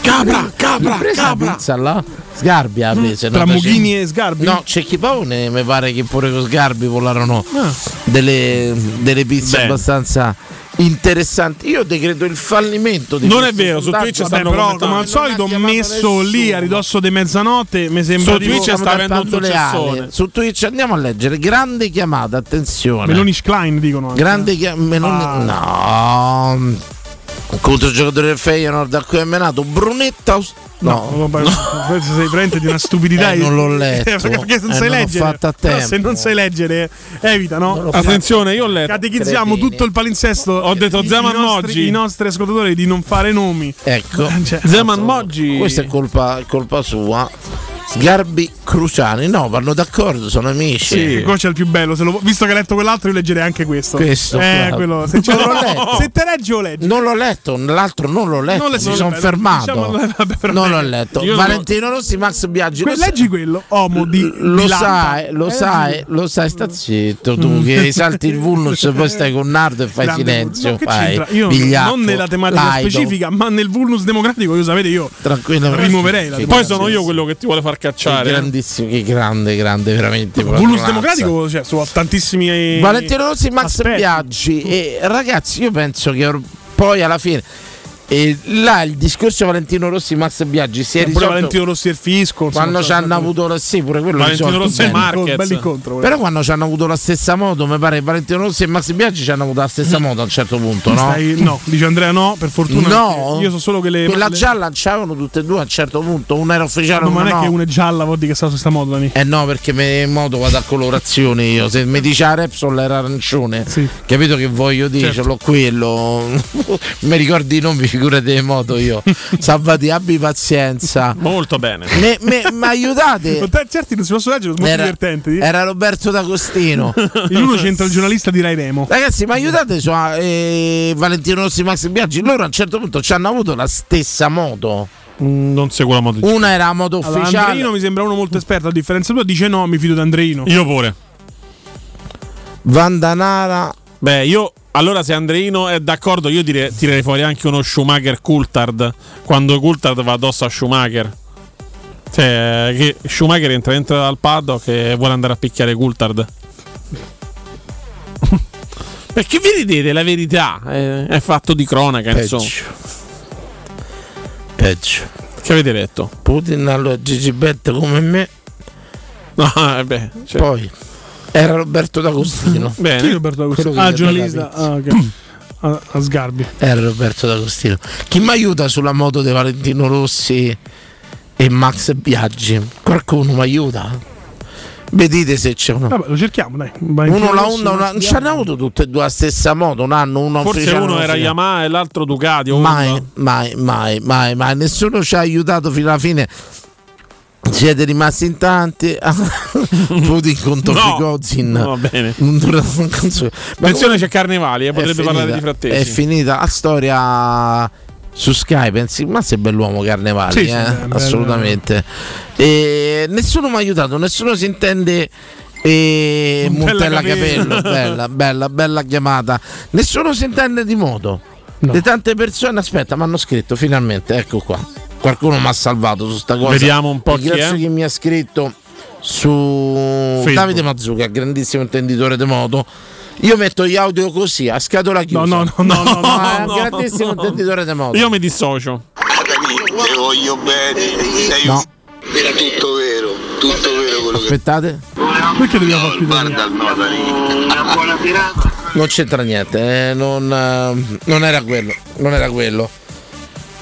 Capra,
capra, capra. là. Sgarbi ha preso.
Tra
no,
Mughini
Cecchi-
e Sgarbi?
No, Cecchi Paone mi pare che pure con Sgarbi volarono
Ah.
delle, delle pizze
Beh.
abbastanza interessanti. Io decreto il fallimento di
Non è
questo
vero, su
sondaggio,
Twitch
vabbè,
stanno però come al solito messo lì a ridosso di mezzanotte, mi sembra
Su
tipo-
Twitch
stiamo
sta avendo un
trattando le ali.
successone. Su Twitch andiamo a leggere. Grande chiamata, attenzione.
Meloni Schlein dicono. anche.
Grande chiamata.
Ah.
No. Contro il giocatore del Feyenoord a cui è menato Brunetta. Aus-
No, vabbè, questo sei veramente di una stupidità.
Eh, non l'ho letto.
Perché non
Eh,
sai
non ho
leggere.
fatto a
Però se
tempo.
non sai leggere, evita, no?
fatto. Attenzione, io ho letto.
Catechizziamo
Cretini.
tutto il palinsesto. Ho
detto Zeman Moggi.
I nostri ascoltatori di non fare nomi.
Ecco.
Cioè,
Zeman Moggi. Questa è colpa, è colpa sua. Sgarbi Cruciani. No, vanno d'accordo, sono amici. Eh,
Sì, qua c'è il più bello. se lo- visto che hai letto quell'altro, io leggerei anche questo.
Questo,
eh,
guarda.
quello. Se, ce
Non l'ho
lo-
letto.
se te leggi, lo leggi.
Non l'ho letto, l'altro non l'ho letto.
Non l'hai-
mi
non-
sono
vabbè,
fermato.
diciamo- vabbè, però dai.
non l'ho letto.
Io
Valentino Rossi, Max Biaggi.
Que-
lo sai-
leggi quello, Omo di
Lo
di Landa.
sai,
Eh,
lo
Mm.
sai, lo sai, sta zitto tu che risalti il vulnus poi stai con Nardo e fai
Grande
silenzio.
Vulnus. No, che
fai
c'entra? Io
vigliacco,
non nella tematica
laido.
specifica, ma nel vulnus democratico, io sapete, io
Tranquillamente.
rimuoverei la
Sì,
domanda.
Poi sono io
quello che ti vuole far
Che grandissimo, che grande, grande, veramente.
Vulnus
proprio
democratico, cioè, su tantissimi. eh,
Valentino Rossi, Max
aspetti.
Biaggi. E ragazzi, io penso che or- poi alla fine. E là il discorso Valentino Rossi, Max Biaggi si è
Oppure
risolto
Valentino Rossi e il fisco. insomma,
quando ci
cioè,
hanno avuto la sì, pure quello
Valentino
risolto
Rossi e
bene.
Marquez. Bell'incontro, quello.
Però quando ci hanno avuto la stessa moto, mi pare che Valentino Rossi e Max Biaggi ci hanno avuto la stessa moto a un certo punto, no?
Stai- no, dice Andrea no, per fortuna.
No,
perché Io so solo che le.
quella
le-
già lanciavano tutte e due a un certo punto, una era ufficiale,
No, ma
una
non
no.
è che una è gialla, vuol dire che sta su sta moto, Dani.
Eh no, perché me, in moto vado a colorazione io. Se mi dice la Repsol era arancione, capito che voglio dire?
Certo.
Ce l'ho quello. mi ricordi i nomi, figurate delle moto io. Sabati, abbi pazienza.
Molto bene.
Me- me- ma aiutate.
Con te- certi non si possono leggere, sono molto
Era-
divertenti.
Era Roberto D'Agostino.
In uno c'entra il giornalista di Rai Remo.
Ragazzi, ma aiutate su, eh, Valentino Rossi, Max Biaggi. Loro a un certo punto ci hanno avuto la stessa moto.
Mm, Non seguo la moto.
Una era la moto
Allora,
ufficiale.
Andreino mi sembra uno molto esperto, a differenza tua dice no, mi fido di Andreino.
Io pure.
Vandanara.
Beh, io allora se Andreino è d'accordo, io dire- tirerei fuori anche uno Schumacher Coulthard quando Coulthard va addosso a Schumacher. Cioè, che Schumacher entra dentro dal paddock e vuole andare a picchiare Coulthard. Perché vi ridete la verità? È, è fatto di cronaca,
Peggio.
insomma.
Peggio.
Che avete letto?
Putin allora Gigi Bett come me.
No, eh beh, cioè-
Poi era Roberto D'Agostino.
Bene.
Chi è Roberto D'Agostino?
Quello che
Ah,
gli
giornalista.
ha dato la
Ah,
pizza.
ok. A, a Sgarbi.
Era Eh, Roberto D'Agostino. Chi mi aiuta sulla moto di Valentino Rossi e Max Biaggi? Qualcuno mi aiuta? Vedete se c'è uno.
Vabbè, lo cerchiamo, dai.
Uno la Honda, una... ci hanno avuto tutte e due la stessa moto, un anno, uno
Forse
ufficiale,
uno era
ufficiale.
Yamaha e l'altro Ducati. o
Mai,
Honda.
mai, mai, mai, mai. Nessuno ci ha aiutato fino alla fine. Siete rimasti in tanti. Putin contro
No.
Prigozhin.
Va bene.
Non dura- non canzo- Ma
Attenzione, c'è Carnevali, eh,
è
potrebbe
finita-
parlare di frattesi.
È finita la storia su Sky, pensi, ma sei bell'uomo Carnevali,
Sì, sì,
eh?
è bello.
assolutamente. E nessuno mi ha aiutato, nessuno si intende. E
Montella
Montella
Capello.
Capello, bella, bella, bella chiamata. Nessuno si intende di moto. Le tante persone, aspetta, mi hanno scritto finalmente, ecco qua. Qualcuno mi ha salvato su sta cosa.
Vediamo un po' chi
Ringrazio
è.
chi mi ha scritto su Davide Mazzucca, grandissimo intenditore di moto. Io metto gli audio così, a scatola chiusa. No, no,
no, no,
ma è un
no,
grandissimo Ah, intenditore di moto.
Io mi dissocio.
Ti voglio bene, sei
No.
un... Era tutto vero, tutto vero quello che...
Aspettate,
Perché dobbiamo far chiudere?
Dal Notari. Una buona serata.
non c'entra niente, eh, non, eh, non era quello, non era quello.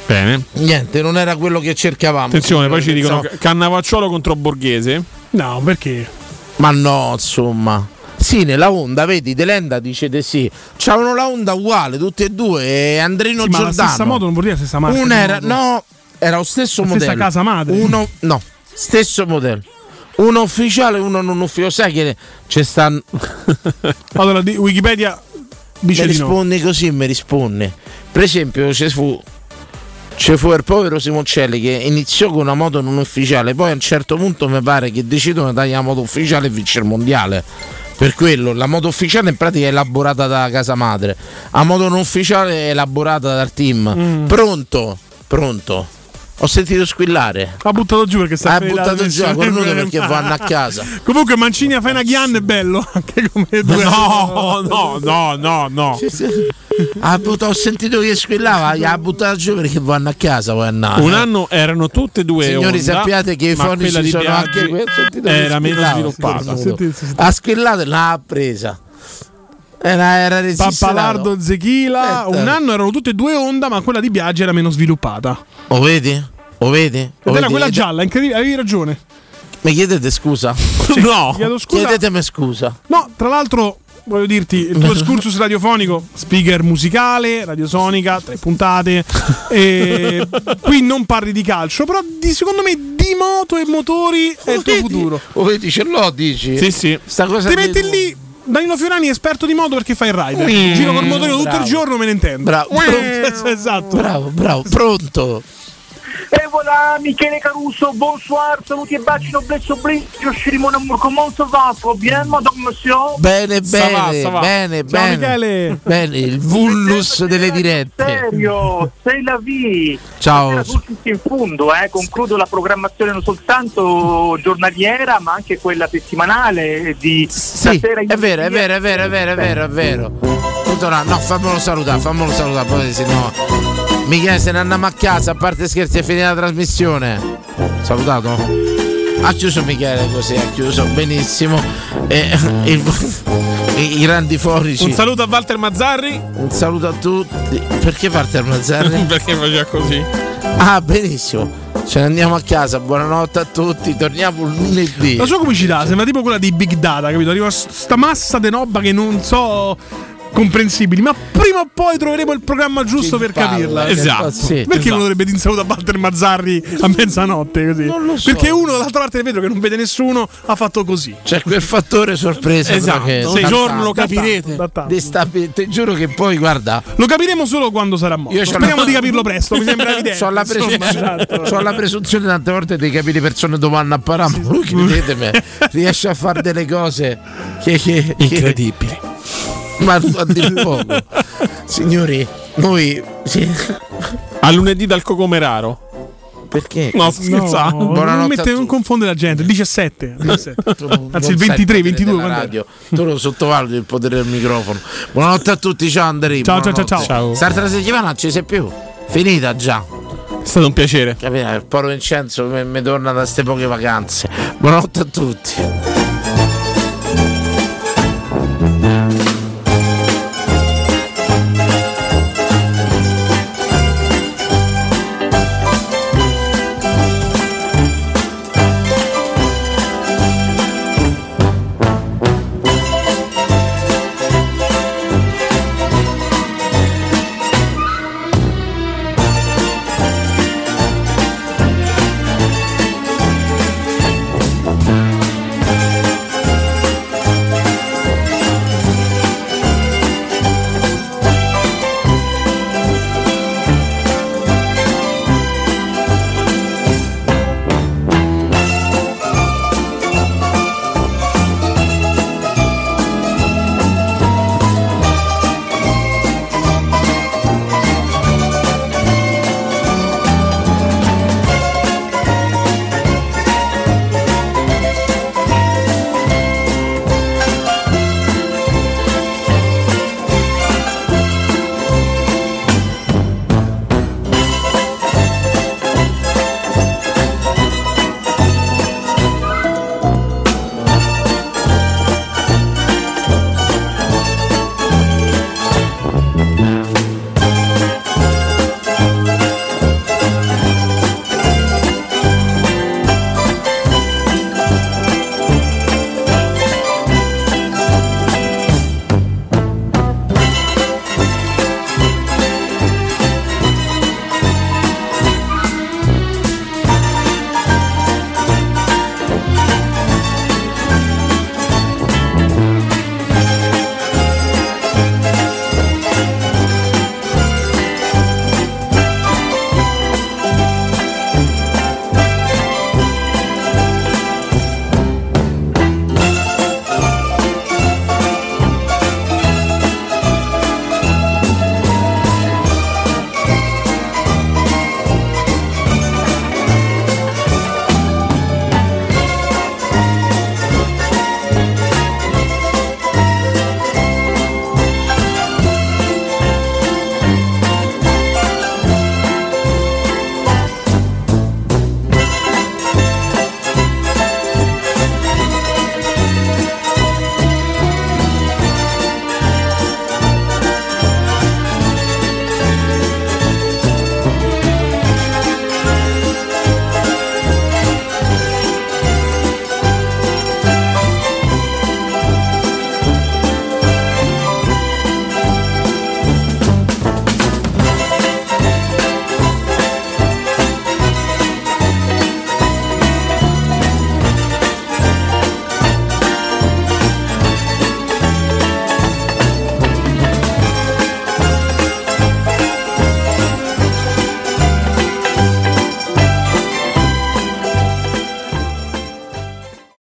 Bene.
Niente, non era quello che cercavamo.
Attenzione, poi ci dicono
Pensavo-
Cannavacciolo contro Borghese.
No, perché?
Ma no, insomma. Sì, nella Honda, vedi, Delenda dice di sì. C'avevano la Honda uguale, tutte e due, e Andrino
Sì, ma
Giordano.
la stessa moto non vuol dire la stessa marca.
Una
di
era,
moto.
no, era lo stesso
La
modello.
stessa casa madre.
Uno, no, stesso modello. Uno ufficiale, uno non ufficiale. Sai che c'è stanno.
Allora, di- Wikipedia Dice
mi
di no.
risponde così, mi risponde. Per esempio, ci fu, ci fu il povero Simoncelli che iniziò con una moto non ufficiale, poi a un certo punto mi pare che decidono di dargli la moto ufficiale e vince il mondiale. Per quello, la moto ufficiale in pratica è elaborata da casa madre, la moto non ufficiale è elaborata dal team.
Mm.
Pronto, pronto. Ho sentito squillare.
Ha buttato giù perché sta
Ha
per la
buttato giù la
trasmissione.
cornuta perché vanno a casa.
Comunque Mancini a Fena Ghian è bello anche come due.
No, no, no, no, no.
Ha butt- ho sentito che squillava, gli ha buttato giù perché vanno a casa poi andare.
Un anno erano tutte e due
Signori,
Honda,
sappiate che i
ma
fonici
quella di
sono
Biaggi
anche que- sentite come
Era meno
squillava,
sviluppata.
sentite, Ha squillato e l'ha presa. Era, era resistente.
Pappalardo, Zechila.
Eh, dai.
Un anno erano tutte e due Honda, ma quella di Biaggi era meno sviluppata.
O vedi? O vedi? O
Ed era
vedi?
quella
Ed-
gialla, incredibile, avevi ragione.
Mi chiedete scusa?
No. Chiedo scusa.
Chiedetemi scusa.
No, tra l'altro voglio dirti, il tuo excursus radiofonico, speaker musicale, radiosonica, tre puntate. e qui non parli di calcio, però di- secondo me di moto e motori è il tuo futuro.
O Oh, vedi, ce l'ho, dici?
Sì,
sì.
Sta cosa
Ti
dei-
metti lì Danilo Fiorani esperto di moto perché fai il rider.
Mm.
Giro col motorino tutto
Bravo.
il giorno me ne intendo.
Bravo.
esatto.
Bravo, bravo, pronto.
E voilà Michele Caruso, bonsoir, saluti e baci, noblesse oblige, je suis mon amour, comment ça va? Trop bien, madame, monsieur?
Bene, bene, bene, bene. Bene, il vullus delle dirette.
Serio, sei la V.
Ciao.
Stasera tutti in fondo, eh. concludo la programmazione non soltanto giornaliera, ma anche quella settimanale di stasera in
È vero, è vero, è vero, è vero, è vero, è vero. Tutto là. No, fammelo salutare, fammolo salutare, poi se no. Michele se ne andiamo a casa, a parte scherzi è finita la trasmissione. Salutato? Ha chiuso Michele così, ha chiuso benissimo. E, il- I i grandi forici.
Un saluto a Walter Mazzarri.
Un saluto a tutti. Perché parte a Mazzarri?
Perché faceva così?
Ah, benissimo. Ce ne andiamo a casa, buonanotte a tutti, torniamo lunedì.
La sua comicità sembra tipo quella di Big Data, capito? Arriva s- sta massa di roba che non so comprensibili, ma prima o poi troveremo il programma giusto per
palla,
capirla.
che Esatto. pazzesco.
Perché
Esatto.
uno dovrebbe dire un saluto a Walter Mazzarri a mezzanotte così? Perché uno dall'altra parte del vetro che non vede nessuno ha fatto così.
C'è quel fattore sorpresa.
Esatto,
però
un
da
giorno
tanto-
lo capirete.
da tanto. Destapi- Ti giuro che poi guarda.
Lo capiremo solo quando sarà morto.
Io c'ho
Speriamo
la-
di capirlo presto, mi sembra esatto. l'idea.
C'ho la, presunzione, c'ho la presunzione tante volte di capire persone dove vanno a parare, ma lui credetemi, riesce a fare delle cose che, che- che-
Incredibili.
Ma a dir poco. Signori, noi sì,
A lunedì dal Cocomeraro.
perché?
No, sto scherzando.
non,
Buonanotte a
mette, non confonde la gente, il 17. il 17. Anzi,
Non
il
sai
23,
potere
22.
della
quando è?
radio. Tu lo sottovaluti il potere del microfono. Buonanotte a tutti, ciao Andrea.
Ciao, ciao, ciao, ciao.
Sartra settimana non ci sei più. Finita già.
È stato un piacere.
Capito? Il povero Vincenzo mi, mi torna da ste poche vacanze. Buonanotte a tutti.